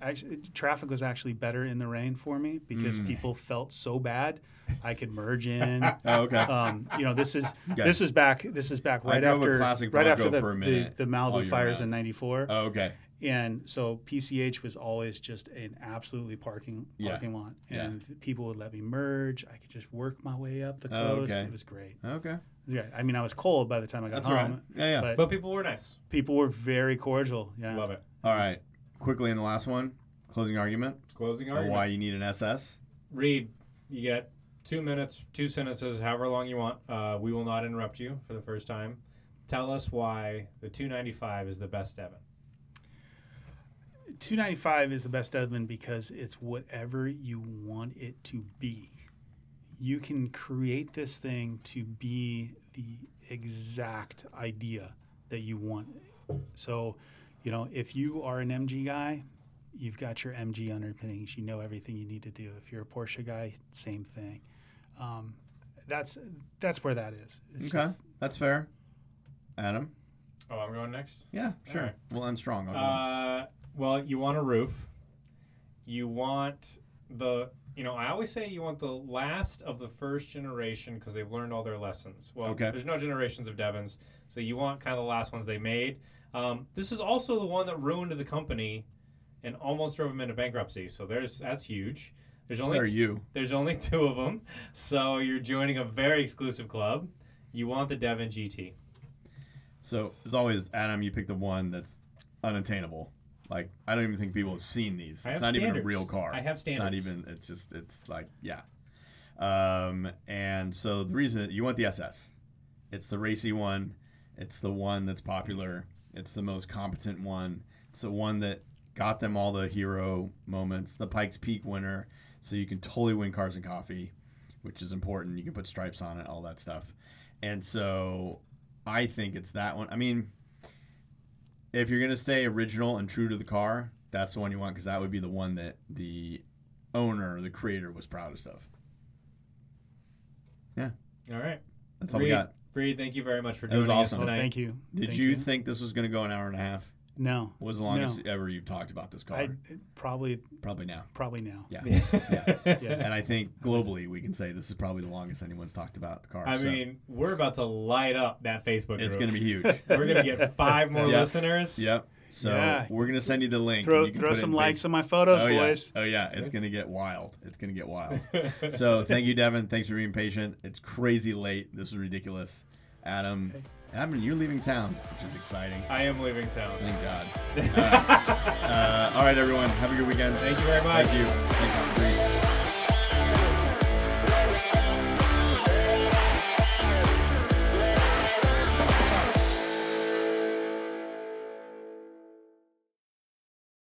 Speaker 3: actually, traffic was actually better in the rain for me because
Speaker 1: Mm.
Speaker 3: people felt so bad. I could
Speaker 1: [laughs]
Speaker 3: merge in.
Speaker 1: Oh, okay.
Speaker 3: [laughs] um, you know, this is
Speaker 1: Okay.
Speaker 3: this is back. This is back
Speaker 1: I
Speaker 3: right
Speaker 1: drove a
Speaker 3: after
Speaker 1: classic
Speaker 3: right after
Speaker 1: Bronco
Speaker 3: the,
Speaker 1: for a
Speaker 3: the,
Speaker 1: minute
Speaker 3: the
Speaker 1: all
Speaker 3: Malibu
Speaker 1: year
Speaker 3: fires
Speaker 1: round.
Speaker 3: in '94.
Speaker 1: oh, okay.
Speaker 3: And so PCH was always just an absolutely parking
Speaker 1: Yeah.
Speaker 3: parking lot,
Speaker 1: Yeah.
Speaker 3: and people would let me merge. I could just work my way up the
Speaker 1: Oh,
Speaker 3: coast.
Speaker 1: okay.
Speaker 3: It was great.
Speaker 1: Okay.
Speaker 3: Yeah, I mean, I was cold by the time I got
Speaker 1: That's all right.
Speaker 3: home,
Speaker 1: Yeah, yeah.
Speaker 3: but
Speaker 2: But people were nice.
Speaker 3: people were very cordial. Yeah,
Speaker 2: Love it.
Speaker 1: all right. Quickly in the last one, closing argument,
Speaker 2: Closing
Speaker 1: of
Speaker 2: argument.
Speaker 1: why you need an SS.
Speaker 2: Reed, you get two minutes, two sentences, however long you want. Uh, we will not interrupt you for the first time. Tell us why the 295 is the best Devin.
Speaker 3: 295 is the best Edmund because it's whatever you want it to be. You can create this thing to be the exact idea that you want. So, you know, if you are an MG guy, you've got your MG underpinnings. You know everything you need to do. If you're a Porsche guy, same thing. Um, that's that's where that is. It's
Speaker 1: okay.
Speaker 3: just-
Speaker 1: That's fair. Adam?
Speaker 2: Oh, I'm going next?
Speaker 1: Yeah, sure.
Speaker 2: right.
Speaker 1: We'll end strong. I'll go next.
Speaker 2: Uh, well, you want a roof. You want the, you know, I always say you want the last of the first generation because they've learned all their lessons. Well,
Speaker 1: Okay.
Speaker 2: there's no generations of Devons, so you want kind of the last ones they made. Um, this is also the one that ruined the company and almost drove them into bankruptcy. So there's that's huge. There's only
Speaker 1: Where are you?
Speaker 2: there's only [laughs] two of them, so you're joining a very exclusive club. You want the Devon GT.
Speaker 1: So as always, Adam, you pick the one that's unattainable. Like I don't even think people have seen these.
Speaker 2: I
Speaker 1: it's not
Speaker 2: have
Speaker 1: even a
Speaker 2: standards.
Speaker 1: real car.
Speaker 2: I have standards.
Speaker 1: It's not even. It's just. It's like yeah. Um, and so the reason you want the SS, it's the racy one. It's the one that's popular. It's the most competent one. It's the one that got them all the hero moments. The Pikes Peak winner. So you can totally win cars and coffee, which is important. You can put stripes on it, all that stuff. And so I think it's that one. I mean, if you're gonna stay original and true to the car, that's the one you want because that would be the one that the owner, the creator, was proudest of.
Speaker 2: All right,
Speaker 1: That's all we
Speaker 2: Reed,
Speaker 1: got.
Speaker 2: Reed, thank you very much for
Speaker 1: That was
Speaker 2: joining
Speaker 1: awesome.
Speaker 2: us
Speaker 3: oh,
Speaker 2: tonight.
Speaker 3: thank you.
Speaker 1: Did
Speaker 3: Thank
Speaker 1: you, think this was gonna go an hour and a half?
Speaker 3: no.
Speaker 1: What was the longest ever you've talked about this car?
Speaker 3: I probably
Speaker 1: Probably now.
Speaker 3: probably now.
Speaker 1: Yeah.
Speaker 2: [laughs] Yeah.
Speaker 1: [laughs] and I think globally we can say this is probably the longest anyone's talked about a car.
Speaker 2: I
Speaker 1: so
Speaker 2: mean, we're about to light up that Facebook group.
Speaker 1: it's
Speaker 3: [laughs]
Speaker 1: gonna be huge.
Speaker 2: [laughs] We're gonna get five more
Speaker 1: Yeah.
Speaker 2: listeners.
Speaker 1: yep. So
Speaker 3: Yeah.
Speaker 1: we're gonna send you the link. and
Speaker 3: Throw
Speaker 1: you can
Speaker 3: throw
Speaker 1: put it
Speaker 3: some
Speaker 1: in
Speaker 3: likes on my photos,
Speaker 1: oh,
Speaker 3: boys.
Speaker 1: Yeah. Oh yeah, it's gonna get wild. It's gonna get wild. so thank you, Devin. Thanks for being patient. It's crazy late. This is ridiculous. Adam, Adam, you're leaving town, which is exciting.
Speaker 2: [laughs] I am leaving town. [laughs]
Speaker 1: Thank God. All right. Uh, all right, everyone. Have a good weekend.
Speaker 2: Thank you very much.
Speaker 1: Thank you. Thanks.